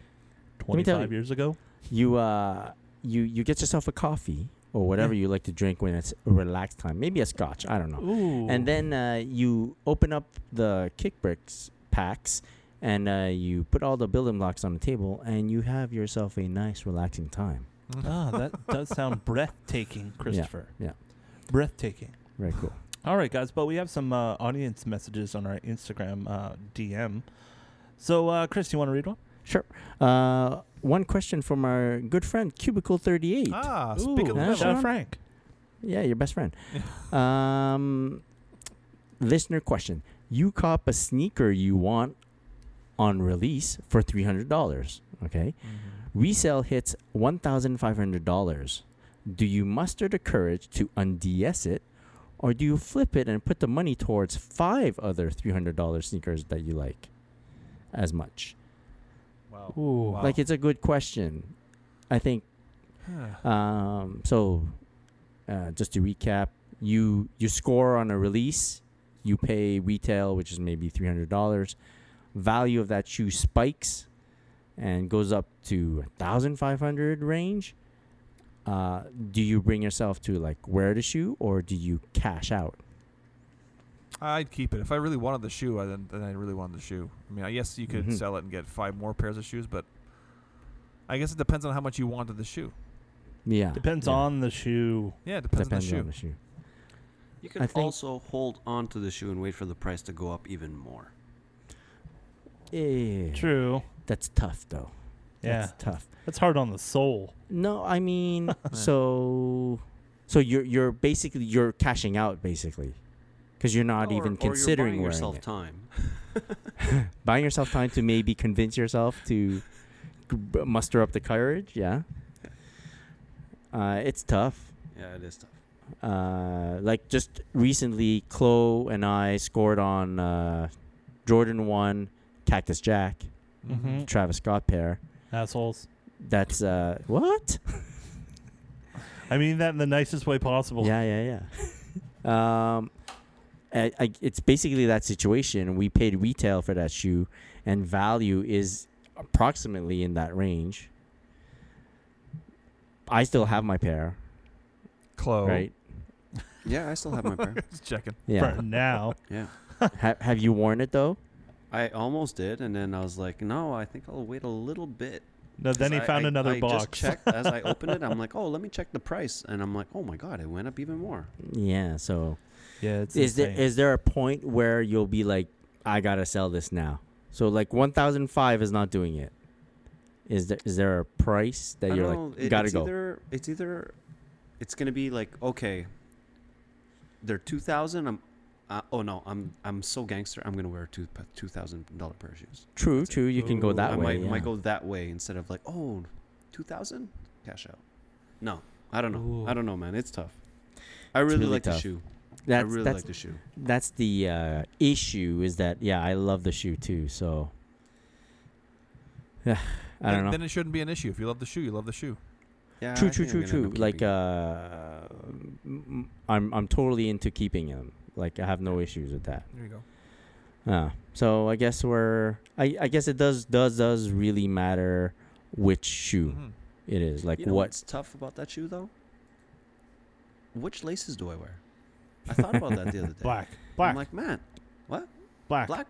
Speaker 3: me tell
Speaker 1: 25
Speaker 3: you-
Speaker 1: years ago.
Speaker 3: you uh you you get yourself a coffee or whatever you like to drink when it's relaxed time maybe a scotch i don't know
Speaker 1: Ooh.
Speaker 3: and then uh, you open up the kick bricks packs and uh, you put all the building blocks on the table and you have yourself a nice relaxing time
Speaker 1: ah, that does sound breathtaking, Christopher.
Speaker 3: yeah.
Speaker 1: Breathtaking.
Speaker 3: very cool
Speaker 1: All right, guys, but we have some uh, audience messages on our Instagram uh, DM. So, uh, Chris, you want to read one?
Speaker 3: sure uh, one question from our good friend cubicle 38
Speaker 2: Ah, speak of the
Speaker 3: Ooh.
Speaker 2: devil.
Speaker 3: Shout out
Speaker 1: Frank.
Speaker 3: Yeah, your best friend. um, listener question: You cop a sneaker you want on release for three hundred dollars. Okay,
Speaker 2: Mm-hmm.
Speaker 3: resale hits one thousand five hundred dollars. Do you muster the courage to unds it, or do you flip it and put the money towards five other three hundred dollars sneakers that you like, as much?
Speaker 2: Wow.
Speaker 1: Ooh.
Speaker 2: Wow.
Speaker 3: Like it's a good question. I think
Speaker 2: Huh.
Speaker 3: um, so, uh, just to recap, you you score on a release, you pay retail, which is maybe three hundred dollars. Value of that shoe spikes, and goes up to thousand five hundred range. Uh, do you bring yourself to like wear the shoe, or do you cash out?
Speaker 2: I'd keep it if I really wanted the shoe. I, then, then I really wanted the shoe. I mean, I guess you could
Speaker 3: Mhm.
Speaker 2: sell it and get five more pairs of shoes, but I guess it depends on how much you wanted the shoe.
Speaker 3: Yeah,
Speaker 1: Depends
Speaker 3: yeah.
Speaker 1: on the shoe.
Speaker 2: Yeah, it depends,
Speaker 3: depends
Speaker 2: on the
Speaker 3: on
Speaker 2: shoe.
Speaker 3: the shoe.
Speaker 4: You
Speaker 3: I
Speaker 4: can
Speaker 3: think-
Speaker 4: also hold on to the shoe and wait for the price to go up even more.
Speaker 3: Yeah,
Speaker 1: True.
Speaker 3: that's tough though.
Speaker 1: Yeah.
Speaker 3: that's tough.
Speaker 1: That's hard on the soul.
Speaker 3: No, I mean, so, so you're you're basically you're cashing out basically, because you're not
Speaker 4: Or-
Speaker 3: even
Speaker 4: or
Speaker 3: considering
Speaker 4: you're buying
Speaker 3: wearing
Speaker 4: yourself
Speaker 3: it.
Speaker 4: time.
Speaker 3: buying yourself time to maybe convince yourself to g- b- muster up the courage. Yeah, uh, it's tough.
Speaker 4: Yeah, it is tough.
Speaker 3: Uh, like just recently, Chloe and I scored on uh, Jordan One, Cactus Jack,
Speaker 2: Mm-hmm.
Speaker 1: Mhm.
Speaker 3: Travis Scott pair.
Speaker 1: Assholes.
Speaker 3: That's uh, what?
Speaker 1: I mean that in the nicest way possible.
Speaker 3: Yeah, yeah, yeah. um, I, I, it's basically that situation. We paid retail for that shoe, and value is approximately in that range. I still have my pair,
Speaker 2: Chloe,
Speaker 3: right?
Speaker 4: Yeah, I still have my pair.
Speaker 2: Just checking.
Speaker 3: Yeah.
Speaker 1: For now.
Speaker 4: Yeah.
Speaker 3: ha- have you worn it though?
Speaker 4: I almost did, and then I was like, no, I think I'll wait a little bit.
Speaker 1: No, then he
Speaker 4: 'Cause I-
Speaker 1: found
Speaker 4: I-
Speaker 1: another
Speaker 4: I
Speaker 1: box.
Speaker 4: Just checked as I opened it. I'm like, oh, let me check the price, and I'm like, oh my god, it went up even more.
Speaker 3: Yeah. So
Speaker 1: yeah, it's
Speaker 3: is there
Speaker 1: insane.
Speaker 3: is there a point where you'll be like, I gotta sell this now? So like one thousand five is not doing it. Is there is there a price that
Speaker 4: I
Speaker 3: you're
Speaker 4: don't
Speaker 3: like,
Speaker 4: know, it-
Speaker 3: gotta
Speaker 4: it's
Speaker 3: go?
Speaker 4: Either, it's either it's gonna be like okay, they're two thousand. I'm uh, oh no, I'm I'm so gangster. I'm gonna wear two two thousand dollar pair of shoes.
Speaker 3: True,
Speaker 4: That's it.
Speaker 3: true. You can go
Speaker 1: Ooh,
Speaker 3: that
Speaker 4: Oh, I
Speaker 3: way.
Speaker 4: might
Speaker 3: yeah.
Speaker 4: might go that way instead of like oh, two thousand cash out. No, I don't know. I
Speaker 1: Ooh.
Speaker 4: don't know, man. It's tough. I really,
Speaker 3: really
Speaker 4: like the
Speaker 3: tough.
Speaker 4: shoe.
Speaker 3: That's
Speaker 4: I really
Speaker 3: that's
Speaker 4: like the shoe.
Speaker 3: that's the uh, issue is that yeah i love the shoe too so yeah i
Speaker 2: then,
Speaker 3: don't know
Speaker 2: Then it shouldn't be an issue. If you love the shoe, you love the shoe.
Speaker 4: Yeah,
Speaker 3: true
Speaker 4: I
Speaker 3: true
Speaker 4: think I'm
Speaker 3: true
Speaker 4: gonna
Speaker 3: true
Speaker 4: end up
Speaker 3: like
Speaker 4: keeping it.
Speaker 3: uh m- i'm i'm totally into keeping them like i have no issues with that
Speaker 2: There you go.
Speaker 3: uh, so i guess we're i i guess it does does does really matter which shoe
Speaker 2: Mhm.
Speaker 3: it is like
Speaker 4: Mm-hmm. You know
Speaker 3: what
Speaker 4: what's tough about that shoe though? Which laces do I wear? I thought about that the other day.
Speaker 1: black.
Speaker 4: I'm
Speaker 1: Black.
Speaker 4: like, man,
Speaker 1: black. Black.
Speaker 4: black.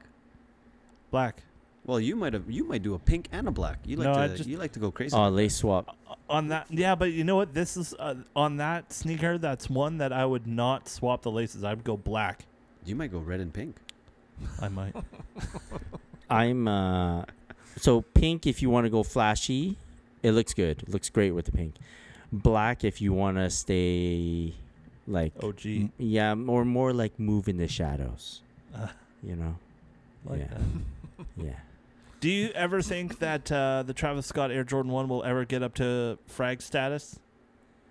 Speaker 4: Well, you might have you might do a pink and a black. You like
Speaker 1: No, I
Speaker 4: to
Speaker 1: just-
Speaker 4: you like to go crazy.
Speaker 3: oh lace swap
Speaker 1: O- On that, yeah, but you know what? This is uh, on that sneaker. That's one that I would not swap the laces. I'd go black.
Speaker 4: you might go red and pink.
Speaker 1: I might.
Speaker 3: i'm uh so pink if you want to go flashy it looks good looks great with the pink black if you want to stay like
Speaker 1: OG.
Speaker 4: Mm,
Speaker 3: M- Yeah, m- or more like move in the shadows.
Speaker 1: Ah.
Speaker 3: You know,
Speaker 1: Like
Speaker 3: Yeah.
Speaker 1: that.
Speaker 3: Yeah.
Speaker 1: Do you ever think that uh, the Travis Scott Air Jordan 1 will ever get up to frag status?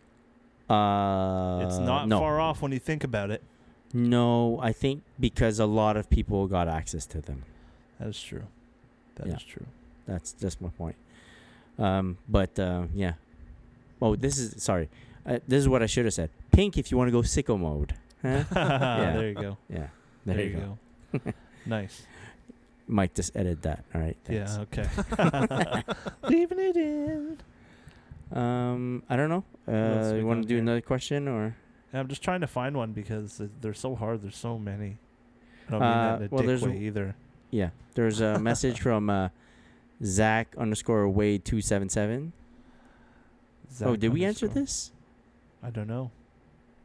Speaker 3: Uh,
Speaker 1: it's not
Speaker 3: no.
Speaker 1: far off when you think about it.
Speaker 3: No, I think because a lot of people got access to them.
Speaker 1: That is true. That is
Speaker 3: Yeah.
Speaker 1: true.
Speaker 3: That's just my point. Um, but uh, yeah. Oh, this is sorry. Uh, this is what I should have said. Pink, if you want to go sicko mode. Huh?
Speaker 1: There you go.
Speaker 3: Yeah.
Speaker 1: There, you go. nice.
Speaker 3: Mike, just edit that. All right. Thanks.
Speaker 1: Yeah, okay.
Speaker 2: Mm.
Speaker 1: Leaving it in.
Speaker 3: Um, I don't know.
Speaker 1: else
Speaker 3: Uh,
Speaker 1: we
Speaker 3: you want to
Speaker 1: got
Speaker 3: do
Speaker 1: here?
Speaker 3: another question or?
Speaker 1: I'm just trying to find one because th- they're so hard. There's so many. I don't mean
Speaker 3: Uh,
Speaker 1: that in a
Speaker 3: well,
Speaker 1: dick
Speaker 3: there's
Speaker 1: way
Speaker 3: a-
Speaker 1: either.
Speaker 3: Yeah. There's a message from uh, Zach underscore Wade two seven seven. Oh,
Speaker 1: Zach
Speaker 3: did we answer
Speaker 1: underscore-
Speaker 3: this?
Speaker 1: I don't know.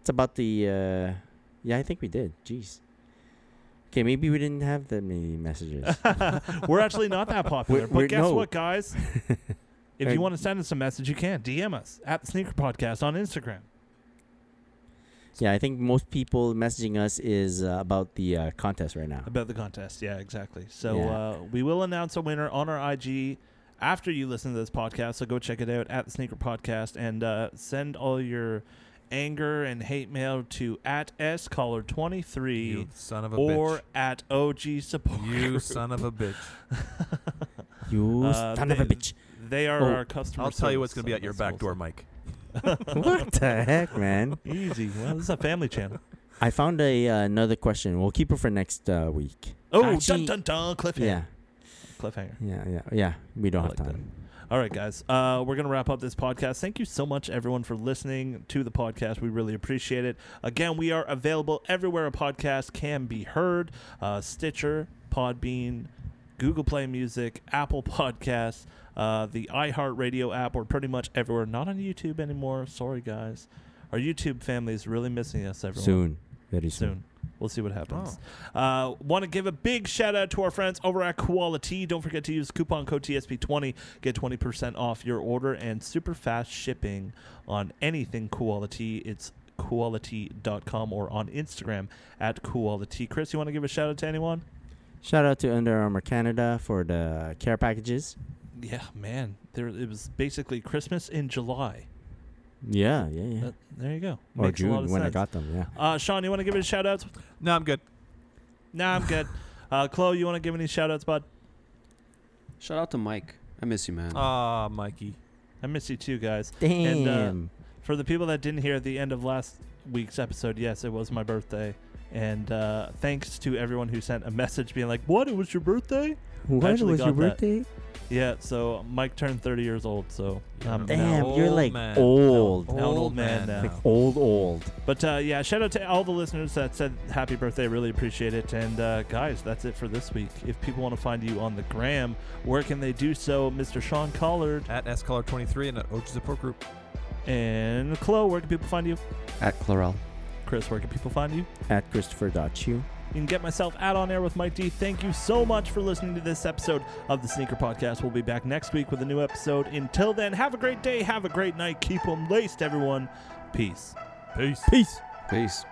Speaker 3: It's about the. Uh, yeah, I think we did. Jeez. Okay, maybe we didn't have that many messages.
Speaker 1: we're actually not that popular. but
Speaker 3: we're-
Speaker 1: guess
Speaker 3: no.
Speaker 1: what, guys? If
Speaker 3: Uh,
Speaker 1: you want to send us a message, you can DM us at the Sneaker Podcast on Instagram.
Speaker 3: yeah, I think most people messaging us is uh, about the uh, contest right now.
Speaker 1: About the contest. Yeah, exactly. So
Speaker 3: Yeah.
Speaker 1: uh, we will announce a winner on our IG after you listen to this podcast. So go check it out at the Sneaker Podcast and uh, send all your anger and hate mail to at s caller 23
Speaker 2: You son of a
Speaker 1: or
Speaker 2: bitch.
Speaker 1: at OG support.
Speaker 2: You
Speaker 1: group.
Speaker 2: son of a bitch.
Speaker 3: You
Speaker 1: Uh,
Speaker 3: son of
Speaker 1: they-
Speaker 3: a bitch!
Speaker 1: They are
Speaker 3: Oh.
Speaker 1: our customer.
Speaker 2: I'll tell you what's going to
Speaker 1: service
Speaker 2: be at your back door,
Speaker 1: assholes.
Speaker 2: Mike.
Speaker 3: what the heck, man?
Speaker 1: Easy. Well, this is a family channel.
Speaker 3: I found a uh, another question. We'll keep it for next uh, week.
Speaker 1: Oh,
Speaker 3: Actually-
Speaker 1: dun dun dun! Cliffhanger.
Speaker 3: Yeah,
Speaker 1: Cliffhanger.
Speaker 3: yeah, yeah, yeah. We don't
Speaker 1: I
Speaker 3: have
Speaker 1: like that.
Speaker 3: time.
Speaker 1: All right, guys. Uh, we're going to wrap up this podcast. Thank you so much, everyone, for listening to the podcast. We really appreciate it. Again, we are available everywhere a podcast can be heard uh, Stitcher, Podbean, Google Play Music, Apple Podcasts, uh, the iHeartRadio app. We're pretty much everywhere. Not on YouTube anymore. Sorry, guys. Our YouTube family is really missing us, everyone
Speaker 3: Soon, very soon.
Speaker 1: soon. We'll see what happens. Uh, Want to give a big shout out to our friends over at Quality. Don't forget to use coupon code TSP20. Get 20% off your order and super fast shipping on anything Quality. It's quality.com or on Instagram at Quality. Chris, you want to give a shout out to anyone?
Speaker 3: Shout out to Under Armour Canada for the care packages.
Speaker 1: Yeah, man. There, it was basically Christmas in July.
Speaker 3: Yeah, yeah, yeah.
Speaker 1: Uh, there you go.
Speaker 3: or
Speaker 1: Makes a lot
Speaker 3: June
Speaker 1: of
Speaker 3: when I
Speaker 1: sense.
Speaker 3: got them. Yeah.
Speaker 1: Uh, Sean, you want to give a shout out?
Speaker 2: No, I'm good.
Speaker 1: Nah, I'm good. Uh, Chloe, you want to give any shout outs, bud?
Speaker 4: Shout out to Mike. I miss you, man.
Speaker 1: Uh,
Speaker 2: Ah, Mikey.
Speaker 1: I miss you too, guys. And,
Speaker 3: Damn.
Speaker 1: uh, For the people that didn't hear at the end of last week's episode, yes, it was my birthday. And uh, thanks to everyone who sent a message being like, What? It was your birthday?
Speaker 3: when
Speaker 1: actually
Speaker 3: was your
Speaker 1: got that.
Speaker 3: birthday?
Speaker 1: Yeah, so Mike turned 30 years old, so I'm
Speaker 2: You're an
Speaker 3: Um, Damn,
Speaker 1: now-
Speaker 3: you're like
Speaker 2: man.
Speaker 3: old.
Speaker 1: Now an old man now.
Speaker 2: now.
Speaker 3: Old, old.
Speaker 1: But uh, yeah, shout out to all the listeners that said happy birthday. Really appreciate it. And uh, guys, that's it for this week. If people want to find you on the gram, where can they do so? Mr. Sean Collard
Speaker 2: At SCollar23 and at Ochi Support Group.
Speaker 1: and Chloe, where can people find you?
Speaker 4: At Clarel.
Speaker 1: Chris, where can people find you?
Speaker 3: At Christopher.chu.
Speaker 1: You can get myself out on air with Mike D. Thank you so much for listening to this episode of the Sneaker Podcast. We'll be back next week with a new episode. Until then, have a great day, have a great night, keep them laced, everyone. Peace.
Speaker 2: Peace.
Speaker 3: Peace.
Speaker 4: Peace.